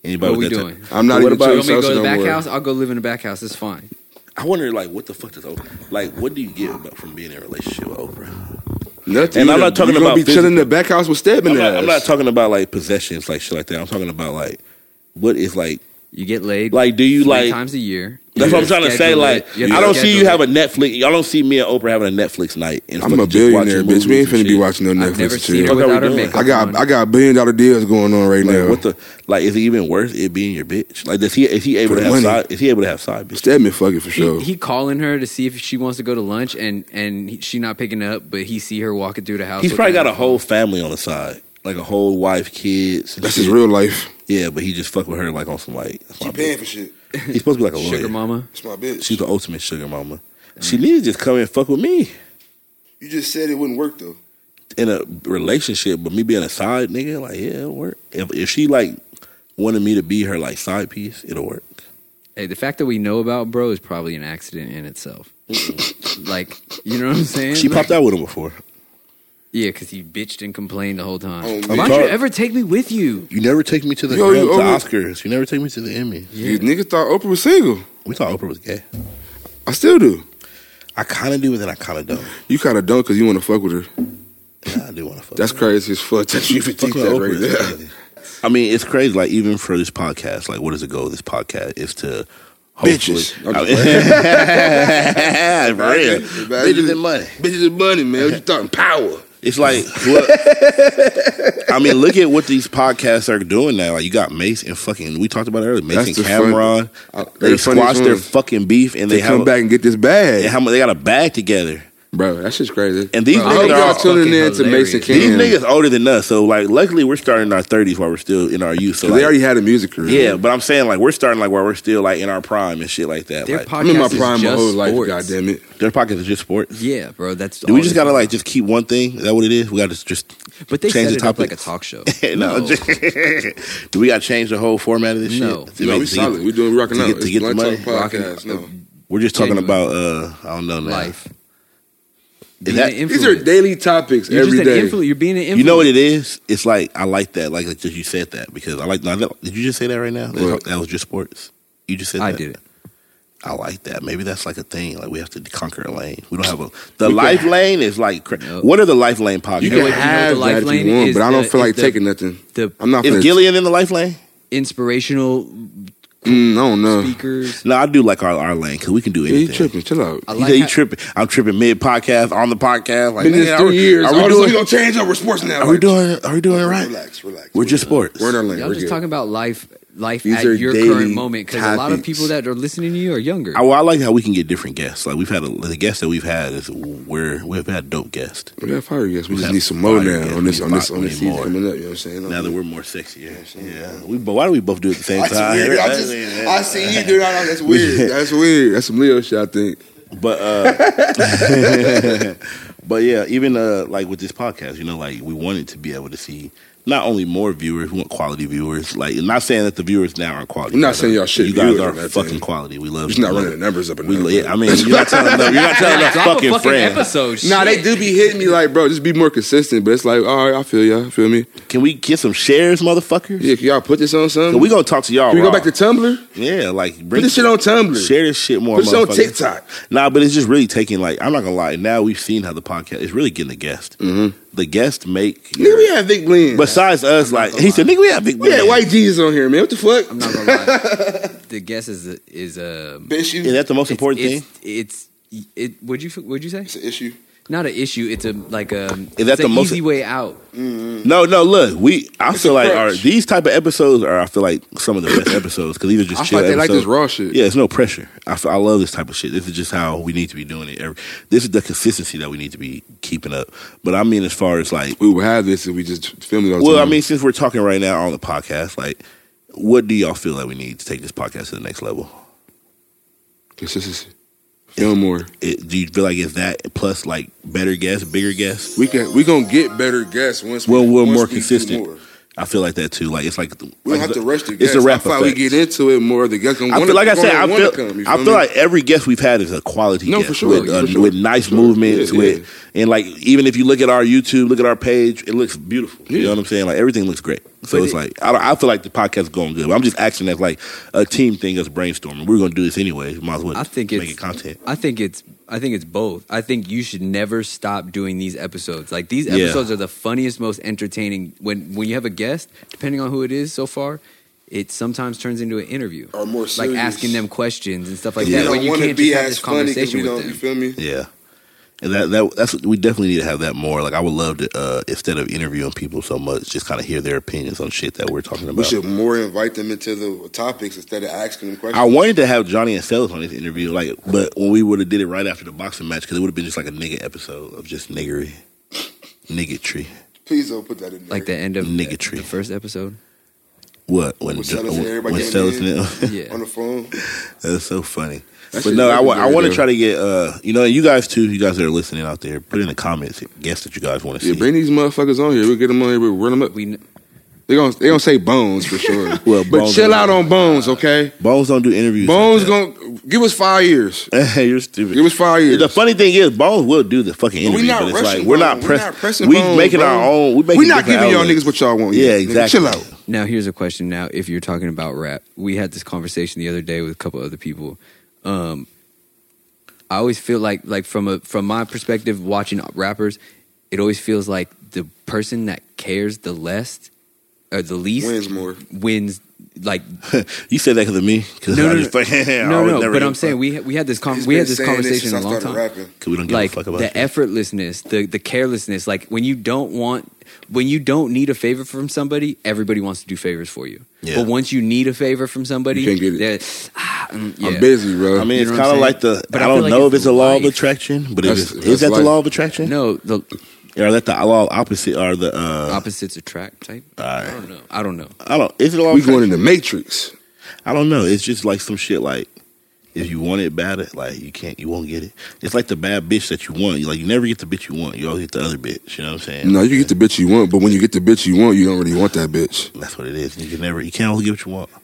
Anybody What are we with that doing? type- I'm not But even what You about- chilling want me to go to salsa the no back more. house? I'll go live in the back house. It's fine. I wonder, like, what the fuck does Oprah? Like, what do you get about, from being in a relationship with Oprah? Nothing. And I'm You not gonna- you talking gonna about be chilling in the back house with Stedman. I'm not, I'm not talking about like possessions, like shit like that. I'm talking about like what is like. You get laid Like, do you three like? times a year. That's what I'm trying to say. Schedule Like, it. You have I to don't see you schedule have it. a Netflix. Y'all don't see me and Oprah having a Netflix night. And I'm fucking a just watching billionaire, bitch. We ain't movies and finna be shit. watching no I've never Netflix seen shit. What her are we without her doing? makeup. I got on. I got billion dollar deals going on right Like, now. what the? Like, is it even worth it being your bitch? Like, does he? Is he able For to the have? money. Side, is he able to have side bitch? Stedman fucking for sure. He, he calling her to see if she wants to go to lunch, and and he, she not picking up, but he see her walking through the house. He's with probably her. got a whole family on the side, like a whole wife, kids. and That's shit. his real life. Yeah, but he just fuck with her like on some like. that's my She bitch. paying for shit. He's supposed to be like a lawyer. sugar mama. Mm. It's my bitch. She's the ultimate sugar mama. She needs to just come and fuck with me. you just said it wouldn't work though. in a relationship, but me being a side nigga, like yeah, it'll work. If if she like wanted me to be her like side piece, it'll work. Hey, the fact that we know about bro is probably an accident in itself. like, you know what I'm saying? She popped out with him before. Yeah, because he bitched and complained the whole time. Oh, Why we- don't you ever take me with you? You never take me to the, Yo, you the over- Oscars. You never take me to the Emmy. You niggas thought Oprah was single. We thought Oprah was gay. I still do. I kind of do, but then I kind of don't. You kind of don't because you want to fuck with her. Yeah, I do want to fuck. That's crazy as fuck. That you even think Fucking that Oprah right is there. crazy. I mean, it's crazy. Like even for this podcast, like what is the goal of this podcast? Is to hopefully, Bitches. I mean- for real, bitches and money. Bitches and money, man. What you talking power? It's like, look, I mean, look at what these podcasts are doing now. Like you got Mace and fucking. We talked about it earlier. Mace That's and the fun- Cameron. Uh, they're they the funniest squash their ones. fucking beef, and They they, come have back and get this bag, and how mu- they got a bag together. bro. That shit's crazy. And these Bro, I hope niggas are all y'all tuning in to fucking Mason hilarious. Cam. These niggas older than us, so like, luckily we're starting in our thirties while we're still in our youth. So 'Cause like, they already had a music career. Yeah, but I'm saying like we're starting like where we're still like in our prime and shit like that. Their Like, podcast I'm in my is prime my just whole life. sports. God damn it. their pockets are just sports. Yeah, bro. That's Do we all just they gotta do. like just keep one thing? Is that what it is? We gotta just But they change set the it up like a topic. talk show. no. Do we gotta change the whole format of this No. shit? To No, make- we to solid. get- We doing rocking to out. get- to It's get the Blunt money. Talk Rocking- podcast. No. We're just talking Genuine. about uh I don't know man. life. Is Being that, an These are influencer. daily topics You're every just an day. influ- You're being an influencer. you know what it is? It's like I like that. Like that you said that because I like. no, that- Did you just say that right now? That, What? that was just sports. You just said I that. did it. I like that. Maybe that's like a thing. Like we have to conquer a lane. We don't have a the life lane is like cra- No. what are the life lane podcasts? You know can what- you know what have the life that if lane you want, is but I the- don't feel is like the- taking nothing. The I'm not. is finna- Gillian in the life lane? inspirational Mm, I don't know. speakers. No, I do like our, our lane because we can do Yeah, anything. you tripping? Chill out. I He like said he how- tripping. I'm tripping mid podcast on the podcast. Like Been in man, this are, three years. All Are we of a sudden we doing? gonna change up? We're sports now. Are we Like, doing? Are we doing it right? Relax, relax. We're just sports. We're in our lane. Y'all We're just good. talking about life, life These at are your daily current moment because a lot of topics. people that are listening to you are younger. I, well, I like how we can get different guests. Like we've had a, the guests that we've had is we're we've had dope guests. We got fire guests. We We just have need some more fire now guests. on this We on this on need this season more. coming up. You know what I'm saying? Now that we're more sexier. Yeah. We but why do we both do it at the same That's time? weird. I, just, I see you do that. That's weird. weird. That's weird. That's some Leo shit. I think. But uh But yeah, even uh like with this podcast, you know, like we wanted to be able to see not only more viewers, we want quality viewers. Like not saying that the viewers now aren't quality. I'm not You guys saying are- y'all shit You guys viewers are or nothing. fucking quality. We love Just you. not We running the love- numbers up. we, enough. yeah, I mean, you're not telling enough. You're not telling enough Drop fucking, a fucking friends. episode. Shit. Nah, they do be hitting me like, bro, just be more consistent. But it's like, all right, I feel y'all. Feel me? Can we get some shares, motherfuckers? Yeah, can y'all put this on So something? we gonna talk to y'all. Can we go raw. back to Tumblr? yeah, like Put bring this shit on Tumblr. Share this shit more. Put this on motherfucker. TikTok. Nah, but it's just really taking like I'm not gonna lie. Now we've seen how the podcast is really getting the guest. Mm-hmm. The guest make Nigga, we had Vic Lynn. besides us like he said. Nigga, we have big. we had man. White Jesus on here, man. What the fuck? I'm not gonna lie. the guess is is um, Bitch, Is you. that the most important thing? it's, it's it. Would you would you say It's an issue. not an issue? It's a like a Is that it's the a most- easy way out. No, no. Look, we. I a feel like crutch. our, these type of episodes are. I feel like some of the best episodes because these are just. I feel chill like they like this episodes. raw shit. Yeah, it's no pressure. I, f- I love this type of shit. This is just how we need to be doing it. Every, this is the consistency that we need to be keeping up. But I mean, as far as like, We would have this and we just filmed it all the well, I time. mean, since we're talking right now on the podcast, like, what do y'all feel like we need to take this podcast to the next level? consistency. Film more. It, do you feel like it's that plus like better guests, bigger guests? We can. We gonna get better guests once. Well, we, we're once more we do consistent. more. I feel like that too. Like it's like the- We like don't have the- to rush the It's guests. the rap I feel like effect. we get into it more. The guests gonna I wanna, feel like I wanna, said, I wanna feel, come, you I feel feel me? like every guest we've had is a quality No, guest for sure, with, for uh, sure. with nice Sure. movements, Yeah, with yeah. and like even if you look at our YouTube, look at our page, it looks beautiful. You Yeah. know what I'm saying? Like everything looks great. So But it's it- like I, don't- I feel like the podcast is going good. But I'm just acting as like a team thing, us brainstorming. We're gonna do this anyway. Might as well I think make it's- it content. I think it's I think it's both. I think you should never stop doing these episodes. Like these Yeah. episodes are the funniest, most entertaining. When when you have a guest, depending on who it is so far, it sometimes turns into an interview Or more like serious. asking them questions and stuff like We that. don't When you wanna can't be just have as this funny 'cause conversation we with don't- You them. feel me? Yeah. And that, that that's we definitely need to have that more. Like I would love to uh, instead of interviewing people so much, just kind of hear their opinions on shit that we're talking about. We should more invite them into the topics instead of asking them questions. I wanted to have Johnny and Sellers on this interview, like, but when we would have did it right after the boxing match, because it would have been just like a nigga episode of just niggery, niggetry, Please don't put that in there. Like the end of Niggatry. the first episode. What when When Jo- Sellers and everybody when came Sellers in. and- Yeah. on the phone. That's so funny. That but shit no, I fucking good, want to though. try to get uh, you know, you guys too, you guys that are listening out there, put in the comments guests that you guys want to Yeah, see. bring these motherfuckers on here. We'll get them on here. We'll run them up. We kn- They gonna they gonna say bones for sure. Well, but Bones chill don't- out on bones, okay? Bones don't do interviews. Bones like that. gonna give us five years. You're stupid. Give us five years. The funny thing is, Bones will do the fucking we interview, not but it's like rushing we're Bones. not, We press- not pressing We Bones, making bro. our own. We making We not different giving y'all outlets. niggas what y'all want. Yeah, Nigga, exactly. Chill out. Now here's a question. Now, if you're talking about rap, we had this conversation the other day with a couple other people. Um, I always feel like, like from a from my perspective, watching rappers, it always feels like the person that cares the less or the least Wins more. wins, like You said that because of me. Cause No, I no, just like, I no, always no. never But give I'm a saying fuck. we ha- we had this con- He's we been had this saying conversation since I a long started time. rapping. 'Cause we don't give like a fuck about the shit. effortlessness, the the carelessness. Like when you don't want, when you don't need a favor from somebody, everybody wants to do favors for you. Yeah. But once you need a favor from somebody, You can't get it. they're- ah, mm, yeah. I'm busy, bro. I mean, You it's know what kind of I'm like saying? the. But I I feel don't like know if it's it's a law of life. attraction, but it That's- is, that's is that the life. law of attraction? No, the or that the law opposite or the. Uh, opposites attract type. Alright. I don't know. I don't know. I don't. Is it a law? we of attraction? going in the matrix. I don't know. It's just like some shit like if you want it bad, it- like you can't, you won't get it. It's like the bad bitch that you want. You like you never get the bitch you want. You always get the other bitch. You know what I'm saying? No, you get the bitch you want, but when you get the bitch you want, you don't really want that bitch. That's what it is. You can never, you can't always get what you want.